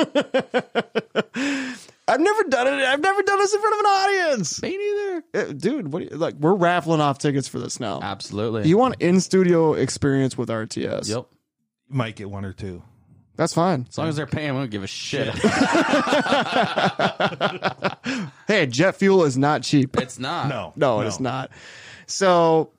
never done it. I've never done this in front of an audience. Me neither. Uh, dude, what do you, like we're raffling off tickets for this now. Absolutely. You want in studio experience with RTS? Yep. Might get one or two. that's fine. As long as they're paying, we don't give a shit. Hey, jet fuel is not cheap. it's not. No. No, it's not. So,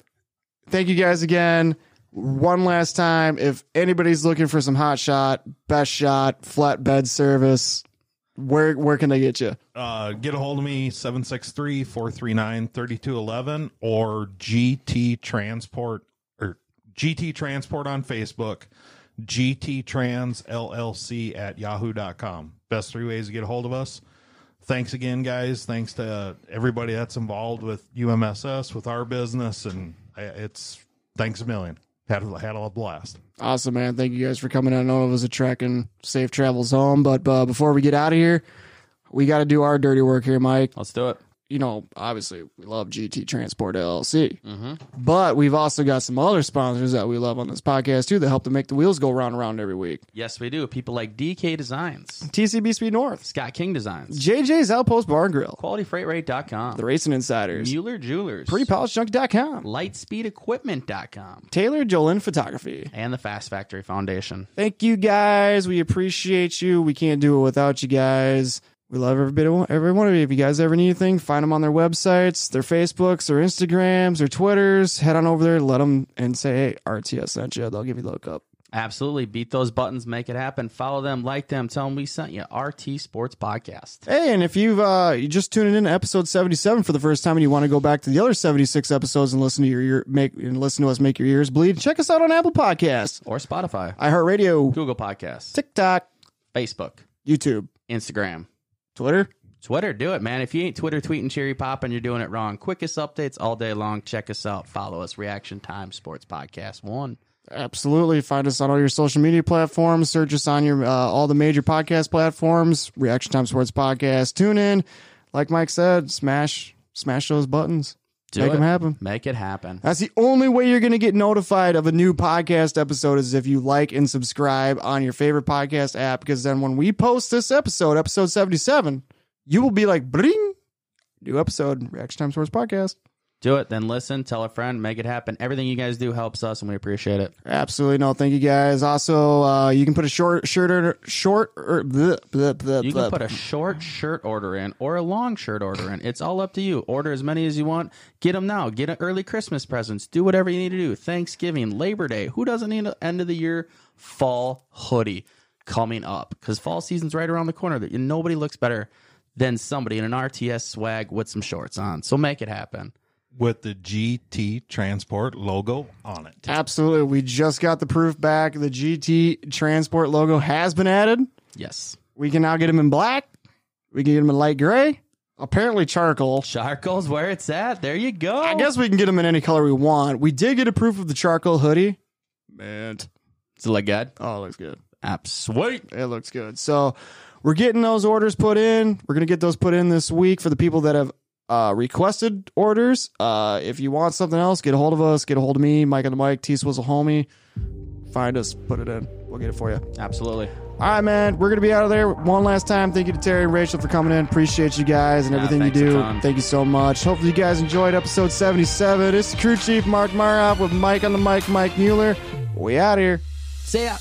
thank you guys again. One last time, if anybody's looking for some hot shot, best shot, flatbed service, where where can they get you? Uh, get a hold of me 763-439-3211 or GT Transport or GT Transport on Facebook, GT Trans LLC at yahoo.com. Best three ways to get a hold of us. Thanks again, guys. Thanks to everybody that's involved with UMSS, with our business, and I- it's thanks a million. Had a, had a blast. Awesome, man. Thank you guys for coming. I know it was a trek and safe travels home, but uh, before we get out of here, we got to do our dirty work here, Mike. Let's do it. you know, obviously we love GT Transport LLC, but we've also got some other sponsors that we love on this podcast too that help to make the wheels go round and round every week. Yes, we do. People like DK Designs, TCB Speed North, Scott King Designs, JJ's Outpost Bar and Grill, QualityFreightRate.com, The Racing Insiders, Mueller Jewelers, PrePolishJunk.com, LightspeedEquipment.com, Taylor Jolin Photography. and the Fast Factory Foundation. Thank you guys. We appreciate you. We can't do it without you guys. We love every bit of every one of you. If you guys ever need anything, find them on their websites, their Facebooks, their Instagrams, their Twitters. Head on over there, let them and say, hey, RTS sent you. They'll give you a look up. Absolutely. Beat those buttons, make it happen. Follow them, like them, tell them we sent you. RT Sports Podcast. Hey, and if you've uh, you just tuned in to episode seventy seven for the first time, and you want to go back to the other seventy six episodes and listen to your ear, make and listen to us make your ears bleed, check us out on Apple Podcasts, Or Spotify, iHeartRadio, Google Podcasts, TikTok, Facebook, YouTube, Instagram, Twitter. Twitter. Do it, man. If you ain't Twitter tweeting cherry pop and you're doing it wrong, quickest updates all day long. Check us out. Follow us. Reaction Time Sports Podcast 1. Absolutely, find us on all your social media platforms. Search us on your uh, all the major podcast platforms. Reaction Time Sports Podcast. Tune in, like Mike said, smash smash those buttons, Do make it. them happen. Make it happen. That's the only way you're going to get notified of a new podcast episode is if you like and subscribe on your favorite podcast app. Because then when we post this episode, episode 77, you will be like, bring new episode, Reaction Time Source Podcast. Do it. Then listen, tell a friend, make it happen. Everything you guys do helps us, and we appreciate it. Absolutely. No, thank you guys. Also, uh, you can put a short shirt or short or bleh, bleh, bleh, You bleh. can put a short shirt order in or a long shirt order in. It's all up to you. Order as many as you want. Get them now. Get an early Christmas presents. Do whatever you need to do. Thanksgiving, Labor Day. Who doesn't need an end of the year fall hoodie coming up? Because fall season's right around the corner. That nobody looks better than somebody in an RTS swag with some shorts on. So make it happen. With the GT Transport logo on it. Absolutely. We just got the proof back. The GT Transport logo has been added. Yes. We can now get them in black. We can get them in light gray. Apparently, charcoal. Charcoal's where it's at. There you go. I guess we can get them in any color we want. We did get a proof of the charcoal hoodie. Man. it's look good. Oh, it looks good. App sweet. It looks good. So we're getting those orders put in. We're going to get those put in this week for the people that have uh, requested orders. Uh, if you want something else, get a hold of us. Get a hold of me, Mike on the mic, T Swizzle Homie. Find us, put it in. We'll get it for you. Absolutely. All right, man. We're gonna be out of there one last time. Thank you to Terry and Rachel for coming in. Appreciate you guys and everything you thanks a do. ton. Thank you so much. Hopefully, you guys enjoyed episode seventy-seven. It's the crew chief Mark Maroff with Mike on the mic, Mike Mueller. We out here. See ya.